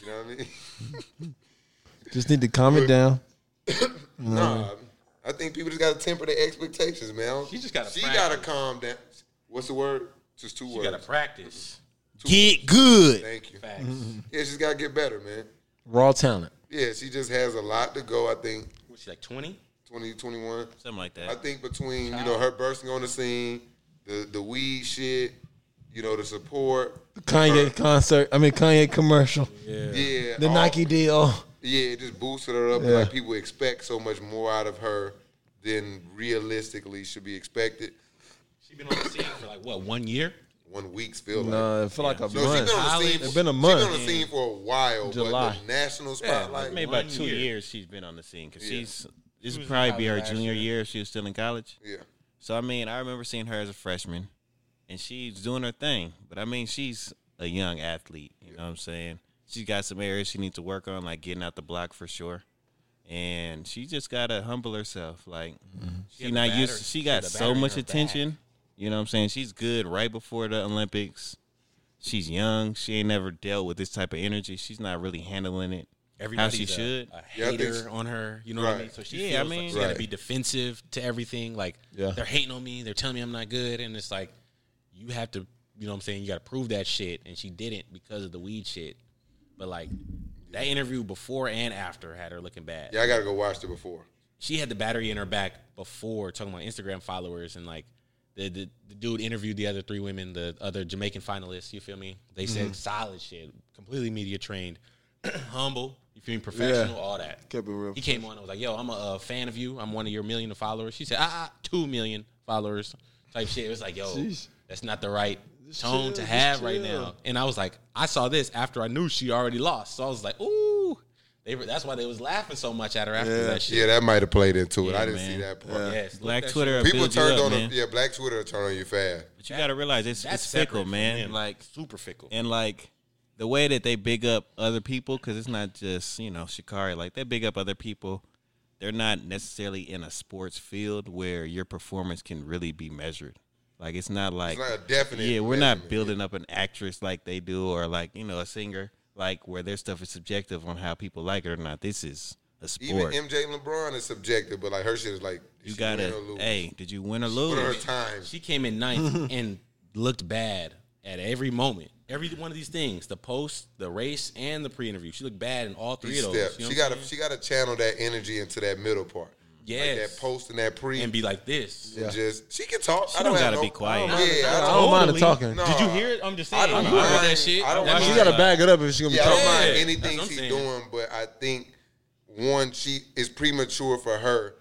S1: You know what I mean?
S2: Just need to calm it down.
S1: Nah, I think people just gotta temper their expectations, man.
S4: She just gotta
S1: She
S4: practice.
S1: gotta calm down. What's the word? Just two
S4: You
S1: words.
S4: gotta practice.
S3: Get good.
S1: Thank you.
S2: Mm-hmm.
S4: Facts.
S1: Yeah, she's gotta get better, man.
S2: Raw talent.
S1: Yeah, she just has a lot to go. I think
S4: What's she like twenty?
S1: 2021.
S3: Something like
S1: I
S3: that.
S1: think between you know her bursting on the scene, the the weed shit, you know the support.
S2: Kanye concert. I mean Kanye commercial.
S1: Yeah,
S2: The
S1: all-
S2: Nike deal.
S1: Yeah, it just boosted her up.
S2: Yeah.
S1: Like people expect so much more out of her than realistically should be expected.
S4: She been on the scene for like what one year?
S1: One week's feel like.
S2: Nah, I feel like
S1: No,
S2: a
S1: she's
S2: month.
S1: been on the
S4: Holly-
S1: scene.
S4: It's
S2: been a
S1: She's
S2: month.
S1: been on the scene for a while,
S2: July.
S1: but the national
S4: Yeah,
S1: spotlight.
S3: Maybe
S4: one
S3: about two
S4: year.
S3: years she's been on the scene because
S1: Yeah.
S3: she's this would probably be her
S4: last
S3: junior
S4: year.
S3: year if she was still in college.
S1: yeah,
S3: So I mean, I remember seeing her as a freshman, and she's doing her thing. But I mean, she's a young athlete. You know what I'm saying? She's got some areas she needs to work on, like getting out the block for sure. And she just gotta humble herself. Like she,
S4: had the
S3: not
S4: batter-
S3: used. She
S4: she
S3: got
S4: had the
S3: so
S4: batter in
S3: much
S4: her back.
S3: attention. You know what I'm saying? She's good right before the Olympics. She's young. She ain't never dealt with this type of energy. She's not really handling it
S4: Everybody's
S3: how she
S4: a,
S3: should.
S4: a
S1: Yeah, I think
S4: hater
S1: so.
S4: on her. You know what I mean?
S1: Right.
S4: So she
S3: Yeah, I
S4: feels
S3: mean-
S4: like she got
S1: Right.
S4: to be defensive to everything. Like
S2: Yeah.
S4: they're hating on me. They're telling me I'm not good, and it's like you have to. You know what I'm saying? You got to prove that shit, and she didn't because of the weed shit. But like that interview before and after had her looking bad.
S1: yeah. I gotta go watch it before.
S4: she had the battery in her back before talking about Instagram followers and like the, the, the dude interviewed the other three women, the other Jamaican finalists. You feel me? They
S2: Mm-hmm.
S4: said solid shit, completely media trained, humble. You feel me? Professional,
S2: Yeah.
S4: all that.
S2: Kept it real
S4: He came on and was like, "Yo, I'm a, uh fan of you. I'm one of your million of followers." She said, "Ah, ah, two million followers." Type shit. It was like, "Yo,
S2: Jeez.
S4: that's not the right
S2: chill,
S4: tone to
S2: just
S4: have right
S2: chill.
S4: now." And I was like, I saw this after I knew she already lost, so I was like, "Ooh." They were, that's why they was laughing so much at her after that shit.
S1: Yeah, that might have played into it.
S3: Yeah,
S1: I didn't
S3: man.
S1: see that part.
S4: Yes,
S3: Black
S4: look that
S3: Twitter
S4: shit
S3: will
S4: up.
S1: People
S3: build you
S1: turned
S3: up,
S1: on
S3: man.
S1: them. Yeah, Black Twitter will turn on you fast.
S3: But you gotta realize it's,
S4: That's
S3: it's fickle,
S4: separate
S3: man.
S4: from him.
S3: Like
S4: super fickle.
S3: and like the way that they big up other people because it's not just you know Shikari. Like they big up other people. They're not necessarily in a sports field where your performance can really be measured. Like it's not like
S1: It's not a definite.
S3: yeah, we're
S1: measurement.
S3: not building up an actress like they do, or like you know a singer like where their stuff is subjective on how people like it or not. This is a
S1: Even
S3: sport.
S1: MJ and LeBron is subjective, but like her shit is like did
S3: you
S1: she win
S3: gotta
S1: or lose?
S3: hey, did you win or
S1: What are her
S3: lose?
S1: times?
S4: she came in ninth and looked bad at every moment. Every one of these things, the post, the race, and the pre-interview. She looked bad in all three
S1: Each step.
S4: of those. You know
S1: she
S4: what I'm
S1: got to she got to channel that energy into that middle part.
S4: Yes.
S1: like that post and that pre
S4: saying? and be like this.
S1: and just she can talk.
S3: She
S1: I don't,
S3: don't
S1: have
S3: gotta
S1: no-
S3: be quiet.
S1: I don't- yeah, I
S2: I
S1: don't,
S2: don't mind her
S4: Totally.
S2: talking.
S1: No.
S4: Did you hear it? I'm just saying.
S1: I don't
S4: you
S1: mind.
S4: heard that shit.
S1: I don't
S4: That
S1: mind.
S2: She
S4: shit-
S2: got to back it up if she's gonna be
S1: Yeah, I don't
S2: talking.
S1: mind
S4: Yeah,
S1: anything
S4: that's what
S1: she's
S4: I'm saying.
S1: doing, but I think one she is premature for her.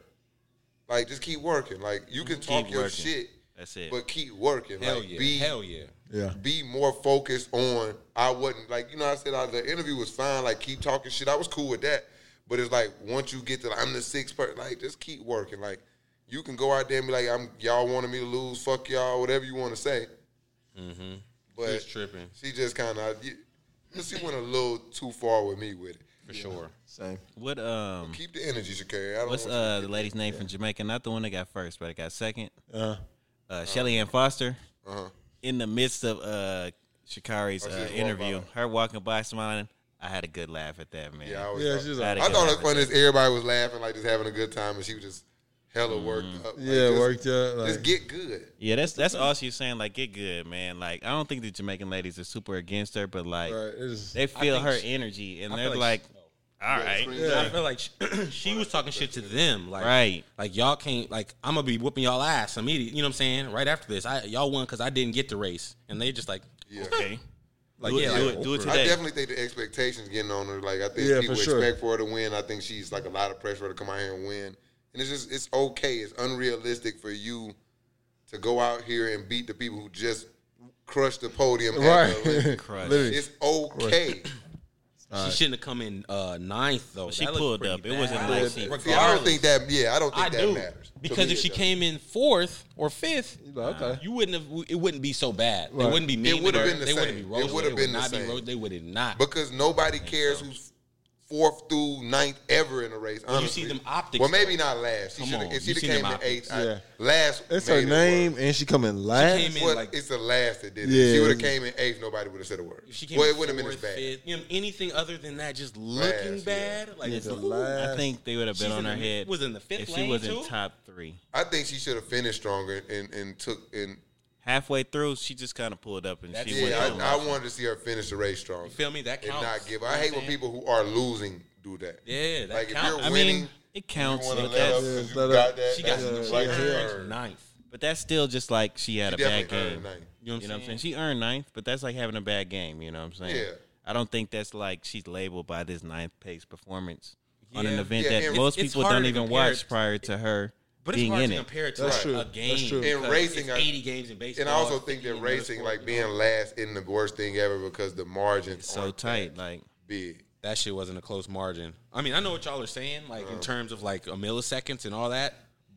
S1: Like just keep working. Like you can talk your
S3: working.
S1: shit,
S3: That's it.
S1: but keep working.
S4: Hell
S1: like
S4: yeah.
S1: be
S4: Hell yeah.
S2: Yeah,
S1: be more focused on I wasn't like you know I said I, the interview was fine like keep talking shit I was cool with that but it's like once you get to like, I'm the sixth person like just keep working like you can go out there and be like I'm y'all wanted me to lose fuck y'all whatever you want to say
S4: Just
S1: but
S4: tripping
S1: she just kind of she went a little too far with me with it
S4: for sure.
S2: same.
S3: What um
S1: keep the energy Shakari I don't
S3: What's
S1: want you-
S3: uh the lady's name from Jamaica? Not the one that got first, but it got second. Uh,
S4: Uh-huh.
S3: Shelly Ann Foster. In the midst of uh Shikari's
S1: Uh-huh. Oh, she
S3: uh,
S1: just walked
S3: interview,
S1: by.
S3: her walking by smiling, I had a good laugh at that man.
S1: yeah I, always
S2: Yeah,
S1: thought-
S2: she's
S3: I
S2: like,
S3: had a
S1: I
S3: good
S1: thought it
S3: laugh
S1: was
S3: at
S1: funny is everybody was laughing like just having a good time and she was just hella worked up Like,
S2: yeah,
S1: just-
S2: worked up. Like,
S1: just get good
S3: Yeah, that's that's all she's saying. Like, get good, man. Like, I don't think the Jamaican ladies are super against her, but like
S2: right, it's-
S3: they feel
S4: think
S3: her
S4: she-
S3: energy and
S4: I
S3: they're
S4: feel
S3: like,
S4: like
S3: all right,
S4: I feel like she, she was talking shit to them. Like,
S3: Right.
S4: Like y'all can't. Like I'm gonna be whooping y'all ass immediately. You know what I'm saying? Right after this, I y'all won because I didn't get the race, and they just like,
S1: yeah.
S3: okay,
S4: like
S3: do it,
S4: yeah,
S3: do
S4: like,
S3: it, do it
S1: I
S3: today.
S1: definitely think the expectations getting on her. Like I think
S2: Yeah,
S1: people
S2: for sure.
S1: expect for her to win. I think she's like a lot of pressure to come out here and win. And it's just it's okay. It's unrealistic for you to go out here and beat the people who just crushed the podium. at the
S2: right,
S1: Olympics.
S3: Crush.
S2: literally.
S1: it's okay.
S4: she shouldn't have come in uh, ninth though.
S3: she
S4: That looked
S3: pulled
S4: pretty
S3: up. It
S4: bad.
S3: wasn't like she-
S1: See, I don't think that. Yeah, I don't think
S4: I
S1: that
S4: do
S1: matters To
S4: because
S1: me,
S4: if
S1: it
S4: she
S1: doesn't.
S4: came in fourth or fifth,
S2: like, okay.
S4: you wouldn't have. It wouldn't be so bad. They
S2: Right.
S4: wouldn't be mean. to
S1: would've
S4: her.
S1: been the
S4: They wouldn't
S1: same.
S4: be
S1: It
S4: roasting.
S1: would've
S4: They
S1: been
S4: would
S1: the
S4: not be
S1: same.
S4: ro- They would not.
S1: because nobody cares who's fourth through ninth ever in a race. Honestly.
S4: you see them optics,
S1: Well, maybe
S4: though.
S1: not last. She
S4: Come
S1: should
S4: on,
S1: if
S4: you
S1: she
S4: see
S1: came
S4: them
S1: in eighth. I-
S2: optics.
S1: Last
S2: It's
S1: made
S2: her
S1: it
S2: name,
S1: work.
S2: and she coming last.
S4: came in-
S1: Well,
S4: like-
S1: it's the last that did it.
S2: Yeah,
S1: if she would have
S2: it's-
S1: came in eighth, nobody would have said a word.
S4: If she came
S1: well,
S4: in
S1: it wouldn't have been as
S4: fourth,
S1: bad.
S4: fifth, you know, anything other than that, just looking
S1: Last, yeah.
S4: bad. Like
S2: Yeah, the
S4: ooh,
S2: last-
S3: I think they would have been
S4: She's
S3: on
S4: in
S3: her
S4: the-
S3: head.
S4: was in the fifth
S3: if she
S4: lane,
S3: wasn't
S4: too?
S3: top three.
S1: I think she should have finished stronger and, and took and
S3: Halfway through, she just kind of pulled up and
S4: That's
S3: she
S4: it.
S3: went.
S1: yeah.
S3: on.
S1: I, I wanted to see her finish the race strong.
S4: feel me? That
S1: And
S4: counts.
S1: not give.
S4: You know
S1: I
S4: what
S1: hate
S4: I'm
S1: when
S4: saying?
S1: people who are losing do that.
S4: Yeah, that
S1: like if
S4: counts.
S1: you're
S3: I
S1: winning,
S3: mean, it counts,
S1: You wanna
S3: but
S1: let up
S3: that's,
S1: 'cause you
S2: Let her-
S1: got that.
S4: she got
S1: that's
S4: she
S1: right
S4: earned
S1: there.
S4: ninth.
S3: but that's still just like she had
S1: She
S3: a bad
S1: definitely
S3: game.
S1: earned ninth.
S4: You know what
S3: You
S4: I'm
S3: know what I'm
S4: saying?
S3: saying? She earned ninth, but that's like having a bad game. You know what I'm saying?
S1: Yeah.
S3: I don't think that's like she's labeled by this ninth pace performance on an
S4: Yeah.
S3: event
S1: Yeah,
S3: that
S1: and-
S3: most
S4: It's- it's
S3: people
S4: harder
S3: don't
S4: to
S3: even
S4: compare
S3: watch
S4: it-
S3: prior to her
S4: But it's
S3: being
S4: hard
S3: in
S4: to
S3: it.
S4: compare it to
S2: That's
S4: like,
S2: true.
S4: a
S2: That's
S4: game.
S2: true.
S4: because
S1: In racing,
S4: it's
S1: I-
S4: 80 games in baseball.
S1: And I also
S4: it's
S1: think
S4: 50
S1: that
S4: in other
S1: racing,
S4: sports,
S1: like
S4: you
S1: being
S4: know?
S1: last, isn't the worst thing ever because the margins
S3: So
S1: aren't that
S3: tight, like
S1: big.
S4: that shit wasn't a close margin. I mean, I know what y'all are saying, like in terms of like a milliseconds and all that,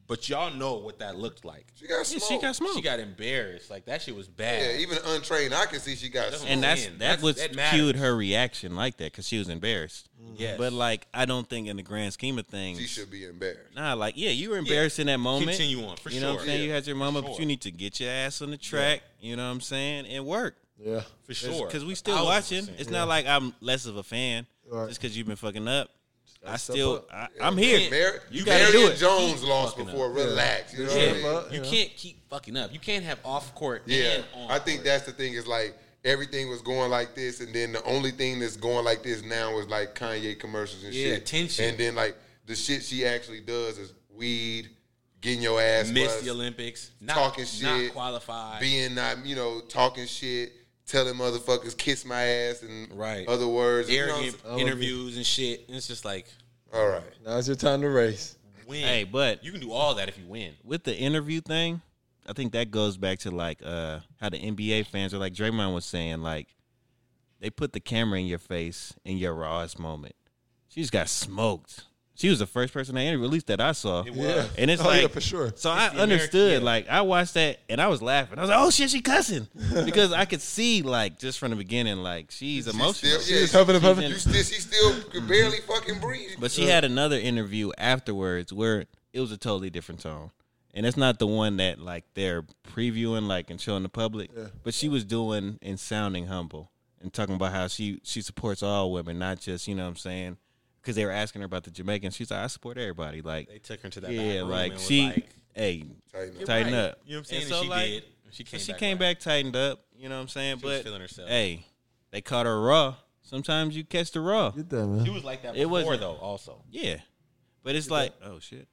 S4: but y'all know what that looked like.
S1: She got
S3: Yeah,
S1: smoked.
S3: she got smoked.
S4: She got embarrassed. Like that shit was bad.
S1: Yeah, even untrained, I can see she got
S4: That's
S1: smoked.
S3: and that's
S4: Man,
S3: that
S4: that's-
S3: was
S4: that matters.
S3: cued her reaction like that because she was embarrassed.
S4: Yes.
S3: but like I don't think in the grand scheme of things,
S1: she should be embarrassed.
S3: nah, like yeah, you were embarrassed in that moment.
S4: Continue on, for
S3: you know what
S4: sure.
S3: I'm saying?
S4: Yeah,
S3: you had your mama,
S4: for
S3: but
S4: sure.
S3: you need to get your ass on the track. You know what I'm saying? And work
S2: yeah,
S4: for sure.
S3: because we still
S4: 1000%.
S3: watching. It's not like I'm less of a fan
S2: Right.
S3: just because you've been fucking up. I
S2: step
S3: still,
S2: up.
S3: I, I'm here.
S1: Mar-
S3: you
S1: Marion
S3: gotta do it.
S1: Jones
S4: Keep
S1: lost
S4: fucking
S1: before. Relax. You know
S2: Yeah.
S1: what I mean?
S2: Fuck,
S4: You
S2: yeah.
S4: can't keep fucking up. You can't have off court.
S1: Yeah,
S4: and on
S1: I think
S4: court.
S1: that's the thing. Is like everything was going like this, and then the only thing that's going like this now is like Kanye commercials and
S4: Yeah,
S1: shit.
S4: tension.
S1: And then like the shit she actually does is weed, getting your ass
S4: missed
S1: bust,
S4: the Olympics, not,
S1: talking
S4: not
S1: shit,
S4: qualified.
S1: being not you know talking shit, telling motherfuckers kiss my ass and
S4: Right.
S1: other words. you know what I'm
S4: arrogant
S2: I'm-
S4: interviews and shit. And it's just like
S1: saying? All right,
S2: now it's your time to race.
S4: win.
S3: Hey, but-
S4: you can do all that if you win.
S3: with the interview thing, I think that goes back to like uh how the NBA fans are like Draymond was saying, like they put the camera in your face in your rawest moment. She just got smoked. She was the first person they interviewed, at least that I saw.
S2: Yeah,
S3: And it's
S2: oh,
S3: like
S2: yeah, for sure.
S3: So I understood, like I watched that and I was laughing. I was like, "Oh shit, she cussing," because I could see, like, just from the beginning, like she's
S1: She still,
S3: emotional.
S2: She was
S1: yeah,
S2: huffing and puffing.
S1: you still, she still could barely fucking breathe.
S3: But she had another interview afterwards where it was a totally different tone. And it's not the one that like they're previewing like and showing the public. But she was doing and sounding humble and talking about how she she supports all women, not just, you know what I'm saying? Cuz they were asking her about the Jamaicans. She's like I support everybody like
S4: They took her to that
S3: yeah, like she hey,
S1: Tighten
S3: tighten,
S1: up.
S4: Right.
S3: up.
S4: You know what I'm saying?
S3: And
S4: And
S3: so,
S4: she
S3: like,
S4: did. She came.
S3: she
S4: back
S3: came
S4: right.
S3: back tightened up, you know what I'm saying?
S4: was
S3: but
S4: feeling herself.
S3: hey, they caught her raw. Sometimes you catch the raw.
S2: Get that
S4: She
S2: man.
S4: was like that
S3: It
S4: before
S3: wasn't-
S4: though. Also,
S3: Yeah. But it's like, oh shit.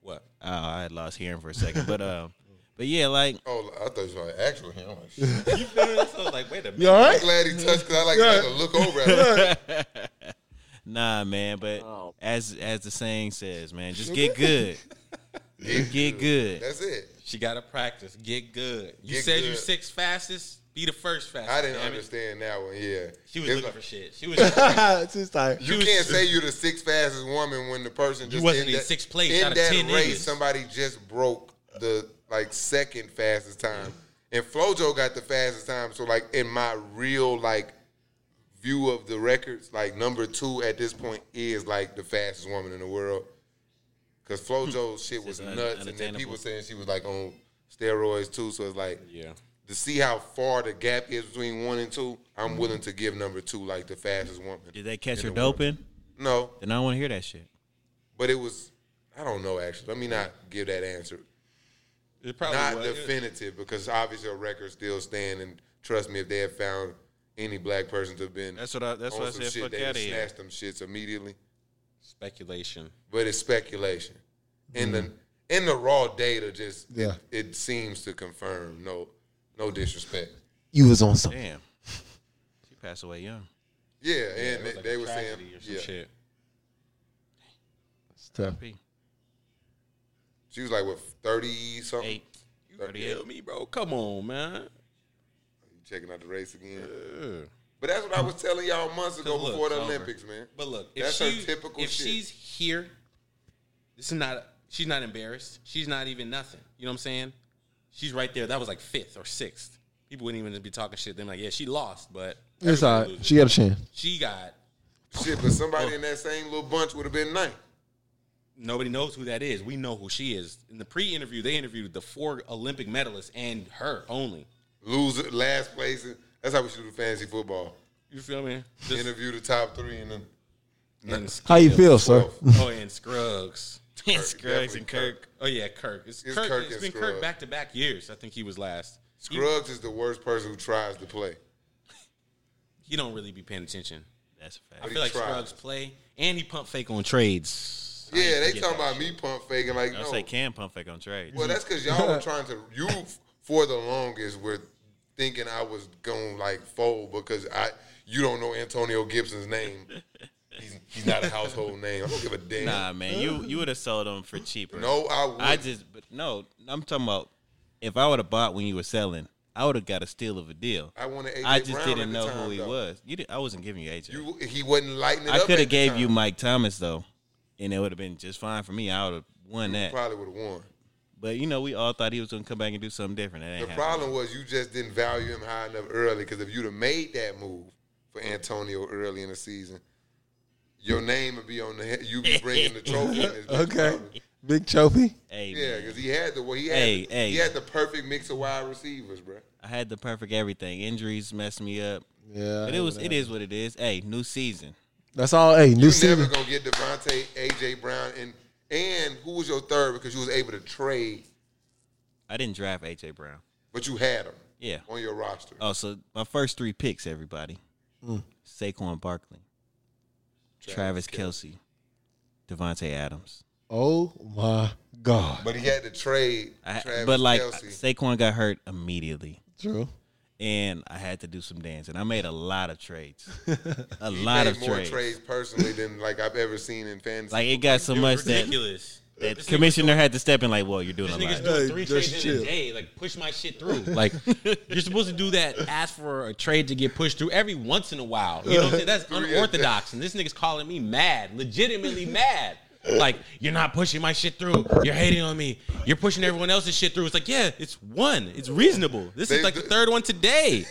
S4: what?
S3: Oh, I had lost hearing for a second, but um, but yeah, like
S1: Oh, I thought you was actually him. Like, shit.
S4: You feel me? That's what I was like, wait a minute.
S2: You all
S1: I'm
S2: right?
S1: glad he touched because I like to look over at him.
S3: nah, man. But as as the saying says, man, just get good, get good.
S1: That's it.
S4: She got to practice. Get good. You
S1: Get
S4: said
S1: good.
S4: you sixth fastest. Be the first fastest.
S1: I didn't
S4: damn it.
S1: understand that one. Yeah,
S4: She was
S1: It's
S4: looking
S1: like-
S4: for shit. She was. she
S2: it's just like
S1: You
S4: was-
S1: can't say you're the sixth fastest woman when the person just
S4: wasn't
S1: in
S4: in
S1: that,
S4: sixth place
S1: in
S4: out of
S1: that
S4: 10
S1: race.
S4: niggas.
S1: Somebody just broke the like second fastest time, and FloJo got the fastest time. So like in my real like view of the records, like number two at this point is like the fastest woman in the world. Because FloJo's shit was
S3: It's un-
S1: nuts, and then
S3: unattainable.
S1: people saying she was like on steroids too. So it's like
S4: Yeah.
S1: to see how far the gap is between one and two. I'm willing to give number two like the fastest woman.
S3: Did they catch her
S1: in the world.
S3: doping?
S1: No,
S3: Then I don't want to hear that shit.
S1: but it was I don't know actually. Let me not give that answer.
S4: It probably
S1: Not
S4: was.
S1: definitive because obviously a record still stand and trust me if they had found any black person to have been
S3: That's what I- that's
S1: on
S3: what I
S1: some
S3: said,
S1: shit,
S3: fuck
S1: they would
S3: outta here.
S1: snatch them shits immediately.
S4: speculation.
S1: But it's speculation. And the in the raw data just
S2: Yeah.
S1: it, seems to confirm no no disrespect.
S2: you was on something.
S3: Damn, she passed away young.
S1: Yeah, and
S4: It was
S1: they,
S4: like
S1: they
S4: a
S1: were saying
S4: tragedy or some
S1: yeah.
S4: shit.
S2: It's tough.
S3: P.
S1: She was like what thirty something.
S3: Eight.
S4: You feel me, bro? Come on, man.
S1: You checking out the race again.
S4: Ugh.
S1: But that's what I was telling y'all months ago
S4: Cause look,
S1: before the
S4: it's over.
S1: Olympics, man.
S4: But look, if
S1: that's
S4: she,
S1: her typical
S4: if
S1: shit.
S4: she's here, this is not. She's not embarrassed. She's not even nothing. You know what I'm saying? She's right there. That was like fifth or sixth. People wouldn't even be talking shit. They're like, yeah, she lost, but
S2: It's all right.
S4: everybody loses.
S2: She got a chance.
S4: she got.
S1: shit, but
S3: Oh.
S1: somebody in that same little bunch would have been ninth.
S4: Nobody knows who that is. We know who she is. In the pre-interview, they interviewed the four Olympic medalists and her only.
S1: Loser, last place. and- That's how we should do fantasy football.
S4: You feel me? Just-
S1: Interview the top three and then
S4: and
S2: How you feel, sir?
S1: twelve.
S4: oh, and Scruggs.
S3: It's Scruggs
S1: definitely
S3: and Kirk.
S4: Oh yeah, Kirk. It's,
S1: It's
S4: Kirk.
S1: Kirk
S4: It's
S1: and
S4: been Kirk
S1: Scruggs.
S4: back to back years. I think he was last.
S1: Scruggs is the worst person who tries to play.
S4: He don't really be paying attention.
S3: That's a
S4: I
S3: fact.
S1: he
S4: feel like
S1: tries.
S4: Scruggs play and he pump fake on trades. I
S1: Yeah,
S4: ain't
S1: they
S4: forget
S1: talking
S4: that.
S1: about me pump faking like
S3: I
S1: no.
S3: say can pump fake on trade.
S1: Well, that's because y'all were trying to. You for the longest were thinking I was gonna like fold because I you don't know Antonio Gibson's name. He's, he's not a household name. I don't give a damn.
S3: Nah, man, you you would have sold them for cheaper.
S1: No, I would.
S3: I just but no, I'm talking about if I would have bought when you were selling, I would have got a steal of a deal.
S1: I wanted AJ
S3: I just
S1: Brown at
S3: didn't
S1: the
S3: know
S1: time,
S3: who he
S1: though.
S3: was. You did, I wasn't giving you AJ.
S1: You he wasn't lighting it
S3: I
S1: up.
S3: could
S1: at the
S3: have gave
S1: time.
S3: you Mike Thomas though, and it would have been just fine for me. I would have won that.
S1: Probably would have won.
S3: But you know, we all thought he was gonna come back and do something different. That ain't
S1: The
S3: happening.
S1: problem was you just didn't value him high enough early because if you'd have made that move for Antonio early in the season, your name would be on the head. You'd be bringing the trophy. in his next
S2: Okay.
S1: round.
S2: Big trophy.
S3: Hey,
S1: Yeah,
S3: man,
S1: because he had the well, he had
S3: Hey,
S1: the,
S3: hey.
S1: he had the perfect mix of wide receivers, bro.
S3: I had the perfect everything. Injuries messed me up,
S2: Yeah.
S3: but it was it is what it is. Hey, new season.
S2: That's all. Hey, new
S1: You never
S2: season.
S1: gonna get Devontae, AJ Brown, and and who was your third because you was able to trade,
S3: I didn't draft AJ Brown.
S1: but you had him
S3: Yeah.
S1: on your roster.
S3: Oh, so my first three picks, everybody: Saquon Barkley, Travis, Kelsey, Devontae Adams.
S2: Oh my God.
S1: But he had to trade
S3: I,
S1: Travis
S3: but like
S1: Kelsey.
S3: Saquon got hurt immediately,
S2: True.
S3: and I had to do some dancing. I made a lot of trades, a lot
S1: made
S3: of
S1: more
S3: trades.
S1: personally than like I've ever seen in fantasy.
S3: Like it got so
S4: Dude,
S3: much that,
S4: ridiculous.
S3: that commissioner had to step in. Like, whoa, you're doing a
S4: This nigga's
S3: lot.
S4: doing
S2: Hey,
S4: three
S2: just
S4: trades in
S2: chill.
S4: a day. Like push my shit through. Like you're supposed to do that. Ask for a trade to get pushed through every once in a while. You know what I'm saying? That's unorthodox. And this nigga's calling me mad, legitimately mad. Like you're not pushing my shit through. You're hating on me. You're pushing everyone else's shit through. It's like yeah, it's one. It's reasonable. This
S1: They-
S4: is like the third one today.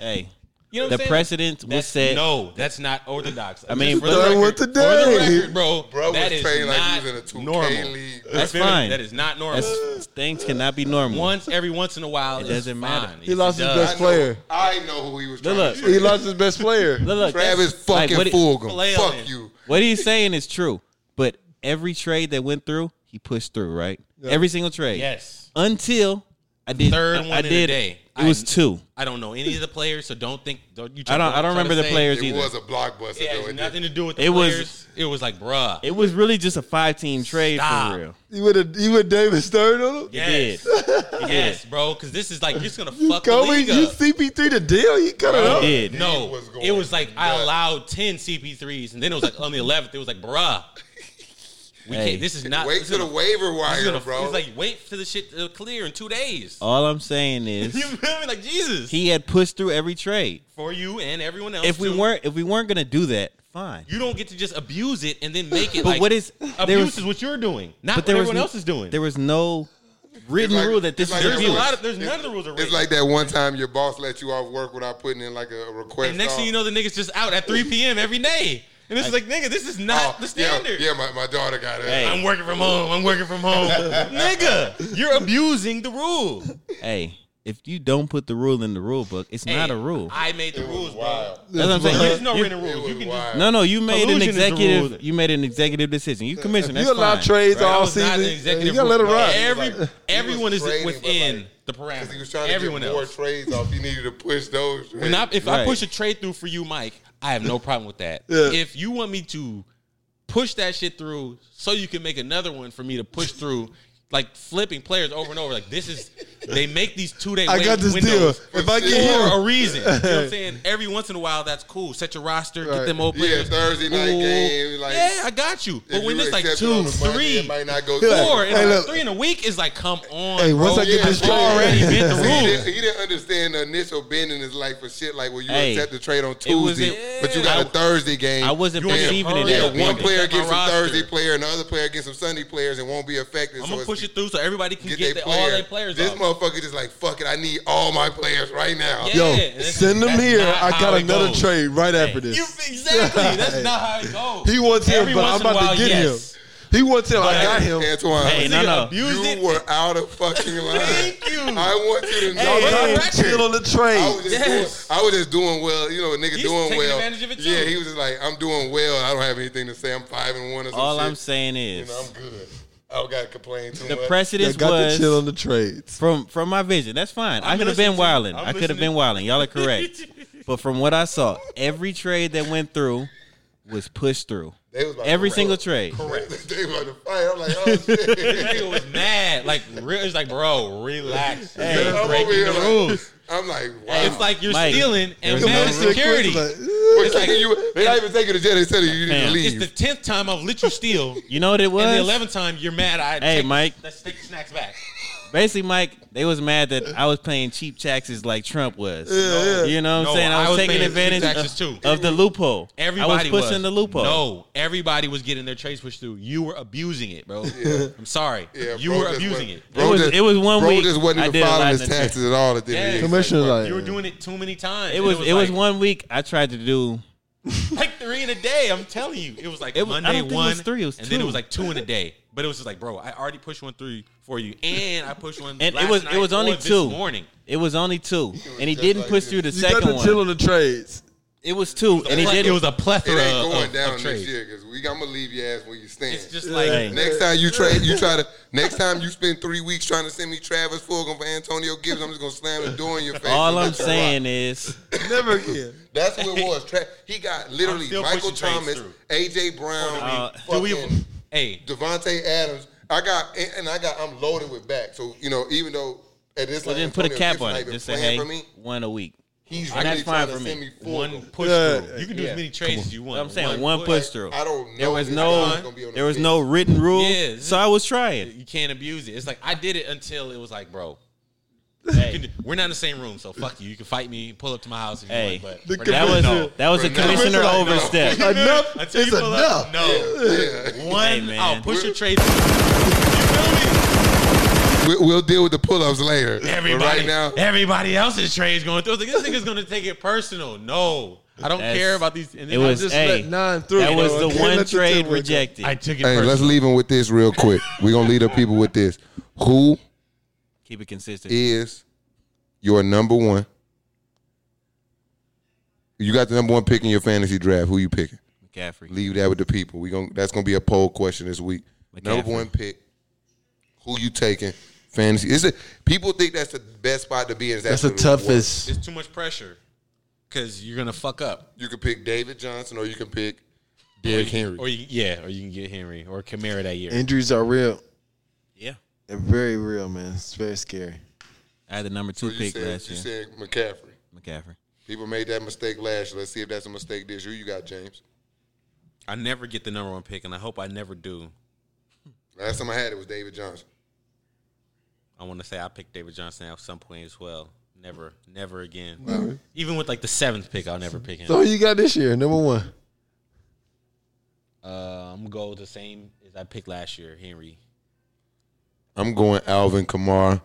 S3: Hey,
S4: You know what
S3: the
S4: I'm saying?
S3: precedent was
S4: That's-
S3: set.
S4: No, that's not orthodox. I
S3: mean,
S4: for the
S2: Third
S4: record,
S2: one
S4: for the
S2: today.
S4: record, bro,
S1: bro
S4: that
S1: was
S4: is
S1: playing like he
S4: not
S1: was in a two K
S4: normal.
S1: league.
S3: That's
S4: You feel me?
S3: fine.
S4: That is not normal.
S3: That's, things cannot be normal.
S4: Once every once in a while, it
S3: doesn't matter.
S2: He lost his best
S1: I know-
S2: player.
S1: I know who he was. Trying
S3: look.
S1: to
S2: He
S1: trade.
S2: lost his best player.
S3: Look, look,
S1: Travis
S3: that's- like,
S1: fucking
S3: what he-
S1: Fulgham.
S4: Play on
S1: Fuck
S4: it.
S1: you.
S3: What he's saying is true, but every trade that went through, he pushed through. Right, every single trade.
S4: Yes,
S3: Until I did
S4: Third
S3: I-
S4: one
S3: I
S4: in a
S3: did,
S4: day.
S3: It
S4: I-
S3: was two.
S4: I don't know any of the players, so don't think. Don't you?
S3: I don't. I
S4: try to
S3: don't remember the
S4: say
S3: players
S1: It
S3: either.
S1: was a blockbuster.
S4: It
S1: though.
S4: has
S1: It
S4: nothing to do with the
S3: It was-
S4: players. it was like, bruh.
S3: It was really just a five team trade
S4: Stop.
S3: for real.
S2: He would have. He would Davis third on him.
S4: yes, yes, bro. Because this is like you're just gonna fuck the
S2: Kobe,
S4: league
S2: you
S4: up.
S2: CP3 the deal. You cut it
S3: He
S2: up.
S3: did.
S4: no,
S1: He was going
S4: it was like I
S1: nuts.
S4: allowed ten CP3s, and then it was like on the eleventh, it was like, bruh, we
S3: Hey.
S4: can't. This is not.
S1: Wait
S4: this
S1: till
S4: is
S1: the
S4: a-
S1: waiver
S4: this is
S1: wire,
S4: a-
S1: bro.
S4: It's like wait for the shit to clear in two days.
S3: All I'm saying is
S4: you feel me? Like Jesus
S3: Oh. he had pushed through every trade.
S4: for you and everyone else.
S3: If we
S4: too.
S3: weren't if we weren't gonna do that, fine.
S4: you don't get to just abuse it and then make it.
S3: But
S4: like,
S3: what is- there
S4: abuse?
S3: was-
S4: is what you're doing, not
S3: But
S4: what
S3: there was
S4: everyone
S3: n-
S4: else is doing.
S3: There was no written
S1: It's like-
S3: rule that this
S1: it's
S3: is
S1: like
S4: there's a
S3: abuse.
S4: lot of there's none of the rules are
S1: it's
S4: written.
S1: like that one time your boss let you off work without putting in like a, a request.
S4: and next
S1: off.
S4: thing you know, the niggas just out at 3 p.m. every day, and it's like, nigga, this is not
S1: Oh,
S4: the
S1: yeah,
S4: standard.
S1: Yeah, my, my daughter got it.
S3: Hey.
S4: I'm working from home. I'm working from home, nigga. You're abusing the rule.
S3: hey, if you don't put the rule in the rule book, it's not
S4: Hey,
S3: a rule.
S4: I made the
S1: It was
S4: rules, bro.
S1: wild.
S3: That's what I'm saying.
S4: There's
S3: You-
S4: no
S3: you-
S4: written
S1: It
S4: rules.
S1: was
S4: You can just
S1: wild.
S3: no, no, you made an
S4: Collusion is the rule
S3: executive
S4: that-
S3: you made an executive decision. You commissioned
S2: You
S3: that's
S2: allow
S3: fine.
S2: trades
S4: That
S2: all
S4: was not an
S2: season. You
S4: executive
S2: gotta let it
S4: rule.
S2: ride.
S4: Every,
S1: Like,
S4: everyone
S1: he
S4: is
S1: was trading, but,
S4: within
S1: like,
S4: the
S1: 'Cause
S4: parameters.
S1: he was trying to
S4: everyone
S1: get more
S4: else.
S1: trades off. He needed to push those.
S4: When I,
S1: trades.
S4: if I
S3: Right.
S4: push a trade through for you, Mike, I have no problem with that.
S2: Yeah.
S4: If you want me to push that shit through so you can make another one for me to push through, like flipping players over and over, like this is They make these two day.
S2: I got this deal.
S4: windows
S2: If I get
S4: for
S2: him,
S4: a reason. You know what I'm saying? Every once in a while, that's cool. Set your roster,
S2: Right.
S4: get them old
S1: Yeah,
S4: players.
S1: Thursday night
S4: Ooh,
S1: game, like,
S4: yeah, I got you. But
S1: If
S4: when
S1: you
S4: it's like
S1: accept it
S4: two,
S1: on a Monday,
S4: three,
S1: it might not go
S2: Hey,
S4: four, and
S2: hey,
S4: like
S2: look.
S4: three in a week is like, come on.
S2: Hey, once
S4: bro.
S2: I get this
S4: I've
S2: trade-
S4: already bent
S1: See,
S4: the
S1: he,
S4: rules.
S1: didn't, he didn't understand the initial bend in his life for shit like when you
S3: Hey,
S1: accept the trade on
S3: it was
S1: Tuesday,
S3: a-
S1: but you got a
S3: I-
S1: Thursday game.
S3: I wasn't
S1: You only-
S3: perceiving it
S1: Yeah,
S3: as a
S1: one
S3: bend.
S1: player
S4: Check my
S1: gets some
S4: roster.
S1: Thursday player, and the other player gets some Sunday players, and won't be affected.
S4: I'm
S1: so
S4: gonna
S1: it's-
S4: push it through so everybody can get,
S1: get,
S4: the,
S1: their
S4: all
S1: player.
S4: their players.
S1: This
S4: off.
S1: motherfucker just like fuck it. I need all my players right now.
S4: Yeah.
S2: yo,
S4: that's-
S2: send him
S4: that's
S2: here.
S4: not
S2: I
S4: how
S2: got
S4: it
S2: another
S4: goes.
S2: trade right after
S4: You-
S2: this.
S4: exactly. That's not how it goes.
S2: He wants him,
S4: Every
S2: but I'm
S4: once in a
S2: about
S4: while,
S2: to get
S4: yes.
S2: him. He wants him. I got him.
S1: Antoine,
S3: Hey, no, no.
S1: you
S4: Used it.
S1: were out of fucking line.
S4: Thank you.
S1: I want you to know.
S4: Hey,
S1: I
S4: hey.
S1: was-
S2: Trying to chill on the trade.
S1: I was just
S4: Yes.
S1: doing. I was just doing well. You know, a nigga
S4: He's
S1: doing
S4: taking
S1: well.
S4: advantage of it, too.
S1: Yeah, he was just like, I'm doing well. I don't have anything to say. I'm five and one or some
S3: All
S1: shit.
S3: I'm saying
S1: You
S3: is
S1: know, I'm good. I don't gotta complain too
S3: the
S1: much.
S2: I
S3: precedence
S2: got
S3: was
S2: to chill on the trades.
S3: from from my vision. That's fine. i
S4: I'm
S3: could have been
S4: listening to you.
S3: wilding.
S4: I'm
S3: I could have
S4: listening.
S3: been wilding. Y'all are correct. but from what I saw, every trade that went through was pushed through.
S1: They was about to
S3: Every
S1: fight.
S3: single trade.
S1: Correct. they about to fight. I'm like, oh shit.
S4: Nigga was mad. Like, real, it's like, bro, relax. You're
S1: I'm over
S4: breaking
S1: here
S4: the
S1: like-
S4: rules.
S1: I'm like, wow.
S4: It's like you're
S3: Mike,
S4: stealing
S3: there's
S4: and
S3: no
S4: mad at security.
S2: Like,
S1: It's like you, they not even taking the jet. They said you need to
S3: Fam.
S1: leave.
S4: It's the tenth time I've let you steal, and
S3: You know what it was?
S4: the eleventh time you're mad. I
S3: Hey,
S4: take-
S3: Mike.
S4: let's take the snacks back.
S3: Basically, Mike, they was mad that I was paying cheap taxes like Trump was.
S2: yeah.
S3: You know what
S4: No,
S3: I'm saying? I was,
S4: I was
S3: taking
S4: paying cheap
S3: advantage
S4: taxes,
S3: of,
S4: too.
S3: of the loophole.
S4: Everybody
S3: I was pushing the loophole.
S4: No, everybody was getting their trades pushed through. You were abusing it, bro. I'm sorry,
S1: Yeah,
S4: you
S1: bro
S4: were
S1: just
S4: abusing
S1: went-
S4: it.
S1: bro
S3: It was- it was one
S1: bro
S3: week
S1: just wasn't
S3: I
S1: even
S3: did a lot
S1: filing
S3: in
S1: his
S3: the trade.
S1: taxes at all. At the end
S4: Yeah.
S1: of the year.
S2: Commissioner's
S1: It's
S2: like,
S4: You were doing it too many times.
S3: It was it was,
S4: like,
S3: one week I tried to do
S4: like three in a day. I'm telling you, it was like
S3: It was- I don't
S4: Monday
S3: think it
S4: one,
S3: was three, it was
S4: and then it
S3: two.
S4: was like two in a day. But it was just like, bro, I already pushed one three for you, and I pushed one.
S3: and
S4: last
S3: it was
S4: night
S3: it was only
S4: or this
S3: two.
S4: morning.
S3: It was only two. And he
S1: just
S3: didn't
S1: like
S3: push
S1: this.
S3: through the
S2: you got
S3: second
S2: to chill
S3: one.
S2: on the trades.
S3: It was two. And he
S4: Like,
S3: didn't
S4: it was a
S1: it
S4: plethora
S1: ain't
S4: of,
S1: going
S4: of
S1: down this
S4: trades.
S1: year because we. I'm gonna leave your ass where you stand.
S4: It's just like
S3: Hey.
S1: Next time you trade, you try to. Next time you spend three weeks trying to send me Travis Fulgham for Antonio Gibbs, I'm just gonna slam the door in your face.
S3: All
S1: and
S3: I'm
S1: let you
S3: saying
S1: rock.
S3: is
S2: Never again.
S1: that's what it was. Tra- he got
S4: I'm
S1: literally
S4: still
S1: Michael
S4: pushing
S1: Thomas,
S4: trades through.
S1: AJ Brown,
S3: Uh,
S4: do we-
S1: fucking
S4: hey,
S1: Devontae Adams. I got and- and I got. I'm loaded with back. So you know, even though at this
S3: well,
S1: point,
S3: then put a
S1: Antonio Gibson
S3: cap on
S1: ain't
S3: it.
S1: been
S3: Just say,
S1: playing
S3: hey,
S1: for me.
S3: one a week.
S1: He's
S3: And
S1: really
S3: that's
S1: trying
S3: fine
S1: to
S3: for me.
S1: send me Fulgham.
S4: one push
S2: Yeah.
S4: through. You can do as many trades as you want.
S3: I'm saying one push through.
S1: I don't know.
S3: There was
S1: if
S3: no
S1: he's gonna be on the
S3: there was
S1: pitch.
S3: no written rule.
S4: Yeah.
S3: So I was trying.
S4: You can't abuse it. It's like I did it until it was like, bro,
S3: Hey.
S4: we're not in the same room, so fuck you. You can fight me, pull up to my house if you
S3: Hey,
S4: want.
S2: The
S4: But
S2: com-
S3: that was
S4: no.
S3: that was a
S1: Right now.
S3: commissioner
S2: Right now.
S3: overstep.
S2: Enough
S4: Until
S2: is
S4: you pull up,
S2: enough.
S4: no.
S1: Yeah.
S3: Hey,
S4: One,
S3: man.
S4: I'll push your trades. You feel me?
S1: We, we'll deal with the pull-ups later. But
S4: Everybody,
S1: right now,
S4: everybody else's trades going through. I was like, this nigga's gonna take it personal. No, I don't
S3: That's-
S4: care about these. And then
S3: It
S4: I
S3: was
S2: just
S3: hey,
S2: let nine through,
S3: That
S2: you
S3: was
S2: know, I
S3: the
S2: can't
S3: one
S2: let the ten
S3: trade
S2: win go.
S3: rejected.
S4: I took it
S1: hey, let's
S4: personal.
S1: leave him with this real quick. We're gonna leave the people with this. Who
S3: Keep it consistent.
S1: is your number one? You got the number one pick in your fantasy draft. Who you picking?
S3: McCaffrey.
S1: Leave that with the people. We going that's gonna be a poll question this week. Number
S3: McCaffrey.
S1: one pick. Who you taking? Fantasy. Is it people think that's the best spot to be in?
S2: That's the
S1: actually worst.
S2: toughest.
S4: It's too much pressure because you're gonna fuck up.
S1: You can pick David Johnson or you can pick Derrick Henry.
S4: Or you, yeah, or you can get Henry or Kamara that year.
S2: Injuries are real.
S3: Yeah.
S2: They're very real, man. It's very scary.
S3: I had the number
S1: So
S3: two
S1: you
S3: pick
S1: said,
S3: last
S1: you said
S3: year.
S1: McCaffrey.
S3: McCaffrey.
S1: People made that mistake last year. Let's see if that's a mistake this year. Who you got, James?
S4: I never get the number one pick, and I hope I never do.
S1: Last time I had it was David Johnson.
S4: I want to say I picked David Johnson at some point as well. Never, never again. Even with like the seventh pick, I'll never pick him.
S2: So who you got this year? Number one.
S4: Uh, I'm gonna go the same as I picked last year, Henry.
S1: I'm going Alvin Kamara.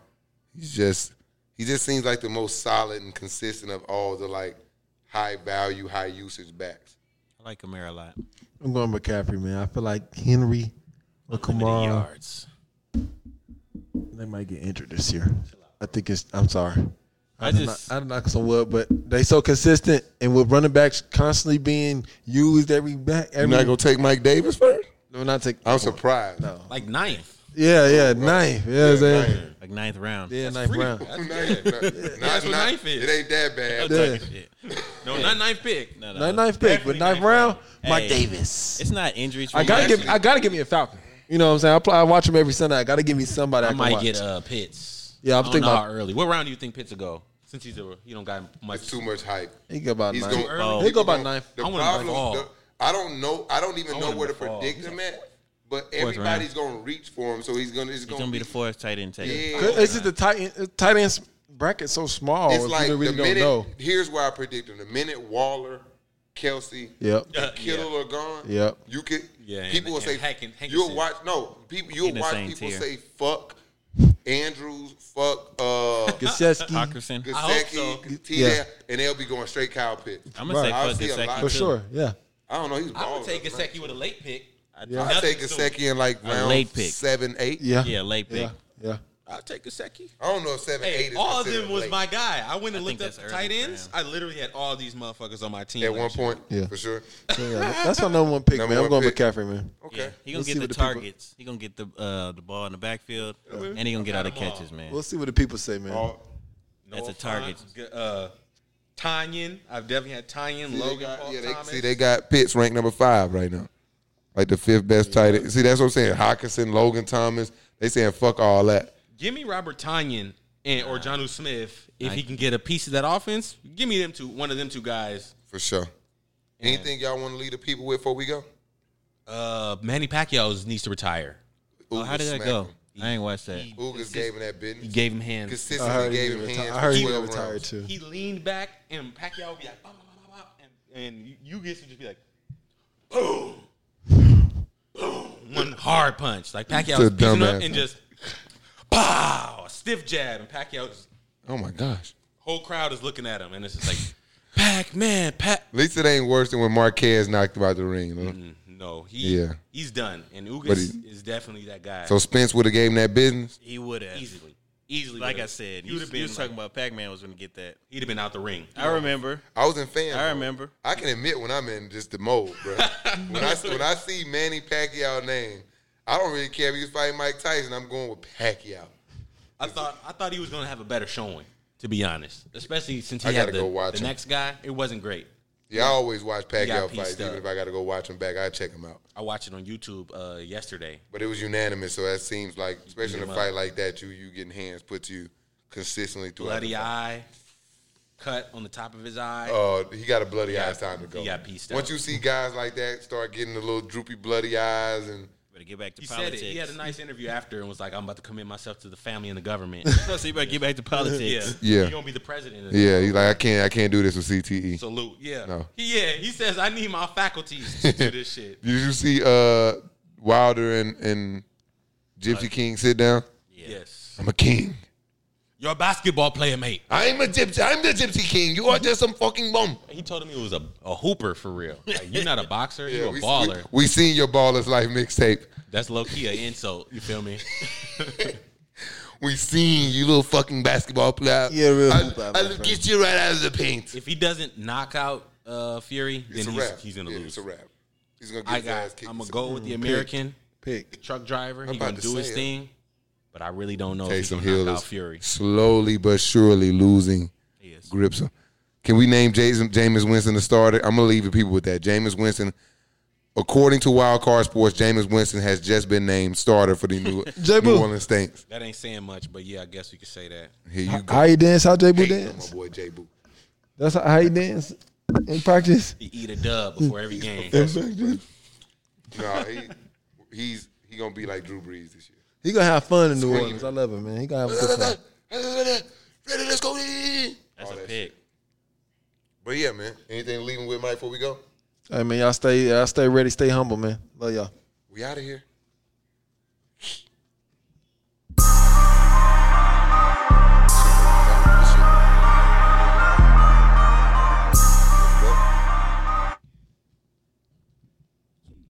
S1: He's just he just seems like the most solid and consistent of all the like high value, high usage backs.
S3: I like Kamara a lot.
S2: I'm going McCaffrey, man. I feel like Henry or
S4: Many
S2: Kamara,
S4: yards.
S2: they might get injured this year. I think it's. I'm sorry. I,
S3: I
S2: did
S3: just-
S2: not, I don't knock some wood, but they so consistent, and with running backs constantly being used every back, every.
S1: You're not gonna take Mike Davis first?
S2: no, not take.
S1: I'm surprised.
S2: No.
S4: Like ninth.
S2: Yeah, yeah, ninth. Yeah, yeah, ninth.
S1: Ninth.
S3: Like ninth round.
S2: yeah, ninth round.
S1: Ninth. Ninth.
S4: That's
S1: Ninth.
S4: what ninth is.
S1: It ain't that bad.
S2: Yeah.
S3: Yeah.
S4: No, not ninth pick. No,
S2: Ninth, ninth pick, but ninth round, Mike
S3: Hey.
S2: Davis.
S3: It's not injuries.
S2: I gotta
S1: Actually-
S2: give. I gotta give me a Falcon. You know what I'm saying? I, play, I watch him every Sunday. I gotta give me somebody. I,
S4: I
S2: can
S4: might
S2: watch.
S4: get uh Pitts.
S2: Yeah, I'm
S4: I don't
S2: thinking
S4: know
S2: about
S4: how early. What round do you think Pitts will go? Since he's a you don't got much.
S1: It's too much hype.
S2: he go about
S1: He's
S2: nine.
S1: going.
S3: Oh.
S2: He'll go about
S1: gonna-
S2: ninth.
S1: The
S4: I want him by
S1: problem,
S4: fall.
S1: the- I don't know. I don't even know
S4: want him
S1: where to
S4: by fall.
S1: predict
S4: He's
S1: him at. But everybody's gonna reach for him, so he's gonna. It's
S3: He's gonna be the fourth tight end taken.
S1: Yeah.
S2: Could- It's just the tight end, tight end's bracket so small.
S1: It's
S2: Oh, if
S1: like
S2: you really
S1: the
S2: don't
S1: minute.
S2: know.
S1: Here's where I predict him. The minute Waller, Kelsey,
S2: Yep.
S1: and Kittle are gone.
S2: Yep.
S1: You could.
S4: Yeah,
S1: People
S4: and-
S1: will say
S4: and Hankin-
S1: you'll
S4: Hankinson.
S1: watch. No, people. You'll
S3: In the
S1: watch
S3: same
S1: people
S3: tier.
S1: say fuck Andrews, fuck uh
S2: Gasecki.
S3: Hawkinson.
S1: Gasecki,
S4: I hope so.
S1: T.
S2: Yeah.
S1: and they'll be going straight Kyle Pitts.
S3: I'm gonna
S1: I'll
S3: say
S1: see a
S3: fuck
S1: lot-
S3: Gasecki
S2: For
S3: too.
S2: sure. Yeah.
S1: I don't know. He's
S4: I
S1: balling,
S4: would take
S1: man.
S4: Gasecki with a late pick. I'd
S2: Yeah.
S1: I'll take
S4: Nothing soon.
S1: Gasecki in like round
S3: late pick.
S1: seven, eight.
S2: Yeah.
S3: Yeah, late pick.
S2: Yeah. Yeah.
S4: I'll take Gasecki.
S1: I don't know if seven,
S4: Hey,
S1: eight is
S4: all of them
S1: considered
S4: was
S1: late.
S4: my guy. I went and
S3: I think
S4: looked
S3: that's
S4: up the
S3: early
S4: tight
S3: for
S4: ends.
S3: him.
S4: I literally had all these motherfuckers on my team.
S1: at one
S4: last year.
S1: point
S2: Yeah.
S1: for sure.
S2: So, yeah, that- That's my number one pick,
S1: Number
S2: man. I'm
S1: one
S2: going
S1: pick.
S2: with McCaffrey, man.
S1: Okay.
S3: Yeah, he gonna
S2: Let's see
S3: get the
S2: what the people-
S3: targets. he gonna get the uh, the ball in the backfield, and he gonna get all the
S4: Got 'em all.
S3: catches, man.
S2: We'll see what the people say, man.
S1: All-
S3: That's a
S4: Noah
S3: target.
S4: Fant, g- Uh, Tanyan. I've definitely had Tanyan,
S1: See, they
S4: Logan,
S1: got,
S4: Paul
S1: yeah, they,
S4: Thomas.
S1: see, they got Pitts ranked number five right now, like the fifth best tight end. See, that's what I'm saying. Hawkinson, Logan Thomas, they saying fuck all that.
S4: Give me Robert Tanyan and or Johnu Smith if he can get a piece of that offense. Give me them two, one of them two guys.
S1: For sure. Anything y'all want to leave the people with before we go?
S4: Uh, Manny Pacquiao needs to retire.
S3: Oh, how did that go? I ain't watched that.
S1: Ugas gave him that
S4: He
S1: business.
S4: gave him hands.
S1: Consistently
S2: I heard
S1: gave
S2: you
S1: him
S2: retired.
S1: hands.
S2: I heard
S1: for
S2: you
S1: 12
S2: retired
S1: rounds.
S2: too.
S4: He leaned back and Pacquiao would be like, bop, bop, bop, bop, and, and you get to just be like, boom, boom, one hard punch. Like Pacquiao
S1: It's a
S4: was piecing up
S1: dumbass.
S4: and just pow, a stiff jab, and Pacquiao just
S1: Oh my gosh.
S4: whole crowd is looking at him, and it's just like, Pac Man, Pac.
S1: At least it ain't worse than when Marquez knocked him out the ring. huh?
S4: Mm-hmm. No, he
S1: Yeah.
S4: he's done, and
S1: But
S4: Ugas
S1: he-
S4: is definitely that guy.
S1: So Spence would have gave him that business.
S3: He would have
S4: easily, easily.
S3: Like
S4: would've-
S3: I said,
S4: he
S3: you,
S4: would
S3: you
S4: have been.
S3: was
S4: like,
S3: talking about Pac Man was gonna get that.
S4: he'd have been out the ring.
S3: I remember.
S1: I was in fan.
S3: I
S1: mode.
S3: remember.
S1: I can admit when I'm in just the mode, bro. when I when I see Manny Pacquiao name, I don't really care if he's fighting Mike Tyson. I'm going with Pacquiao.
S4: I thought I thought he was gonna have a better showing, to be honest. Especially since
S1: I
S4: he
S1: gotta
S4: had the,
S1: go watch
S4: the
S1: him.
S4: next guy. It wasn't great.
S1: Yeah, I always watch Pacquiao
S4: got pieced
S1: fights, even
S4: up.
S1: if I got to go watch him back. I check him out.
S4: I watched it on YouTube uh, yesterday.
S1: But it was unanimous, so that seems like, especially in
S4: him
S1: a
S4: up.
S1: fight like that, you you getting hands put to you consistently throughout.
S4: Bloody
S1: the fight.
S4: eye, cut on the top of his eye.
S1: Uh, he got a bloody
S4: got-
S1: eye. It's time to go.
S4: he got pieced
S1: Once
S4: up.
S1: you see guys like that start getting the little droopy bloody eyes and
S3: Better get back to
S4: he
S3: politics.
S4: said it. He had a nice interview after and was like, "I'm about to commit myself to the family and the government."
S3: No, so you better get back to
S4: yeah,
S3: politics.
S1: Yeah.
S4: You're gonna be the president. Of the
S1: yeah, he's like I can't I can't do this with E. CTE.
S4: Salute. Yeah.
S1: No.
S4: He, yeah. He says, I need my faculties to do this shit.
S1: Did you see uh, Wilder and, and Gypsy King sit down?
S4: Yes.
S1: I'm a king.
S4: You're a basketball player, mate.
S1: I'm a gypsy. I'm the gypsy king. You are just some fucking bum.
S4: He told him he was a, a hooper for real. Like, you're not a boxer. you're a
S1: we,
S4: baller.
S1: We, we seen your baller's life mixtape.
S4: That's low key an insult. You feel me?
S1: We seen you little fucking basketball player.
S2: Yeah, real hoop,
S1: I,
S2: I'm
S1: I'll
S2: afraid.
S1: get you right out of the paint.
S4: if he doesn't knock out uh, Fury,
S1: It's
S4: then
S1: a
S4: he's,
S1: wrap.
S4: he's gonna
S1: Yeah, It's
S4: lose.
S1: a wrap. He's gonna get
S4: I
S1: his ass
S4: got.
S1: kicked.
S4: I'm gonna
S1: It's a-
S4: go with the American
S2: Pick.
S4: truck driver. He's
S1: about
S4: gonna
S1: to
S4: do his
S1: say,
S4: thing. But I really don't know if he's
S1: Taysom
S4: gonna
S1: Hill
S4: knock
S1: is
S4: out Fury.
S1: slowly but surely losing
S3: is.
S1: grips. Can we name Jason Jameis Winston the starter? I'm gonna leave the people with that. Jameis Winston, according to Wild Card Sports, Jameis Winston has just been named starter for the New, New
S2: Boo.
S1: Orleans Saints.
S4: That ain't saying much, but yeah, I guess we could say that.
S1: Here you go,
S2: How you dance? How J Boo
S1: Hating on my
S2: dance?
S1: boy J Boo.
S2: That's how you dance in practice.
S4: He eat a dub before every game.
S1: No, he he's he gonna be like Drew Brees this year.
S2: He gonna have fun in New
S1: Screaming.
S2: Orleans. I love him, man. He gonna have a good time.
S1: Ready, let's go.
S3: That's
S1: All
S3: a
S1: that
S3: pick.
S1: shit. But yeah, man. Anything leaving with Mike before we go?
S2: Hey man, y'all stay, y'all stay ready, stay humble, man. Love y'all.
S1: We out of here.